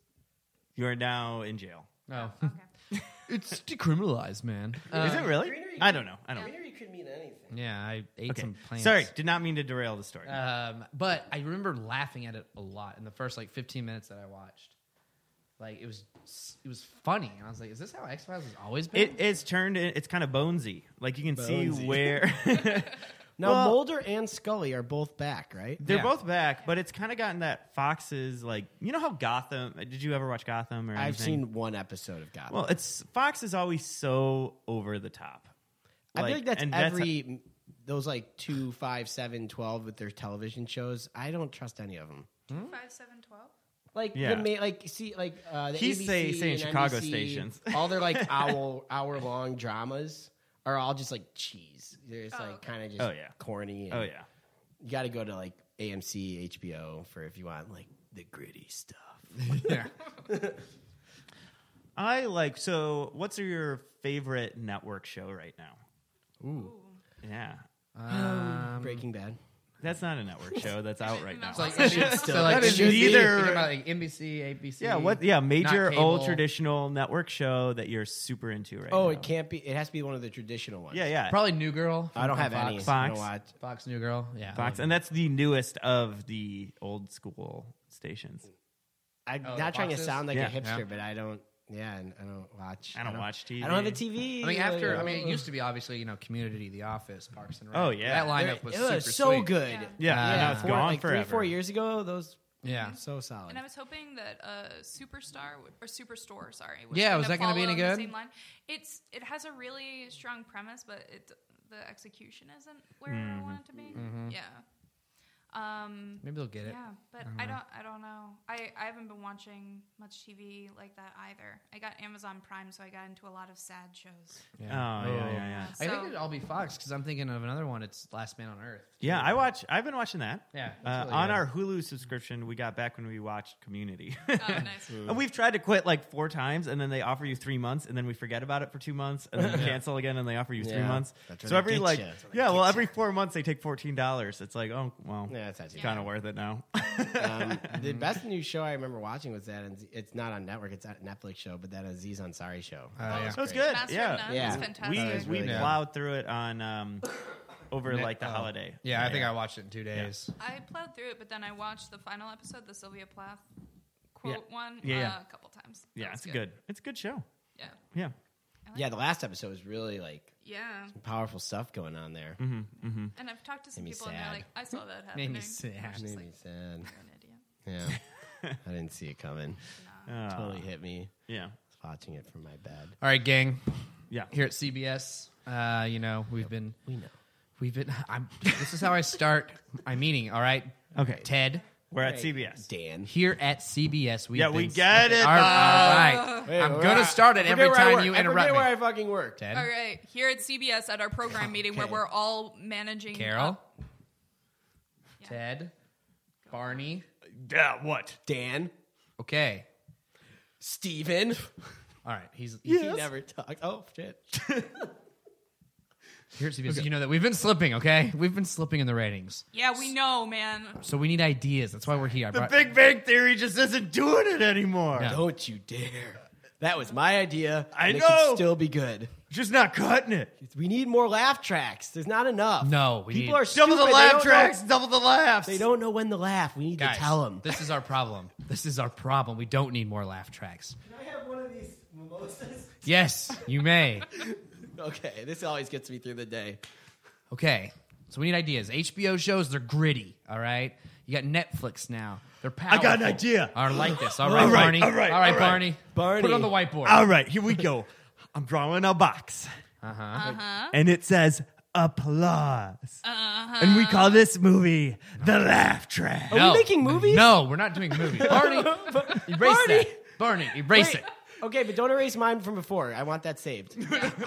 Speaker 5: You are now in jail.
Speaker 3: oh,
Speaker 5: Hmm?
Speaker 4: Okay.
Speaker 3: it's decriminalized, man.
Speaker 1: Uh,
Speaker 3: Uh,
Speaker 5: is it really?
Speaker 1: greenery-
Speaker 5: I don't know. I don't.
Speaker 1: Greenery could mean anything.
Speaker 3: Yeah, I ate
Speaker 5: Okay.
Speaker 3: some plants.
Speaker 5: Sorry, did not mean to derail the story.
Speaker 1: Uh,
Speaker 3: Um, but I remember laughing at it a lot in the first like 15 minutes that I watched. Like it was, it was funny, and I was like, "Is this how X Files has always been?"
Speaker 5: It is turned. In, it's kind of bonesy. Like you can see
Speaker 1: Bonesy.
Speaker 5: where
Speaker 1: Now
Speaker 5: Well-
Speaker 1: Mulder and Scully are both back, right?
Speaker 5: they're
Speaker 3: Yeah.
Speaker 5: both back, but it's kind of gotten that Fox's like you know how Gotham. Did you ever watch Gotham? Or
Speaker 1: I've
Speaker 5: anything?
Speaker 1: seen one episode of Gotham.
Speaker 5: Well, it's Fox is always so over the top.
Speaker 1: I feel like that's
Speaker 5: and
Speaker 1: every those like two, five, seven, twelve with their television shows. I don't trust any of them.
Speaker 4: Five seven twelve.
Speaker 1: Like
Speaker 5: Yeah.
Speaker 1: the ma- like see like uh, the
Speaker 5: He's
Speaker 1: ABC
Speaker 5: say- saying
Speaker 1: and
Speaker 5: Chicago
Speaker 1: NBC,
Speaker 5: stations.
Speaker 1: all their like hour hour long dramas are all just like cheese. They're just
Speaker 4: Oh,
Speaker 1: like
Speaker 4: okay.
Speaker 1: kind of just
Speaker 5: Oh, yeah.
Speaker 1: corny. and
Speaker 5: oh yeah.
Speaker 1: you got to go to like AMC, HBO for if you want like the gritty stuff.
Speaker 3: yeah.
Speaker 5: I like. So, what's your favorite network show right now?
Speaker 3: Ooh.
Speaker 5: Yeah.
Speaker 3: Um,
Speaker 1: Breaking Bad.
Speaker 5: That's not a network show. That's out right now.
Speaker 3: It's like, so like
Speaker 5: That is
Speaker 3: NBC,
Speaker 5: neither-
Speaker 3: think about like NBC, ABC.
Speaker 5: yeah, what? Yeah, major
Speaker 3: not
Speaker 5: old
Speaker 3: cable.
Speaker 5: traditional network show that you're super into right now.
Speaker 1: Oh, it can't be. It has to be one of the traditional ones.
Speaker 5: Yeah, yeah.
Speaker 3: Probably New Girl.
Speaker 1: I don't
Speaker 3: from
Speaker 1: have
Speaker 3: Fox.
Speaker 1: any. I
Speaker 5: Fox.
Speaker 1: don't watch-
Speaker 3: Fox New Girl. Yeah. I
Speaker 5: Fox,
Speaker 3: love
Speaker 5: and that's the newest of the old school stations.
Speaker 1: I'm
Speaker 3: Oh, the
Speaker 1: not trying to
Speaker 3: boxes?
Speaker 1: sound like
Speaker 5: Yeah.
Speaker 1: a hipster,
Speaker 3: Yeah.
Speaker 1: but I don't. Yeah, and I don't watch.
Speaker 5: I don't watch TV.
Speaker 1: I don't have a TV.
Speaker 3: it. I mean,
Speaker 1: like,
Speaker 3: after I
Speaker 1: uh,
Speaker 3: mean, it used to be obviously you know Community, The Office, Parks and Rec.
Speaker 5: Oh, yeah.
Speaker 3: that
Speaker 1: they're-
Speaker 3: lineup was
Speaker 1: it
Speaker 3: super
Speaker 1: so
Speaker 3: sweet.
Speaker 1: good.
Speaker 4: Yeah.
Speaker 5: Yeah,
Speaker 3: Uh,
Speaker 5: now it's
Speaker 1: Four-
Speaker 5: gone
Speaker 1: like
Speaker 5: forever.
Speaker 1: Three, four years ago, those
Speaker 3: Yeah,
Speaker 1: so solid.
Speaker 4: And I was hoping that uh, Superstar w- or Superstore, sorry,
Speaker 3: Yeah, was that
Speaker 4: gonna
Speaker 3: gonna be
Speaker 4: follow
Speaker 3: any
Speaker 4: the
Speaker 3: good?
Speaker 4: same line. It's it has a really strong premise, but it the execution isn't where I want it to be.
Speaker 3: Mm-hmm.
Speaker 4: Yeah. Um.
Speaker 3: maybe they'll get it.
Speaker 4: Yeah, but I don't. I don't know. I I haven't been watching much TV like that either. I got Amazon Prime, so I got into a lot of sad shows.
Speaker 3: Yeah.
Speaker 5: Oh, yeah, yeah, yeah.
Speaker 3: I think
Speaker 4: So-
Speaker 3: it'd all be Fox because I'm thinking of another one. It's Last Man on Earth.
Speaker 5: Yeah, I watch. I've been watching that.
Speaker 3: Yeah, that's
Speaker 5: uh,
Speaker 3: really
Speaker 5: on
Speaker 3: good.
Speaker 5: our Hulu subscription, we got back when we watched Community.
Speaker 4: Oh, nice.
Speaker 1: Mm.
Speaker 5: And We've tried to quit like four times, and then they offer you three months, and then we forget about it for two months, and then we cancel again, and they offer you three
Speaker 1: Yeah.
Speaker 5: months.
Speaker 1: That's
Speaker 5: So
Speaker 1: what
Speaker 5: every
Speaker 1: gets
Speaker 5: like,
Speaker 1: ya. That's what
Speaker 5: yeah, well,
Speaker 1: gets
Speaker 5: every four months they take fourteen dollars. It's like, oh, well,
Speaker 1: yeah, it's not too
Speaker 5: it's kind of worth it now.
Speaker 1: Um, the best new show I remember watching was that, and it's not on network, it's at Netflix show, but that Aziz Ansari show.
Speaker 3: Oh, yeah.
Speaker 5: That was good.
Speaker 4: Master of
Speaker 5: yeah,
Speaker 4: None
Speaker 1: Yeah.
Speaker 4: was
Speaker 1: We-
Speaker 5: we
Speaker 4: fantastic.
Speaker 1: was
Speaker 5: we
Speaker 1: really good.
Speaker 5: plowed through it on um, over
Speaker 3: Ne-
Speaker 5: like the
Speaker 3: oh.
Speaker 5: holiday.
Speaker 3: Yeah, I think I watched it in two days.
Speaker 4: I plowed through it, but then I watched the final episode, the Sylvia Plath
Speaker 5: Yeah.
Speaker 4: quote one,
Speaker 5: Yeah,
Speaker 4: uh,
Speaker 5: yeah.
Speaker 4: a couple times. That
Speaker 5: Yeah,
Speaker 4: was
Speaker 5: it's good. It's a good show.
Speaker 4: Yeah,
Speaker 5: Yeah.
Speaker 1: Yeah, the last episode was really like
Speaker 4: yeah.
Speaker 1: powerful stuff going on there.
Speaker 5: Mm-hmm,
Speaker 4: And I've talked to some
Speaker 1: Made me
Speaker 4: people, and they're
Speaker 1: sad.
Speaker 4: like, "I saw that
Speaker 3: Made
Speaker 4: happening."
Speaker 3: me sad.
Speaker 1: Made me sad.
Speaker 4: You're an idiot.
Speaker 1: Yeah, I didn't see it coming. Ah.
Speaker 5: Uh,
Speaker 1: Totally hit me.
Speaker 5: Yeah.
Speaker 1: Watching it from my bed.
Speaker 3: All right, gang.
Speaker 5: Yeah.
Speaker 3: Here at CBS, uh, you know we've been
Speaker 1: We know.
Speaker 3: we've been. I'm. This is how I start my meeting. All right.
Speaker 5: Okay.
Speaker 3: Ted.
Speaker 5: We're at CBS.
Speaker 1: Dan.
Speaker 3: Here at CBS, we
Speaker 5: Yeah, we get it,
Speaker 3: All right, all right. I'm
Speaker 1: Wait,
Speaker 3: gonna
Speaker 1: where I-
Speaker 3: start it
Speaker 1: I
Speaker 3: every
Speaker 1: forget where I
Speaker 3: time
Speaker 1: work.
Speaker 3: you
Speaker 1: I
Speaker 3: interrupt
Speaker 1: forget
Speaker 3: me.
Speaker 1: where I fucking work.
Speaker 3: Ted,
Speaker 4: All right, here at CBS at our program meeting where
Speaker 1: Okay.
Speaker 4: we're all managing.
Speaker 3: Carol,
Speaker 4: up-
Speaker 3: Ted, Barney.
Speaker 5: Yeah. What?
Speaker 1: Dan.
Speaker 3: Okay.
Speaker 1: Steven.
Speaker 3: All right. He's
Speaker 1: He
Speaker 3: he's-
Speaker 1: never talked. Oh shit.
Speaker 3: Here's CBS. You know that we've been slipping. Okay, we've been slipping in the ratings.
Speaker 4: yeah, we know, man.
Speaker 3: So we need ideas. That's why we're here. I
Speaker 5: The
Speaker 3: brought-
Speaker 5: Big Bang Theory just isn't doing it anymore.
Speaker 3: No.
Speaker 1: Don't you dare. That was my idea.
Speaker 5: I
Speaker 1: and It
Speaker 5: know.
Speaker 1: could still be good.
Speaker 5: Just not cutting it.
Speaker 1: We need more laugh tracks. There's not enough.
Speaker 3: No, we
Speaker 1: people are
Speaker 3: need-
Speaker 5: Double
Speaker 1: stupid.
Speaker 5: the
Speaker 1: They
Speaker 5: laugh
Speaker 1: don't know-
Speaker 5: tracks, double the laughs.
Speaker 1: They don't know when to laugh. We need
Speaker 3: Guys,
Speaker 1: to tell them.
Speaker 3: This is our problem. This is our problem. We don't need more laugh tracks.
Speaker 1: Can I have one of these mimosas?
Speaker 3: Yes, you may.
Speaker 1: Okay, this always gets me through the day.
Speaker 3: Okay, so we need ideas. HBO shows they're gritty. All right, you got Netflix now. They're
Speaker 5: I
Speaker 3: powerful.
Speaker 5: got an idea.
Speaker 3: All right, like this. All right,
Speaker 5: All right,
Speaker 3: Barney.
Speaker 5: all right, all right.
Speaker 3: Barney.
Speaker 1: Barney.
Speaker 3: Put it on the whiteboard.
Speaker 5: All right, here we go. I'm drawing a box. Uh-huh. And it says applause. Uh-huh. And we call this movie The Laugh
Speaker 3: Oh.
Speaker 5: Track.
Speaker 1: we making movies?
Speaker 3: No, we're not doing movies. Barney, erase
Speaker 1: Barney.
Speaker 3: that. Barney, erase
Speaker 1: Wait,
Speaker 3: it.
Speaker 1: Okay, but don't erase mine from before. I want that saved.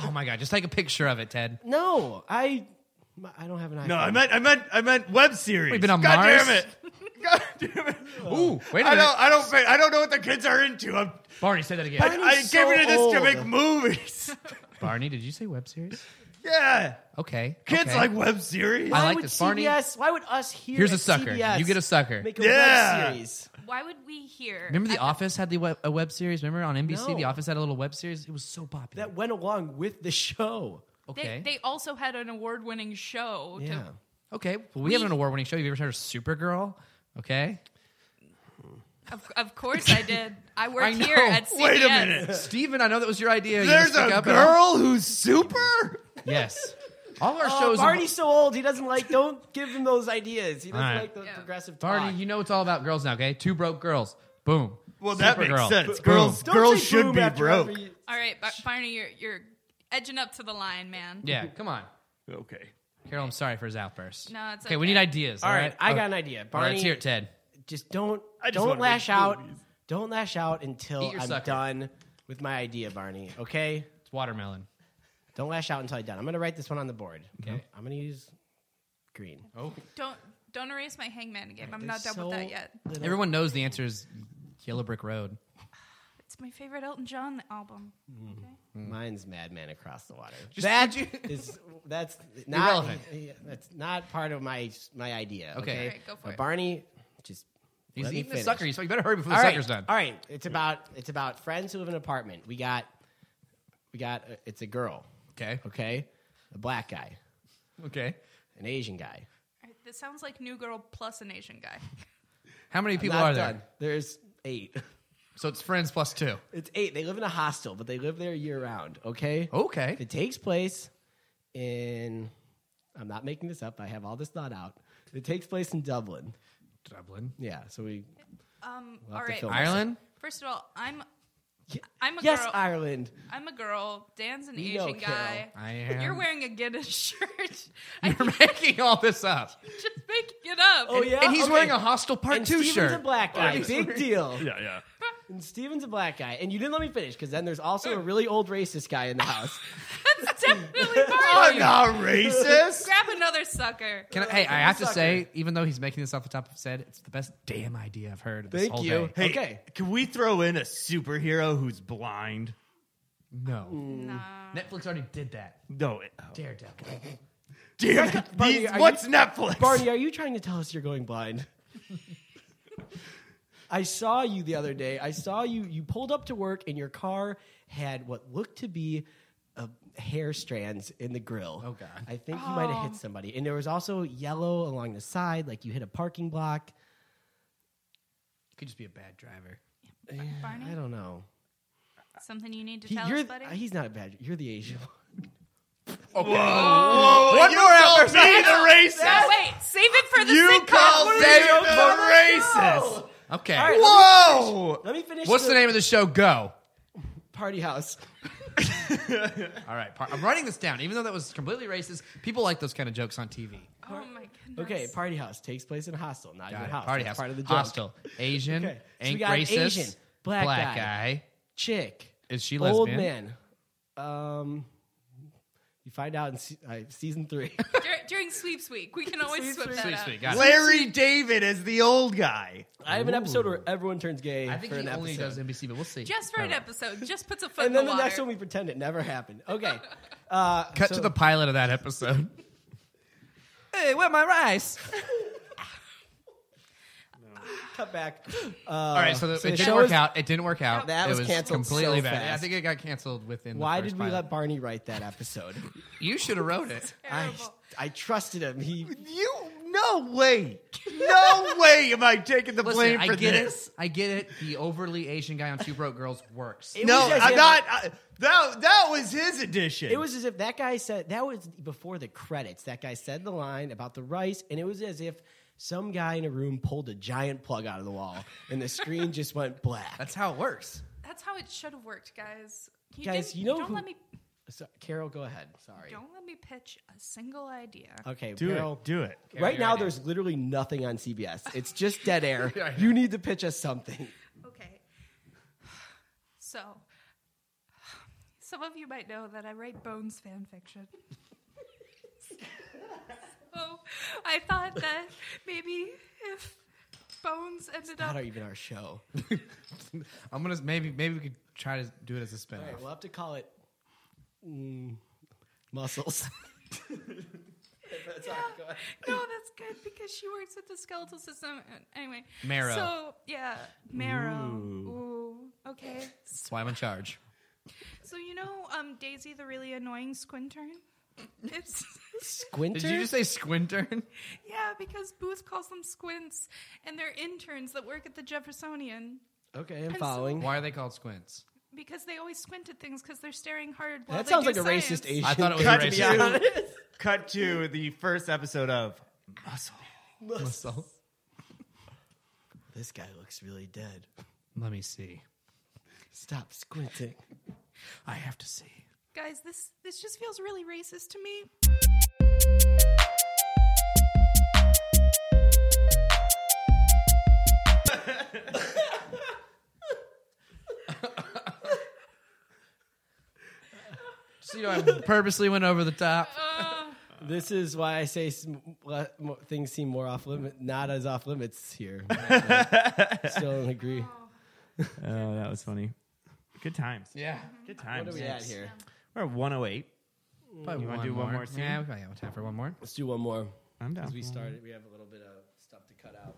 Speaker 3: Oh my god, just take a picture of it, Ted.
Speaker 1: No, I, I don't have an iPhone.
Speaker 5: No, I meant I meant I meant web series.
Speaker 3: We've been on
Speaker 5: God
Speaker 3: Mars.
Speaker 5: damn it. God damn it.
Speaker 3: Ooh, wait a
Speaker 5: I
Speaker 3: minute.
Speaker 5: don't I don't fa- I don't know what the kids are into. I'm,
Speaker 3: Barney, say that again.
Speaker 5: I, I
Speaker 1: Barney's
Speaker 5: came
Speaker 1: so
Speaker 5: into this to
Speaker 1: old.
Speaker 5: make movies.
Speaker 3: Barney, did you say web series?
Speaker 5: yeah.
Speaker 3: Okay.
Speaker 5: Kids
Speaker 3: okay.
Speaker 5: like web series.
Speaker 3: I
Speaker 1: Why
Speaker 3: like
Speaker 1: would
Speaker 3: this, Barney.
Speaker 1: CBS? Why would us here?
Speaker 3: Here's a
Speaker 1: at
Speaker 3: sucker.
Speaker 1: CBS
Speaker 3: You get a sucker.
Speaker 1: Make a
Speaker 5: Yeah.
Speaker 1: web series.
Speaker 4: Why would we hear?
Speaker 3: Remember The
Speaker 4: I-
Speaker 3: Office had the web, a web series. Remember on NBC, The
Speaker 1: No.
Speaker 3: Office had a little web series. It was so popular.
Speaker 1: that went along with the show.
Speaker 3: okay.
Speaker 4: They, they also had an award-winning show. to-
Speaker 1: Yeah.
Speaker 3: okay. Well, we, have an award-winning show. You've ever heard of Supergirl? Okay.
Speaker 4: of, of course, I did. I work
Speaker 3: I
Speaker 4: here
Speaker 3: know.
Speaker 4: at CBS.
Speaker 5: Wait a minute.
Speaker 3: Steven, I know that was your idea. You
Speaker 5: There's
Speaker 3: just pick
Speaker 5: a
Speaker 3: up and all-
Speaker 5: girl who's super?
Speaker 3: Yes. All our
Speaker 1: Oh,
Speaker 3: shows.
Speaker 1: Barney's so old. He doesn't like. Don't give him those ideas. He doesn't
Speaker 3: All right.
Speaker 1: like the
Speaker 4: Yeah.
Speaker 1: progressive talk.
Speaker 3: Barney, you know it's all about girls now. Okay. Two broke girls. Boom.
Speaker 5: Well, that makes
Speaker 3: Supergirl.
Speaker 5: sense.
Speaker 3: Boom.
Speaker 5: Girls-
Speaker 1: Don't
Speaker 5: Girls
Speaker 1: say
Speaker 5: should
Speaker 1: boom
Speaker 5: be
Speaker 1: after
Speaker 5: broke.
Speaker 1: every-
Speaker 4: All right, Bar- Barney, you're you're edging up to the line, man.
Speaker 3: Yeah. Come on,
Speaker 5: Okay.
Speaker 3: Carol. I'm sorry for his outburst.
Speaker 4: No, it's
Speaker 3: okay. We
Speaker 4: okay.
Speaker 3: need ideas.
Speaker 1: All right, I
Speaker 3: Okay.
Speaker 1: got an idea.
Speaker 3: All right,
Speaker 1: Barney,
Speaker 3: let's hear it, Ted.
Speaker 1: just don't
Speaker 5: I just wanna
Speaker 1: don't
Speaker 5: make
Speaker 1: lash out.
Speaker 5: movies.
Speaker 1: Don't lash out
Speaker 3: Eat
Speaker 1: until
Speaker 3: your
Speaker 1: I'm
Speaker 3: sucker.
Speaker 1: done with my idea, Barney. Okay?
Speaker 3: It's watermelon.
Speaker 1: Don't lash out until I'm done. I'm gonna write this one on the board.
Speaker 3: Okay.
Speaker 1: I'm gonna use green.
Speaker 3: Oh.
Speaker 4: Don't don't erase my hangman game. I'm not
Speaker 1: There's
Speaker 4: done with that
Speaker 1: so
Speaker 4: yet.
Speaker 1: little-
Speaker 3: Everyone knows the answer is Yellow Brick Road.
Speaker 4: It's It's my favorite Elton John album. Okay.
Speaker 1: Mine's Madman Across the Water.
Speaker 3: Just-
Speaker 1: that is that's not
Speaker 3: Irrelevant.
Speaker 1: yeah, That's not part of my my idea.
Speaker 3: Okay.
Speaker 1: Okay,
Speaker 4: Alright, go for
Speaker 1: But
Speaker 4: it.
Speaker 1: Barney, just
Speaker 3: He's
Speaker 1: let me
Speaker 3: eating the
Speaker 1: finish.
Speaker 3: sucker. So you better hurry before the
Speaker 1: All right,
Speaker 3: sucker's done.
Speaker 1: All right, it's about it's about friends who live in an apartment. We got we got uh, it's a girl,
Speaker 3: Okay.
Speaker 1: okay, a black guy,
Speaker 3: Okay.
Speaker 1: an Asian guy.
Speaker 4: Alright, This sounds like New Girl plus an Asian guy.
Speaker 3: How many people
Speaker 1: Not
Speaker 3: are there?
Speaker 1: done. There's eight.
Speaker 3: So it's friends plus two.
Speaker 1: It's eight. They live in a hostel, but they live there year round. Okay.
Speaker 3: Okay.
Speaker 1: It takes place in. I'm not making this up. I have all this thought out. It takes place in Dublin.
Speaker 3: Dublin.
Speaker 1: Yeah. So we.
Speaker 4: Um.
Speaker 1: We'll have to
Speaker 4: all right.
Speaker 1: film it.
Speaker 3: Ireland?
Speaker 4: First of all, I'm. I'm a
Speaker 1: yes,
Speaker 4: girl.
Speaker 1: Ireland.
Speaker 4: I'm a girl. Dan's an
Speaker 1: We know,
Speaker 4: Asian guy.
Speaker 3: Carol. I am.
Speaker 4: You're wearing a Guinness shirt. I
Speaker 3: You're
Speaker 4: think
Speaker 3: making all this up.
Speaker 4: you're just making it up.
Speaker 1: Oh, yeah?
Speaker 3: and he's
Speaker 1: Okay.
Speaker 3: wearing a Hostile Part
Speaker 1: and
Speaker 3: 2
Speaker 1: Steven's
Speaker 3: shirt.
Speaker 1: a black guy.
Speaker 3: Right.
Speaker 1: Big deal.
Speaker 5: Yeah, yeah.
Speaker 1: And Steven's a black guy. And you didn't let me finish because then there's also a really old racist guy in the house.
Speaker 4: That's definitely
Speaker 1: Oh,
Speaker 4: part
Speaker 3: I'm
Speaker 4: of it.
Speaker 3: not Oh, racist.
Speaker 4: Grab another sucker.
Speaker 3: Can I, hey, I have to say, even though he's making this off the top of his head, it's the best damn idea I've heard this
Speaker 1: Thank
Speaker 3: whole
Speaker 1: you.
Speaker 3: day.
Speaker 5: Hey,
Speaker 1: Okay.
Speaker 5: can we throw in a superhero who's blind?
Speaker 3: No.
Speaker 4: Nah.
Speaker 3: Netflix already did that.
Speaker 5: No, it, oh,
Speaker 3: Daredevil.
Speaker 5: damn it.
Speaker 1: Barney,
Speaker 5: These-
Speaker 1: are you-
Speaker 5: what's Netflix?
Speaker 1: Barney, are you trying to tell us you're going blind? I saw you the other day. I saw you. You pulled up to work, and your car had what looked to be uh, hair strands in the grill.
Speaker 3: Oh, God.
Speaker 1: I think you might have hit somebody, and there was also yellow along the side, like you hit a parking block.
Speaker 3: Could just be a bad driver.
Speaker 4: Barney?
Speaker 1: I don't know.
Speaker 4: Something you need to
Speaker 1: He-
Speaker 4: tell
Speaker 1: you're-
Speaker 4: us, buddy?
Speaker 1: he's not a bad. You're the Asian. one.
Speaker 5: Oh, Whoa,
Speaker 3: One
Speaker 5: you
Speaker 3: more
Speaker 5: called
Speaker 3: episode.
Speaker 5: me the racist.
Speaker 4: no, wait. Save it for the
Speaker 5: You
Speaker 4: sitcom. Oh,
Speaker 5: called
Speaker 4: What
Speaker 5: me
Speaker 4: are you-
Speaker 5: the racist.
Speaker 3: Okay.
Speaker 1: right,
Speaker 5: Whoa.
Speaker 1: Let me finish.
Speaker 3: What's the name of the show? Go.
Speaker 1: Party house.
Speaker 3: All right. par- I'm writing this down. Even though that was completely racist, people like those kind of jokes on TV.
Speaker 4: Oh, my goodness.
Speaker 1: Okay, party house takes place in a hostel, not
Speaker 3: Got
Speaker 1: your
Speaker 3: it.
Speaker 1: house.
Speaker 3: Party
Speaker 1: That's
Speaker 3: house.
Speaker 1: Part of the joke.
Speaker 3: Hostile. Asian.
Speaker 1: Okay, so we
Speaker 3: Ain't
Speaker 1: got an
Speaker 3: racist.
Speaker 1: Asian, black
Speaker 3: black
Speaker 1: guy.
Speaker 3: guy.
Speaker 1: Chick.
Speaker 3: Is she
Speaker 1: old
Speaker 3: lesbian?
Speaker 1: man. Um, you find out in se- uh, season three.
Speaker 4: Dur- during sweeps week, we can always
Speaker 1: Sweeps
Speaker 4: swip
Speaker 1: week.
Speaker 4: that
Speaker 3: Sweet,
Speaker 4: up.
Speaker 3: sweet. Got it.
Speaker 5: Larry David is the old guy.
Speaker 1: I have an episode where everyone turns gay
Speaker 3: I think
Speaker 1: for
Speaker 3: he
Speaker 1: an
Speaker 3: only
Speaker 1: episode,
Speaker 3: does NBC, but we'll see.
Speaker 4: Just for an episode, just puts a foot
Speaker 1: and
Speaker 4: in
Speaker 1: then the,
Speaker 4: the, water.
Speaker 1: next one we pretend it never happened. Okay, uh,
Speaker 3: Cut
Speaker 1: so-
Speaker 3: to the pilot of that episode. hey, where my rice?
Speaker 1: cut back. Uh,
Speaker 3: All right, so, the,
Speaker 1: so
Speaker 3: it
Speaker 1: the
Speaker 3: didn't
Speaker 1: show
Speaker 3: work
Speaker 1: is-
Speaker 3: out. It didn't work out.
Speaker 1: That
Speaker 3: it
Speaker 1: was canceled
Speaker 3: completely
Speaker 1: so
Speaker 3: bad.
Speaker 1: fast.
Speaker 3: I think it got canceled within.
Speaker 1: Why
Speaker 3: the first
Speaker 1: did we
Speaker 3: pilot.
Speaker 1: let Barney write that episode?
Speaker 3: You should have wrote it.
Speaker 1: I,
Speaker 4: Terrible.
Speaker 1: I trusted him. He
Speaker 5: You no way. No way am I taking the blame
Speaker 3: Listen, I
Speaker 5: for
Speaker 3: get
Speaker 5: this.
Speaker 3: it. I get it. The overly Asian guy on Two Broke Girls works.
Speaker 1: It
Speaker 5: No,
Speaker 1: was as
Speaker 5: I'm
Speaker 1: if-
Speaker 5: not. I, that that was his edition.
Speaker 1: It was as if that guy said that was before the credits. That guy said the line about the rice, and it was as if some guy in a room pulled a giant plug out of the wall, and the screen just went black.
Speaker 3: That's how it works.
Speaker 4: That's how it should have worked, guys. You
Speaker 1: Guys,
Speaker 4: didn't-
Speaker 1: you know
Speaker 4: don't
Speaker 1: who-
Speaker 4: let me
Speaker 1: So, Carol, go ahead. Sorry.
Speaker 4: don't let me pitch a single idea.
Speaker 1: Okay,
Speaker 5: do
Speaker 1: Carol.
Speaker 5: it. Do it.
Speaker 1: Right
Speaker 3: you're
Speaker 1: now,
Speaker 3: right.
Speaker 1: there's literally nothing on CBS. It's just dead air.
Speaker 3: Yeah, I know.
Speaker 1: you need to pitch us something.
Speaker 4: Okay. So, some of you might know that I write Bones fan fiction. so, I thought that maybe if Bones ended
Speaker 1: Not
Speaker 4: up.
Speaker 1: even our show.
Speaker 3: I'm gonna maybe maybe we could try to do it as a spinoff.
Speaker 1: All right, we'll have to call it mm, muscles.
Speaker 4: Yeah, no, that's good because she works with the skeletal system. and- Anyway.
Speaker 3: Marrow.
Speaker 4: So, yeah, marrow. Ooh. Okay.
Speaker 3: That's why I'm in charge.
Speaker 4: So, you know um, Daisy, the really annoying squintern? It's.
Speaker 1: Squinter.
Speaker 3: Did you just say squinter?
Speaker 4: Yeah, because Booth calls them squints, and they're interns that work at the Jeffersonian
Speaker 1: okay, I'm
Speaker 4: so-
Speaker 1: following.
Speaker 3: why are they called squints?
Speaker 4: because they always squint at things because they're staring hard. While
Speaker 1: that
Speaker 4: they
Speaker 1: sounds
Speaker 4: do
Speaker 1: like a
Speaker 4: science.
Speaker 1: racist Asian.
Speaker 3: I thought it was
Speaker 5: Cut
Speaker 3: a
Speaker 5: to
Speaker 3: racist.
Speaker 5: you. Cut to the first episode of Muscle.
Speaker 3: So,
Speaker 1: This guy looks really dead.
Speaker 3: let me see.
Speaker 1: Stop squinting.
Speaker 3: I have to see.
Speaker 4: Guys, this this just feels really racist to me.
Speaker 3: So you know, I purposely went over the top.
Speaker 1: This is why I say s- le- mo- things seem more off limit, not as off limits here. Still don't agree.
Speaker 5: Oh, that was funny. Good times.
Speaker 3: Yeah.
Speaker 5: Good times.
Speaker 1: What are we at here?
Speaker 5: We're at 108.
Speaker 3: Probably
Speaker 5: You wanna
Speaker 3: one
Speaker 5: do one more scene?
Speaker 3: Yeah, we probably have time for one more.
Speaker 1: Let's do one more.
Speaker 5: I'm down.
Speaker 1: Because we started, we have a little bit of stuff to cut out,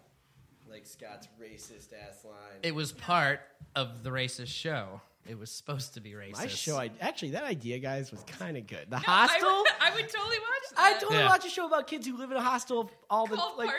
Speaker 1: like Scott's racist ass line.
Speaker 3: It was part of the racist show. It was supposed to be racist.
Speaker 1: My show, I, actually, that idea, guys, was kind of good. The
Speaker 4: I
Speaker 1: hostel.
Speaker 4: would- I, would totally watch
Speaker 1: I
Speaker 4: that.
Speaker 1: totally
Speaker 3: Yeah.
Speaker 1: watch a show about kids who live in a hostel. All the
Speaker 4: Called
Speaker 1: like,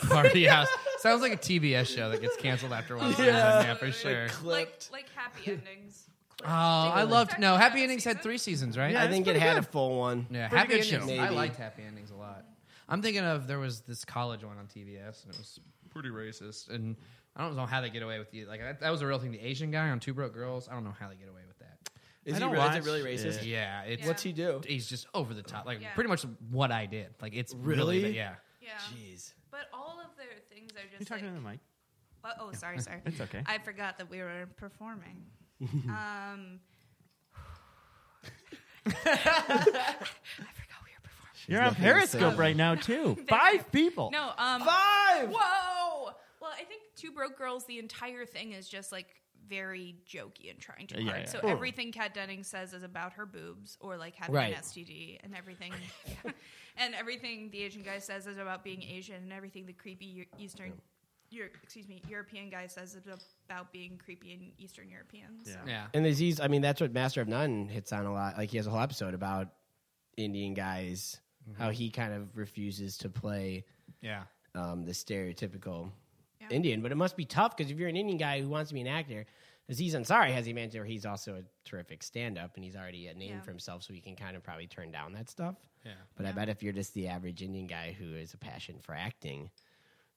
Speaker 4: Party House.
Speaker 3: Party House sounds like a TBS show that gets canceled after one season.
Speaker 1: Yeah.
Speaker 3: Yeah, for sure.
Speaker 1: Like,
Speaker 4: Like,
Speaker 1: clipped.
Speaker 4: like happy endings.
Speaker 3: Oh, I loved. No,
Speaker 4: Actually,
Speaker 3: Happy
Speaker 4: that
Speaker 3: Endings had
Speaker 4: season.
Speaker 3: three seasons, right?
Speaker 5: Yeah,
Speaker 1: I
Speaker 5: it's
Speaker 1: think it
Speaker 5: pretty
Speaker 1: had
Speaker 5: good.
Speaker 1: a full one.
Speaker 3: Yeah,
Speaker 5: Pretty
Speaker 3: Happy
Speaker 5: good show.
Speaker 3: Endings. I
Speaker 1: Maybe.
Speaker 3: liked Happy Endings a lot. I'm thinking of there was this college one on TBS, and it was pretty racist. And I don't know how they get away with the like that, that was a real thing. The Asian guy on Two Broke Girls. I don't know how they get away with that.
Speaker 1: Is,
Speaker 5: I
Speaker 1: he,
Speaker 5: don't
Speaker 1: re- is it
Speaker 5: watch
Speaker 1: really
Speaker 5: it.
Speaker 1: racist?
Speaker 3: Yeah, it's
Speaker 1: What's he do?
Speaker 3: he's just over the top. Like
Speaker 4: Yeah.
Speaker 3: pretty much what I did. Like it's
Speaker 1: Really?
Speaker 3: really, yeah.
Speaker 4: Yeah,
Speaker 1: Jeez.
Speaker 4: but all of their things are
Speaker 5: You
Speaker 4: just like.
Speaker 5: talking to the mic?
Speaker 4: oh, oh, sorry, sorry.
Speaker 5: It's okay.
Speaker 4: I forgot that we were performing. um, I forgot we were performing.
Speaker 5: You're on Periscope right now too. Five people.
Speaker 4: No, um,
Speaker 1: Five.
Speaker 4: whoa. Well, I think Two Broke Girls, the entire thing is just like very jokey and trying too
Speaker 5: Yeah,
Speaker 4: hard.
Speaker 5: yeah.
Speaker 4: So
Speaker 5: Oh.
Speaker 4: everything Kat Denning says is about her boobs or like having
Speaker 1: Right.
Speaker 4: an STD and everything, and everything the Asian guy says is about being Asian and everything the creepy Eu- Eastern, Euro, excuse me, European guy says is about being creepy and Eastern Europeans.
Speaker 5: Yeah.
Speaker 3: Yeah.
Speaker 1: And there's these. I mean, that's what Master of None hits on a lot. Like he has a whole episode about Indian guys, how he kind of refuses to play
Speaker 3: Yeah.
Speaker 1: um, the stereotypical
Speaker 4: Yeah.
Speaker 1: Indian. But it must be tough because if you're an Indian guy who wants to be an actor, Aziz Ansari has the advantage where he's also a terrific stand up and he's already a name
Speaker 4: Yeah.
Speaker 1: for himself, so he can kind of probably turn down that stuff.
Speaker 3: Yeah.
Speaker 1: But I bet if you're just the average Indian guy who has a passion for acting,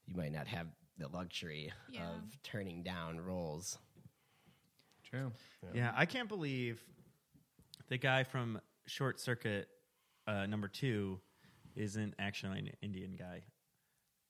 Speaker 1: you might not have the luxury
Speaker 4: Yeah.
Speaker 1: of turning down roles.
Speaker 3: True.
Speaker 5: Yeah, I can't believe the guy from Short Circuit uh, number two isn't actually an Indian guy.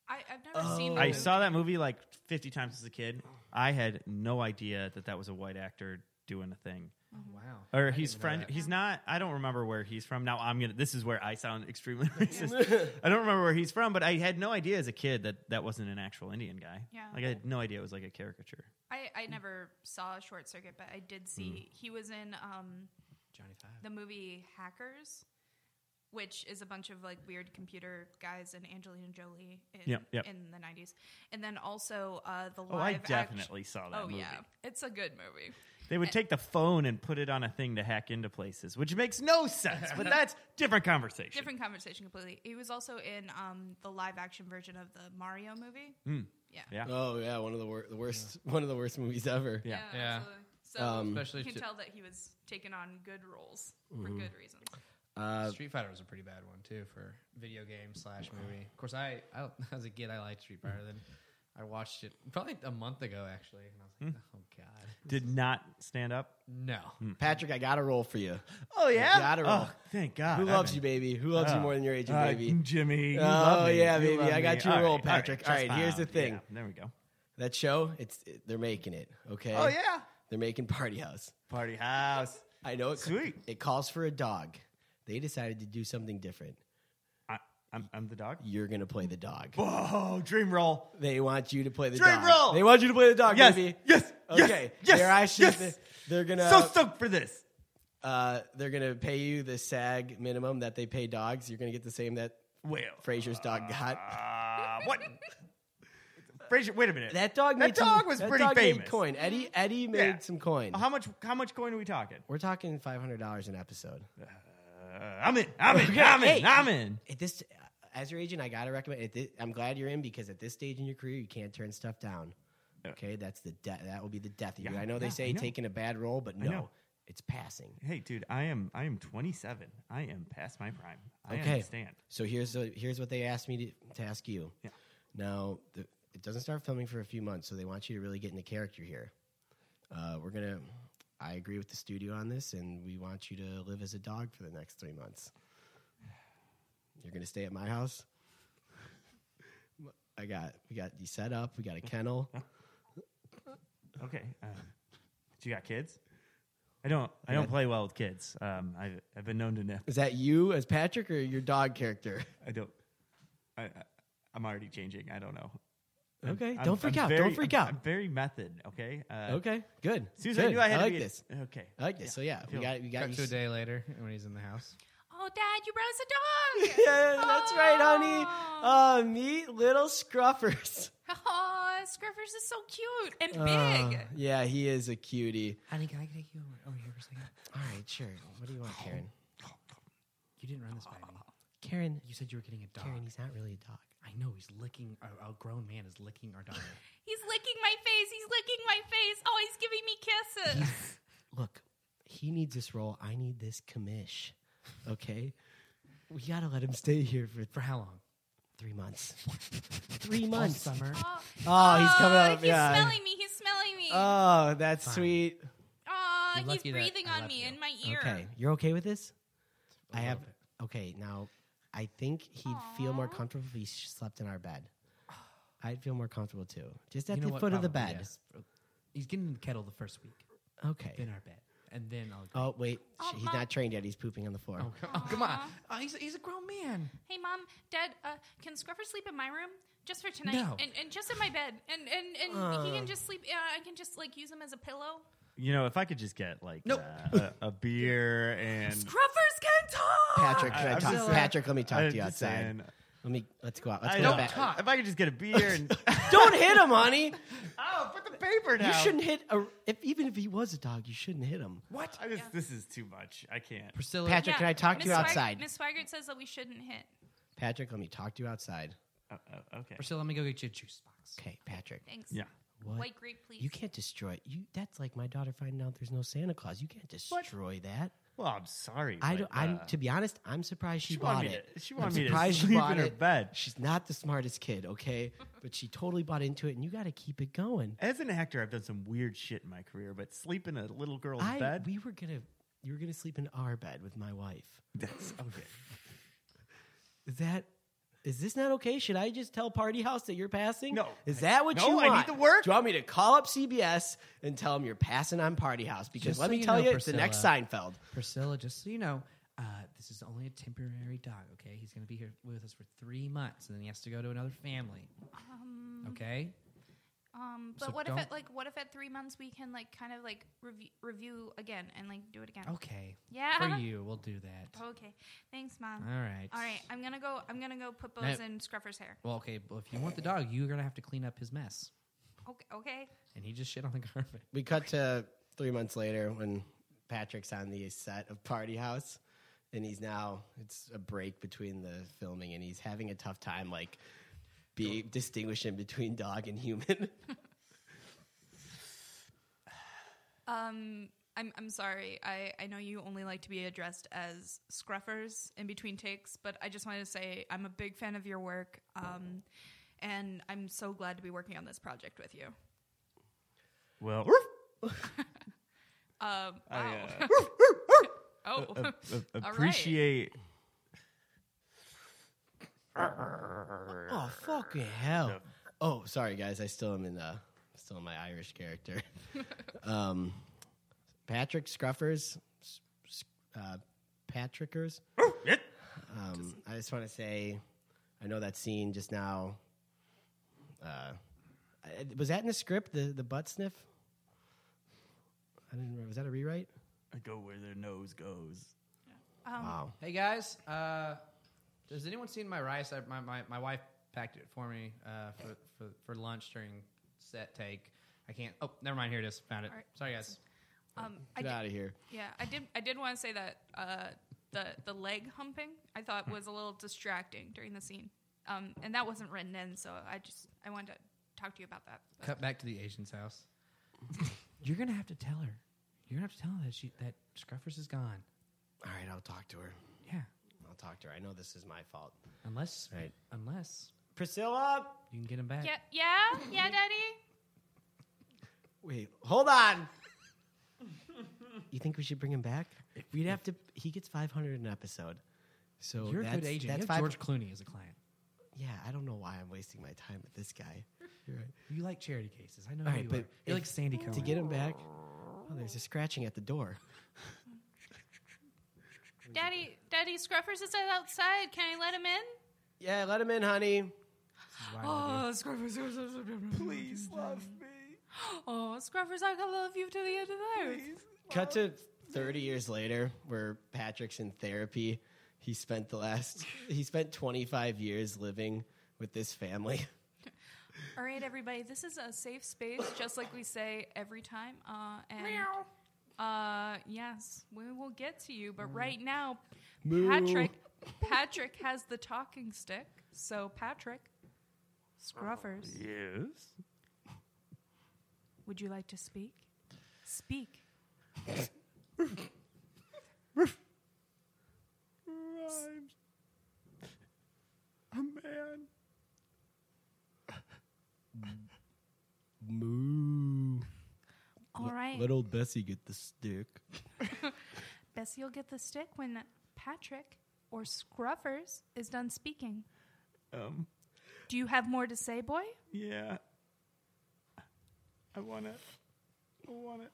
Speaker 4: I, I've never seen.
Speaker 5: Oh. I
Speaker 4: movie.
Speaker 5: saw that movie like 50 times as a kid. I had no idea that that was a white actor doing a thing.
Speaker 3: Oh, wow.
Speaker 5: Or
Speaker 3: I
Speaker 5: he's
Speaker 3: didn't know
Speaker 5: friend.
Speaker 3: that.
Speaker 5: He's not. I don't remember where he's from. Now I'm gonna. This is where I sound extremely racist. I don't remember where he's from, but I had no idea as a kid that that wasn't an actual Indian guy.
Speaker 4: Yeah.
Speaker 5: Like I had no idea it was like a caricature.
Speaker 4: I, I never saw Short Circuit, but I did see
Speaker 5: Hmm.
Speaker 4: he was in um,
Speaker 3: Johnny Five.
Speaker 4: the movie Hackers, which is a bunch of like weird computer guys and Angelina Jolie in,
Speaker 5: Yep, yep.
Speaker 4: in the nineties, and then also uh, the live.
Speaker 5: Oh, I
Speaker 4: act-
Speaker 5: definitely saw that
Speaker 4: oh
Speaker 5: movie.
Speaker 4: yeah, it's a good movie.
Speaker 5: They would take the phone and put it on a thing to hack into places, which makes no sense. But that's different conversation.
Speaker 4: Different conversation completely. He was also in um, the live action version of the Mario movie. Yeah.
Speaker 5: Yeah.
Speaker 1: Oh yeah, one of the, wor- the worst, one of the worst movies ever.
Speaker 5: Yeah.
Speaker 3: Yeah.
Speaker 4: absolutely. So
Speaker 1: Um,
Speaker 3: Especially
Speaker 4: you can
Speaker 3: to-
Speaker 4: tell that he was taking on good roles for
Speaker 1: Mm-hmm.
Speaker 4: good reasons.
Speaker 1: Uh,
Speaker 3: Street Fighter was a pretty bad one too for video game slash movie. Of course, I, I as a kid I liked Street Fighter. Then I watched it probably a month ago actually, and I was like, oh god,
Speaker 5: Did not stand up.
Speaker 3: no.
Speaker 5: Hmm.
Speaker 1: Patrick, I got a role for you.
Speaker 5: Oh yeah.
Speaker 1: Gotta roll.
Speaker 5: Oh, thank God.
Speaker 1: Who
Speaker 5: I've
Speaker 1: loves
Speaker 5: been-
Speaker 1: you, baby? Who loves you
Speaker 5: Oh.
Speaker 1: more than your agent,
Speaker 5: Uh,
Speaker 1: baby?
Speaker 5: Jimmy. you
Speaker 1: Oh,
Speaker 5: love me.
Speaker 1: yeah,
Speaker 5: You
Speaker 1: baby.
Speaker 5: love
Speaker 1: I got
Speaker 5: me.
Speaker 1: you a roll,
Speaker 5: All right, all right,
Speaker 1: Patrick.
Speaker 5: just
Speaker 1: All right, here's the
Speaker 5: fine.
Speaker 1: thing.
Speaker 5: Yeah, there we go.
Speaker 1: That show, it's it- they're making it. Okay.
Speaker 5: Oh yeah.
Speaker 1: They're making Party House.
Speaker 5: Party house.
Speaker 1: I know it.
Speaker 5: Sweet.
Speaker 1: It calls for a dog. They decided to do something different.
Speaker 5: I, I'm, I'm the dog.
Speaker 1: You're gonna play the dog.
Speaker 5: Whoa, dream roll.
Speaker 1: They want you to play the
Speaker 5: Dream
Speaker 1: dog.
Speaker 5: Oh. roll!
Speaker 1: They want you to play the dog,
Speaker 5: Yes.
Speaker 1: baby.
Speaker 5: Yes.
Speaker 1: Okay.
Speaker 5: Yes.
Speaker 1: Their eyes shoot
Speaker 5: yes.
Speaker 1: the- They're gonna
Speaker 5: so stoked for this.
Speaker 1: uh, they're gonna pay you the SAG minimum that they pay dogs. You're gonna get the same that
Speaker 5: Well,
Speaker 1: Frazier's dog got.
Speaker 5: uh, what? Frazier, wait a minute.
Speaker 1: That dog.
Speaker 5: That
Speaker 1: made some-
Speaker 5: dog was
Speaker 1: that
Speaker 5: pretty
Speaker 1: dog made
Speaker 5: famous. Mm-hmm.
Speaker 1: coin. Eddie. Eddie made
Speaker 5: Yeah. Uh-huh.
Speaker 1: some coin.
Speaker 5: How much? How much coin are we talking?
Speaker 1: We're talking five hundred dollars an episode.
Speaker 5: Uh, I'm in. I'm in. I'm in.
Speaker 1: Hey.
Speaker 5: I'm in.
Speaker 1: At this, as your agent, I gotta recommend. At this, I'm glad you're in because at this stage in your career, you can't turn stuff down.
Speaker 5: Yeah.
Speaker 1: Okay, that's the de- that will be the death of you.
Speaker 5: Yeah,
Speaker 1: I know they
Speaker 5: yeah, I
Speaker 1: say
Speaker 5: know.
Speaker 1: taking a bad role, but no,
Speaker 5: know.
Speaker 1: it's passing.
Speaker 5: Hey, dude, I am. I am 27. I am past my prime. I
Speaker 1: Okay.
Speaker 5: understand.
Speaker 1: So here's a, here's what they asked me to, to ask you.
Speaker 5: Yeah.
Speaker 1: Now the, it doesn't start filming for a few months, so they want you to really get into character here. Uh, we're gonna. I agree with the studio on this, and we want you to live as a dog for the next three months. You're gonna stay at my house. I got we got you set up. We got a kennel.
Speaker 5: Okay. Um, do you got kids? I don't. I don't play well with kids. Um, I've, I've been known to nip.
Speaker 1: Is that you as Patrick or your dog character?
Speaker 5: I don't. I, I I'm already changing. I don't know.
Speaker 1: Okay,
Speaker 5: I'm-
Speaker 1: don't freak
Speaker 5: I'm
Speaker 1: out.
Speaker 5: very-
Speaker 1: don't freak
Speaker 5: I'm-
Speaker 1: out.
Speaker 5: I'm very method. Okay. Uh,
Speaker 1: okay, good.
Speaker 5: As soon as
Speaker 1: good.
Speaker 5: I knew I had to
Speaker 1: like
Speaker 5: be-
Speaker 1: this. Uh,
Speaker 5: Okay.
Speaker 1: I like this. So yeah, we
Speaker 5: Feel-
Speaker 1: got we got
Speaker 3: Cut
Speaker 1: you
Speaker 3: to a
Speaker 1: s-
Speaker 3: day later when he's in the house.
Speaker 4: Oh, Dad, you brought us a dog.
Speaker 1: Yeah, that's right, honey.
Speaker 4: Oh.
Speaker 1: Uh, meet little Scruffers.
Speaker 4: Oh, Scruffers is so cute and
Speaker 1: Uh,
Speaker 4: big.
Speaker 1: yeah, he is a cutie.
Speaker 3: Honey, can I take you over, over here for a second?
Speaker 1: All right, sure. What do you want, Karen?
Speaker 3: You didn't run this by me.
Speaker 1: Oh, Karen,
Speaker 3: You said you were getting a dog.
Speaker 1: Karen, he's not really a dog.
Speaker 3: I know he's licking. A, a grown man is licking our dog.
Speaker 4: He's licking my face. He's licking my face. Oh, he's giving me kisses.
Speaker 1: Look, he needs this role. I need this commish. Okay, we gotta let him stay here for
Speaker 3: For how long?
Speaker 1: three months. three months.
Speaker 3: All summer.
Speaker 4: Oh,
Speaker 1: Oh, he's coming
Speaker 4: oh,
Speaker 1: up.
Speaker 4: He's
Speaker 1: yeah.
Speaker 4: smelling me. He's smelling me.
Speaker 1: Oh, that's
Speaker 3: Fine.
Speaker 1: sweet.
Speaker 4: Aw,
Speaker 3: You're
Speaker 4: he's
Speaker 3: lucky that
Speaker 4: breathing
Speaker 3: I
Speaker 4: on
Speaker 3: left
Speaker 4: me
Speaker 3: you.
Speaker 4: in my ear.
Speaker 1: Okay, you're okay with this? I
Speaker 3: little
Speaker 1: have. Okay, now I think he'd feel more
Speaker 4: Aw.
Speaker 1: comfortable if he sh- slept in our bed. I'd feel more comfortable too, just at
Speaker 3: You know
Speaker 1: the
Speaker 3: what?
Speaker 1: foot of the
Speaker 3: Probably,
Speaker 1: bed.
Speaker 3: yes. He's getting in the kettle the first week,
Speaker 1: Okay.
Speaker 3: then our bed, and then I'll.
Speaker 1: Oh wait,
Speaker 4: Oh,
Speaker 1: sh- he's
Speaker 4: Mom.
Speaker 1: not trained yet. He's pooping on the floor.
Speaker 3: Oh, co- oh, come on! Oh, he's, he's a grown man.
Speaker 4: Hey, Mom, Dad, uh, can Scruffer sleep in my room just for tonight?
Speaker 3: No.
Speaker 4: And, and just in my bed. And and, and he
Speaker 1: Uh.
Speaker 4: can just sleep. Uh, I can just, like, use him as a pillow.
Speaker 5: You know, if I could just get like
Speaker 3: Nope.
Speaker 5: uh, a, a beer and
Speaker 4: Scruffers can talk!
Speaker 1: Patrick,
Speaker 5: I-
Speaker 1: can I,
Speaker 5: I'm
Speaker 1: talk?
Speaker 5: just-
Speaker 1: Patrick, let me talk
Speaker 5: I'm
Speaker 1: to you
Speaker 5: just
Speaker 1: outside.
Speaker 5: saying,
Speaker 1: Let me. Let's go out. Let's
Speaker 5: I
Speaker 1: go
Speaker 5: don't
Speaker 1: back.
Speaker 5: talk. If I could just get a beer and
Speaker 1: Don't hit him, honey.
Speaker 5: oh, put the paper down.
Speaker 1: You shouldn't hit a. If even if he was a dog, you shouldn't hit him.
Speaker 5: What? I just, This is too much. I can't.
Speaker 3: Priscilla,
Speaker 1: Patrick, can I talk to you
Speaker 4: Miss Swig-
Speaker 1: outside?
Speaker 4: Miss Swigert says that we shouldn't hit.
Speaker 1: Patrick, let me talk to you outside.
Speaker 5: Uh, uh, okay.
Speaker 3: Priscilla, let me go get you a juice box.
Speaker 1: Okay, Patrick.
Speaker 4: Thanks.
Speaker 5: Yeah.
Speaker 1: What?
Speaker 4: White grape, please.
Speaker 1: You can't destroy you. That's like my daughter finding out there's no Santa Claus. You can't destroy that.
Speaker 5: Well, I'm sorry.
Speaker 1: I
Speaker 5: but,
Speaker 1: don't. I'm
Speaker 5: uh,
Speaker 1: to be honest. I'm surprised she,
Speaker 5: she wanted
Speaker 1: bought
Speaker 5: me
Speaker 1: it.
Speaker 5: to- she
Speaker 1: I'm
Speaker 5: wanted me to
Speaker 1: surprised she
Speaker 5: sleep
Speaker 1: bought
Speaker 5: in her
Speaker 1: it.
Speaker 5: bed.
Speaker 1: She's not the smartest kid, okay? But she totally bought into it, and you got to keep it going.
Speaker 5: as an actor, I've done some weird shit in my career, but sleep in a little girl's
Speaker 1: I
Speaker 5: bed.
Speaker 1: we were gonna you were gonna sleep in our bed with my wife.
Speaker 5: that's okay.
Speaker 1: Is that is this not okay? Should I just tell Party House that you're passing?
Speaker 5: No.
Speaker 1: Is that what
Speaker 5: No,
Speaker 1: you
Speaker 5: I need
Speaker 1: want?
Speaker 5: to work.
Speaker 1: Do you want me to call up CBS and tell them you're passing on Party House? Because
Speaker 3: Just
Speaker 1: let
Speaker 3: so
Speaker 1: me
Speaker 3: you
Speaker 1: tell
Speaker 3: know,
Speaker 1: you, it's the next
Speaker 3: Priscilla.
Speaker 1: Seinfeld.
Speaker 3: Priscilla, just so you know, uh, this is only a temporary dog. Okay, he's going to be here with us for three months, and then he has to go to another family. okay,
Speaker 4: Um, but
Speaker 3: So
Speaker 4: what if
Speaker 3: don't-
Speaker 4: at like what if at three months we can like kind of like review review again and like do it again?
Speaker 1: Oh,
Speaker 3: okay,
Speaker 4: Yeah.
Speaker 3: for you, we'll do that.
Speaker 4: Okay. Thanks, mom.
Speaker 3: All right,
Speaker 4: All right. I'm gonna go. I'm gonna go put
Speaker 3: Now-
Speaker 4: bows in Scruffer's hair.
Speaker 3: Well, okay, well, if you want the dog, you're going to have to clean up his mess,
Speaker 4: Okay. Okay.
Speaker 3: and he just shit on the carpet.
Speaker 1: we cut to three months later when Patrick's on the set of Party House, and he's now it's a break between the filming, and he's having a tough time like be distinguishing between dog and human.
Speaker 4: Um, I'm I'm sorry. I I know you only like to be addressed as Scruffers in between takes, but I just wanted to say I'm a big fan of your work. Um, and I'm so glad to be working on this project with you.
Speaker 5: Well,
Speaker 4: Um, wow.
Speaker 5: I, uh,
Speaker 4: oh.
Speaker 5: a- a-
Speaker 4: right.
Speaker 5: appreciate
Speaker 1: oh fucking hell! Oh, sorry guys, I still am in uh still in my Irish character. um, Patrick Scruffers, s- s- uh, Patrickers. Um, I just want to say, I know that scene just now. Uh, I- was that in the script? The the butt sniff. I didn't. remember. Was that a rewrite?
Speaker 5: go where their nose goes.
Speaker 4: Um,
Speaker 1: Wow.
Speaker 3: Hey guys, uh, has anyone seen my rice? I, my, my, my wife packed it for me uh, for, for, for lunch during set take. I can't. Oh, never mind. Here it is. Found it.
Speaker 4: All right.
Speaker 3: Sorry guys.
Speaker 4: um, I
Speaker 1: Get
Speaker 4: did-
Speaker 1: out of here.
Speaker 4: Yeah, I did. I did want to say that uh, the the leg humping I thought was a little distracting during the scene, um, and that wasn't written in. So I just I wanted to talk to you about that. But
Speaker 3: Cut back to the Asian's house. You're gonna have to tell her. You're gonna have to tell her that she that Scruffers is gone.
Speaker 1: All right, I'll talk to her.
Speaker 3: Yeah.
Speaker 1: I'll talk to her. I know this is my fault.
Speaker 3: Unless
Speaker 1: Right.
Speaker 3: unless
Speaker 1: Priscilla.
Speaker 3: you can get him back.
Speaker 4: yeah, yeah, yeah, Daddy.
Speaker 1: Wait, hold on. you think we should bring him back? We'd have to. He gets five hundred an episode. So
Speaker 3: You're a
Speaker 1: that's,
Speaker 3: good agent.
Speaker 1: That's
Speaker 3: you have
Speaker 1: five,
Speaker 3: George Clooney as a client.
Speaker 1: Yeah, I don't know why I'm wasting my time with this guy. You're right.
Speaker 3: You like charity cases. I know
Speaker 1: All
Speaker 3: you
Speaker 1: right, but
Speaker 3: are.
Speaker 1: if-
Speaker 3: You're like Sandy Cohen.
Speaker 1: to get him back. Oh, there's a scratching at the door.
Speaker 4: Daddy, Daddy Scruffers is outside. Can I let him in?
Speaker 1: Yeah, let him in, honey.
Speaker 4: Oh, Scruffers, please love me. Oh, Scruffers, I can love you to the end of the earth.
Speaker 1: Cut to 30 years later, where Patrick's in therapy. He spent the last, he spent 25 years living with this family.
Speaker 4: All right, everybody, this is a safe space, just like we say every time. Uh, and Uh, yes, we will get to you, but right now,
Speaker 1: Moo.
Speaker 4: Patrick, Patrick has the talking stick. So, Patrick, Scruffers,
Speaker 5: Yes.
Speaker 4: would you like to speak? Speak.
Speaker 5: I'm a man.
Speaker 1: Moo.
Speaker 4: All right,
Speaker 1: old Bessie get the stick.
Speaker 4: Bessie, you'll get the stick when Patrick or Scruffers is done speaking.
Speaker 5: Um.
Speaker 4: Do you have more to say, boy?
Speaker 5: Yeah. I want it. I want it.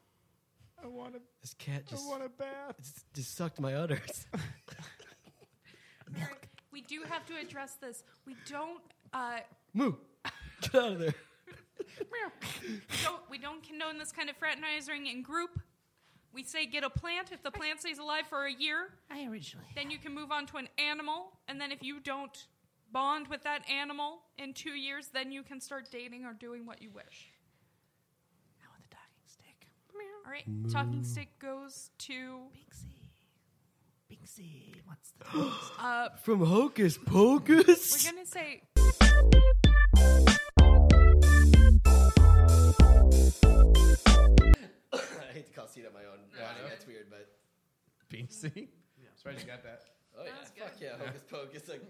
Speaker 5: I want it.
Speaker 1: This cat
Speaker 5: I
Speaker 1: just,
Speaker 5: want a bath.
Speaker 1: just, just sucked my udders.
Speaker 4: Eric, we do have to address this. We don't. Uh,
Speaker 1: Moo. Get out of there.
Speaker 4: don't, we don't condone this kind of fraternizing in group. We say get a plant. If the plant stays alive for a year,
Speaker 3: I originally.
Speaker 4: then you can move on to an animal. And then if you don't bond with that animal in two years, then you can start dating or doing what you wish.
Speaker 3: I want the talking stick.
Speaker 4: All right. Talking stick goes to
Speaker 3: Pinksy. Pinksy wants the talking stick.
Speaker 4: uh,
Speaker 1: From Hocus Pocus.
Speaker 4: We're gonna say.
Speaker 1: I hate to call seat up my own. No, I know it's weird, but
Speaker 3: Pinksy? Yeah. Surprised you got that.
Speaker 1: oh yeah,
Speaker 4: was
Speaker 1: fuck yeah, hocus pocus. Like,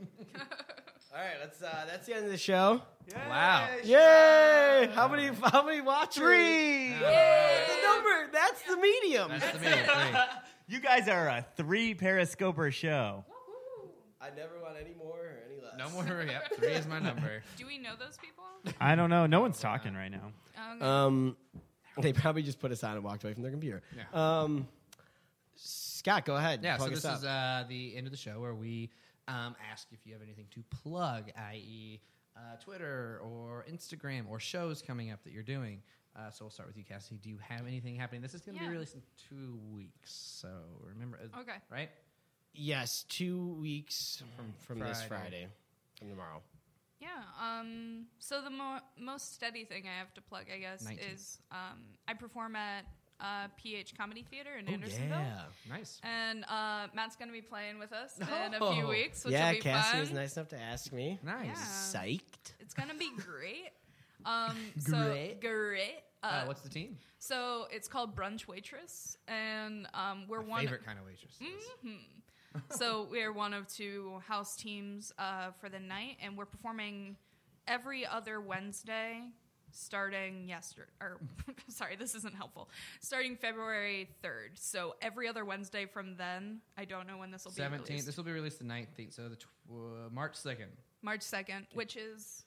Speaker 1: all right, let's. Uh, that's the end of the show.
Speaker 3: Wow.
Speaker 1: Yay! How many? How many watchers? Three.
Speaker 3: Yay!
Speaker 1: The number. That's the medium.
Speaker 3: That's the main thing.
Speaker 5: You guys are a three periscoper show.
Speaker 1: I never want any more or any less.
Speaker 3: No more. Yep, three is my number.
Speaker 4: Do we know those people?
Speaker 5: I don't know. No one's talking right now.
Speaker 4: Um,
Speaker 1: Um, they probably just put us on and walked away from their computer.
Speaker 3: Yeah.
Speaker 1: Um, Scott, go ahead.
Speaker 3: Yeah,
Speaker 1: Plug
Speaker 3: so
Speaker 1: us
Speaker 3: this
Speaker 1: up.
Speaker 3: is uh, the end of the show where we um, ask if you have anything to plug, i.e., uh, Twitter or Instagram or shows coming up that you're doing. Uh, so we'll start with you, Cassie. Do you have anything happening? This is going to
Speaker 4: Yeah. Oh,
Speaker 3: be released in two weeks, so remember. uh,
Speaker 4: Okay.
Speaker 3: Right?
Speaker 1: yes, two weeks from, from this
Speaker 3: Friday.
Speaker 1: Friday, from tomorrow.
Speaker 4: Yeah. Um, so the mo- most steady thing I have to plug, I guess,
Speaker 3: 19.
Speaker 4: is um, I perform at uh, PH Comedy Theater
Speaker 1: Oh,
Speaker 4: in Andersonville.
Speaker 3: Nice.
Speaker 4: And uh, Matt's going to be playing with us in a few
Speaker 3: Oh.
Speaker 4: weeks, which
Speaker 1: yeah,
Speaker 4: will be
Speaker 1: Cassie
Speaker 4: fun.
Speaker 1: was nice enough to ask me.
Speaker 4: Yeah.
Speaker 3: Nice.
Speaker 1: Psyched.
Speaker 4: It's going to be great. Um, so
Speaker 3: Great.
Speaker 4: great.
Speaker 3: Uh,
Speaker 4: Uh,
Speaker 3: what's the team?
Speaker 4: so it's called Brunch Waitress, and um, we're
Speaker 3: My
Speaker 4: one. Mm-hmm.
Speaker 3: favorite kind of waitress.
Speaker 4: so we're one of two house teams uh, for the night, and we're performing every other Wednesday, starting yesterday. Or sorry, this isn't helpful. Starting February third. So every other Wednesday from then. I don't know when this will be.
Speaker 3: Seventeenth.
Speaker 4: released.
Speaker 3: This will be released the nineteenth, so the tw- uh, March second.
Speaker 4: March second, which is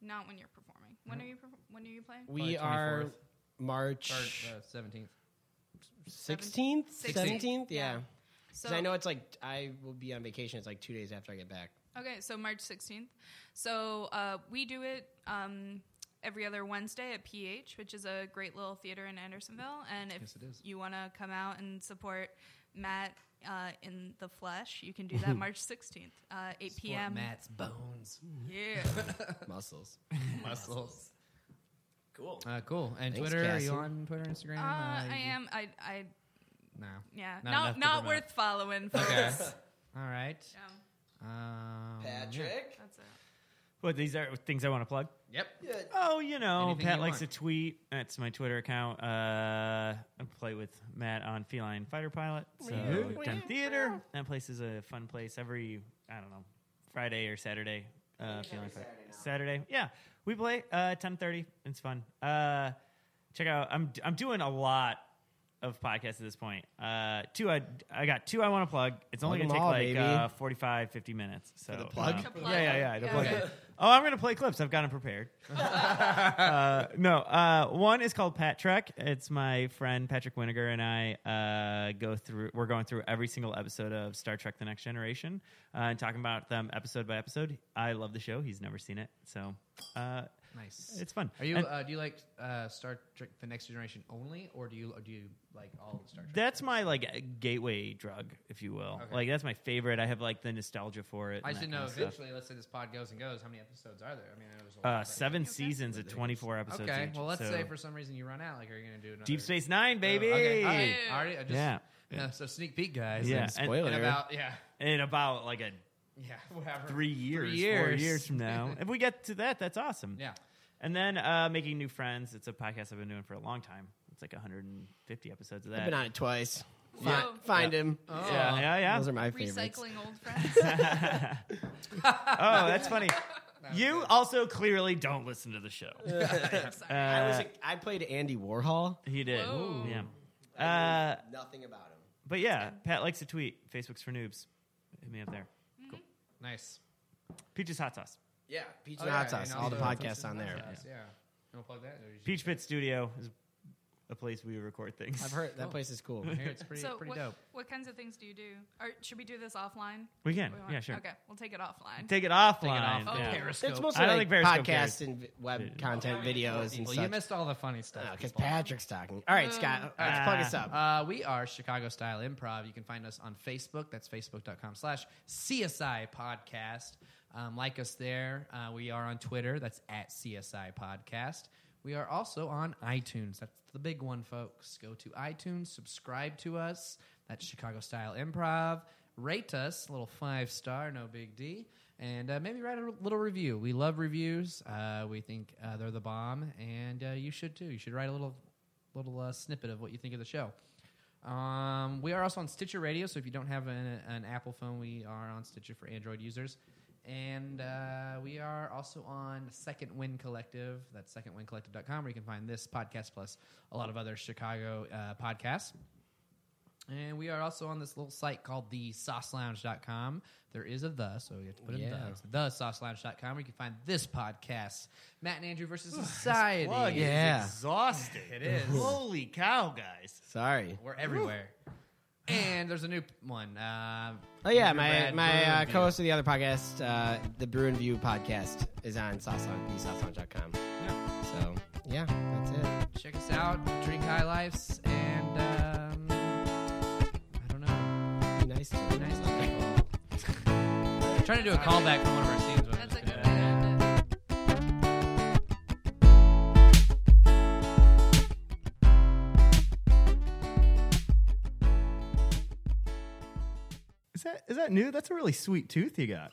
Speaker 4: not when you're performing. When are you? perf- When are you playing?
Speaker 1: We
Speaker 3: Probably
Speaker 1: are
Speaker 3: 24th.
Speaker 1: March
Speaker 3: Or uh, seventeenth.
Speaker 1: 16th,
Speaker 4: 16th.
Speaker 1: 17th. Yeah.
Speaker 4: Yeah.
Speaker 1: 'Cause I know it's like I will be on vacation. It's like two days after I get back.
Speaker 4: Okay, so March 16th. So uh, we do it um, every other Wednesday at PH, which is a great little theater in Andersonville. And if
Speaker 3: Yes, it is.
Speaker 4: you want to come out and support Matt uh, in the flesh, you can do that March 16th, uh, 8 p.m.
Speaker 3: Matt's bones,
Speaker 4: Yeah.
Speaker 1: Muscles.
Speaker 3: muscles.
Speaker 1: Cool.
Speaker 3: Uh, cool. And
Speaker 1: Thanks,
Speaker 3: Twitter? Are
Speaker 1: Cassie.
Speaker 3: you on Twitter, Instagram?
Speaker 4: uh,
Speaker 3: you-
Speaker 4: I am. I, I
Speaker 3: No.
Speaker 4: yeah.
Speaker 3: Not enough
Speaker 4: Not, not,
Speaker 3: to promote.
Speaker 4: worth following, folks.
Speaker 3: Okay. All right.
Speaker 4: Yeah,
Speaker 1: Oh,
Speaker 3: Um,
Speaker 1: Patrick.
Speaker 4: that's it.
Speaker 5: But these are things I want to plug.
Speaker 3: Yep.
Speaker 1: Yeah.
Speaker 5: Oh, you know,
Speaker 3: Anything
Speaker 5: Pat
Speaker 3: you
Speaker 5: likes
Speaker 3: want.
Speaker 5: to tweet. That's my Twitter account. Uh, I play with Matt on Feline Fighter Pilot. So we've done theater. That place is a fun place. Every I don't know Friday or Saturday. Uh, Feline Fighter
Speaker 1: Saturday now.
Speaker 5: Saturday. Yeah, we play uh, ten thirty. It's fun. Uh, check out. I'm I'm doing a lot of podcasts at this point. Uh, two I I got two I want to plug. It's only
Speaker 1: Plug
Speaker 5: gonna take
Speaker 1: them all,
Speaker 5: like
Speaker 1: baby.
Speaker 5: uh, 45, 50 minutes. So
Speaker 1: the plug?
Speaker 5: uh,
Speaker 1: The
Speaker 4: plug.
Speaker 5: Yeah, yeah, yeah. The
Speaker 4: Yeah.
Speaker 5: plug.
Speaker 3: Okay.
Speaker 5: Oh, I'm going to play clips. I've got them prepared. uh, no, uh, one is called Pat Trek. It's my friend Patrick Winiger and I uh, go through. We're going through every single episode of Star Trek: The Next Generation uh, and talking about them episode by episode. I love the show. He's never seen it, so uh,
Speaker 3: Nice.
Speaker 5: it's fun.
Speaker 3: Are you?
Speaker 5: And-
Speaker 3: Uh, do you like uh, Star Trek: The Next Generation only, or do you or do you like all of Star Trek?
Speaker 5: That's my like gateway drug, if you will.
Speaker 3: Okay.
Speaker 5: Like that's my favorite. I have like the nostalgia for it.
Speaker 3: I
Speaker 5: and that
Speaker 3: just didn't know.
Speaker 5: kind of stuff.
Speaker 3: Eventually, let's say this pod goes and goes. How many episodes are there? I mean, I know there's a lot.
Speaker 5: Uh,
Speaker 3: right?
Speaker 5: seven seasons at 24 episodes.
Speaker 3: Okay.
Speaker 5: each,
Speaker 3: Well, let's
Speaker 5: so-
Speaker 3: say for some reason you run out. Like, are you gonna do another?
Speaker 5: Deep Space Nine,
Speaker 3: Oh,
Speaker 5: baby.
Speaker 3: Okay. All right. All right. I just,
Speaker 5: Yeah.
Speaker 3: yeah, So sneak peek, guys.
Speaker 5: Yeah.
Speaker 3: And,
Speaker 5: and-
Speaker 1: Spoiler.
Speaker 3: and about yeah,
Speaker 5: In about like a
Speaker 3: yeah, whatever.
Speaker 5: three years, four
Speaker 3: years.
Speaker 5: years from now. if we get to that, that's awesome.
Speaker 3: Yeah.
Speaker 5: And then uh, making new friends. It's a podcast I've been doing for a long time. It's like 150 episodes of that.
Speaker 1: I've been on it twice.
Speaker 4: Yeah.
Speaker 1: Fi- Find him.
Speaker 3: Oh.
Speaker 5: yeah, yeah, yeah.
Speaker 1: Those are my favorites.
Speaker 4: Recycling old friends.
Speaker 5: oh, that's funny.
Speaker 3: That was
Speaker 5: You
Speaker 3: good.
Speaker 5: also clearly don't listen to the show.
Speaker 1: I was.
Speaker 5: Uh,
Speaker 1: a- I played Andy Warhol.
Speaker 5: he did.
Speaker 4: Whoa.
Speaker 5: Yeah. Uh,
Speaker 1: Nothing about him.
Speaker 5: but yeah, Pat likes to tweet. Facebook's for noobs. Hit me up there.
Speaker 3: nice.
Speaker 5: Peaches Hot Sauce.
Speaker 1: Yeah, Peach
Speaker 3: Oh,
Speaker 1: and
Speaker 3: yeah,
Speaker 1: Hot Sauce.
Speaker 3: and
Speaker 1: All the
Speaker 3: also
Speaker 1: podcasts
Speaker 3: Peaches
Speaker 1: on
Speaker 3: and Hot
Speaker 1: there.
Speaker 3: Sauce, Yeah. You want to plug that? or you just-
Speaker 5: Peach Pit Studio is a place we record things.
Speaker 1: I've heard that place is cool.
Speaker 3: I hear it's pretty
Speaker 4: so
Speaker 3: pretty
Speaker 4: what,
Speaker 3: dope.
Speaker 4: what kinds of things do you do? Or should we do this offline?
Speaker 5: We can.
Speaker 4: We want-
Speaker 5: Yeah, sure.
Speaker 4: Okay, we'll take it offline.
Speaker 5: Take it offline.
Speaker 3: off.
Speaker 5: Yeah.
Speaker 3: Okay. Periscope.
Speaker 1: It's mostly
Speaker 5: I don't
Speaker 1: like
Speaker 5: think Periscope
Speaker 1: podcasts
Speaker 5: cares.
Speaker 1: and vi- web content videos and
Speaker 3: Well,
Speaker 1: such.
Speaker 3: you missed all the funny stuff.
Speaker 1: because
Speaker 3: people.
Speaker 1: Oh, Patrick's talking. All right, Scott, let's
Speaker 5: Ah.
Speaker 1: plug us up.
Speaker 3: Uh, we are Chicago Style Improv. You can find us on Facebook. That's facebook.com slash CSI Podcast. Um, like us there. Uh, we are on Twitter. That's at CSI Podcast. We are also on iTunes. That's the big one, folks. Go to iTunes, subscribe to us. That's Chicago Style Improv. Rate us, a little five star, no big D. And uh, maybe write a little review. We love reviews. Uh, we think uh, they're the bomb, and uh, you should too. You should write a little little uh, snippet of what you think of the show. Um, we are also on Stitcher Radio, so if you don't have an, an Apple phone, we are on Stitcher for Android users. And uh, we are also on Second Wind Collective. That's secondwindcollective.com, where you can find this podcast plus a lot of other Chicago uh, podcasts. And we are also on this little site called thesaucelounge.com. There is a the, so you have to put in
Speaker 1: Yeah.
Speaker 3: the. It's thesaucelounge.com, where you can find this podcast, Matt and Andrew versus Society.
Speaker 5: Plug is
Speaker 1: Yeah.
Speaker 5: exhausting.
Speaker 3: It is.
Speaker 5: Holy cow, guys.
Speaker 1: Sorry.
Speaker 3: We're everywhere. And there's a new p- one. Uh,
Speaker 1: Oh yeah,
Speaker 3: Andrew
Speaker 1: my
Speaker 3: Brad
Speaker 1: my
Speaker 3: Bird
Speaker 1: uh,
Speaker 3: View.
Speaker 1: co-host of the other podcast, uh, the Brew and View podcast, is on sauceon.com.
Speaker 5: Yeah.
Speaker 1: So yeah, that's it.
Speaker 3: Check us out. Drink high lives and um, I don't know.
Speaker 1: Be nice. To
Speaker 3: Be nice to people. I'm trying to do a callback from one of our scenes. but I'm
Speaker 4: That's
Speaker 3: just
Speaker 4: a good
Speaker 3: gonna-
Speaker 4: way to end it.
Speaker 5: Is that is that new? That's a really sweet tooth you got.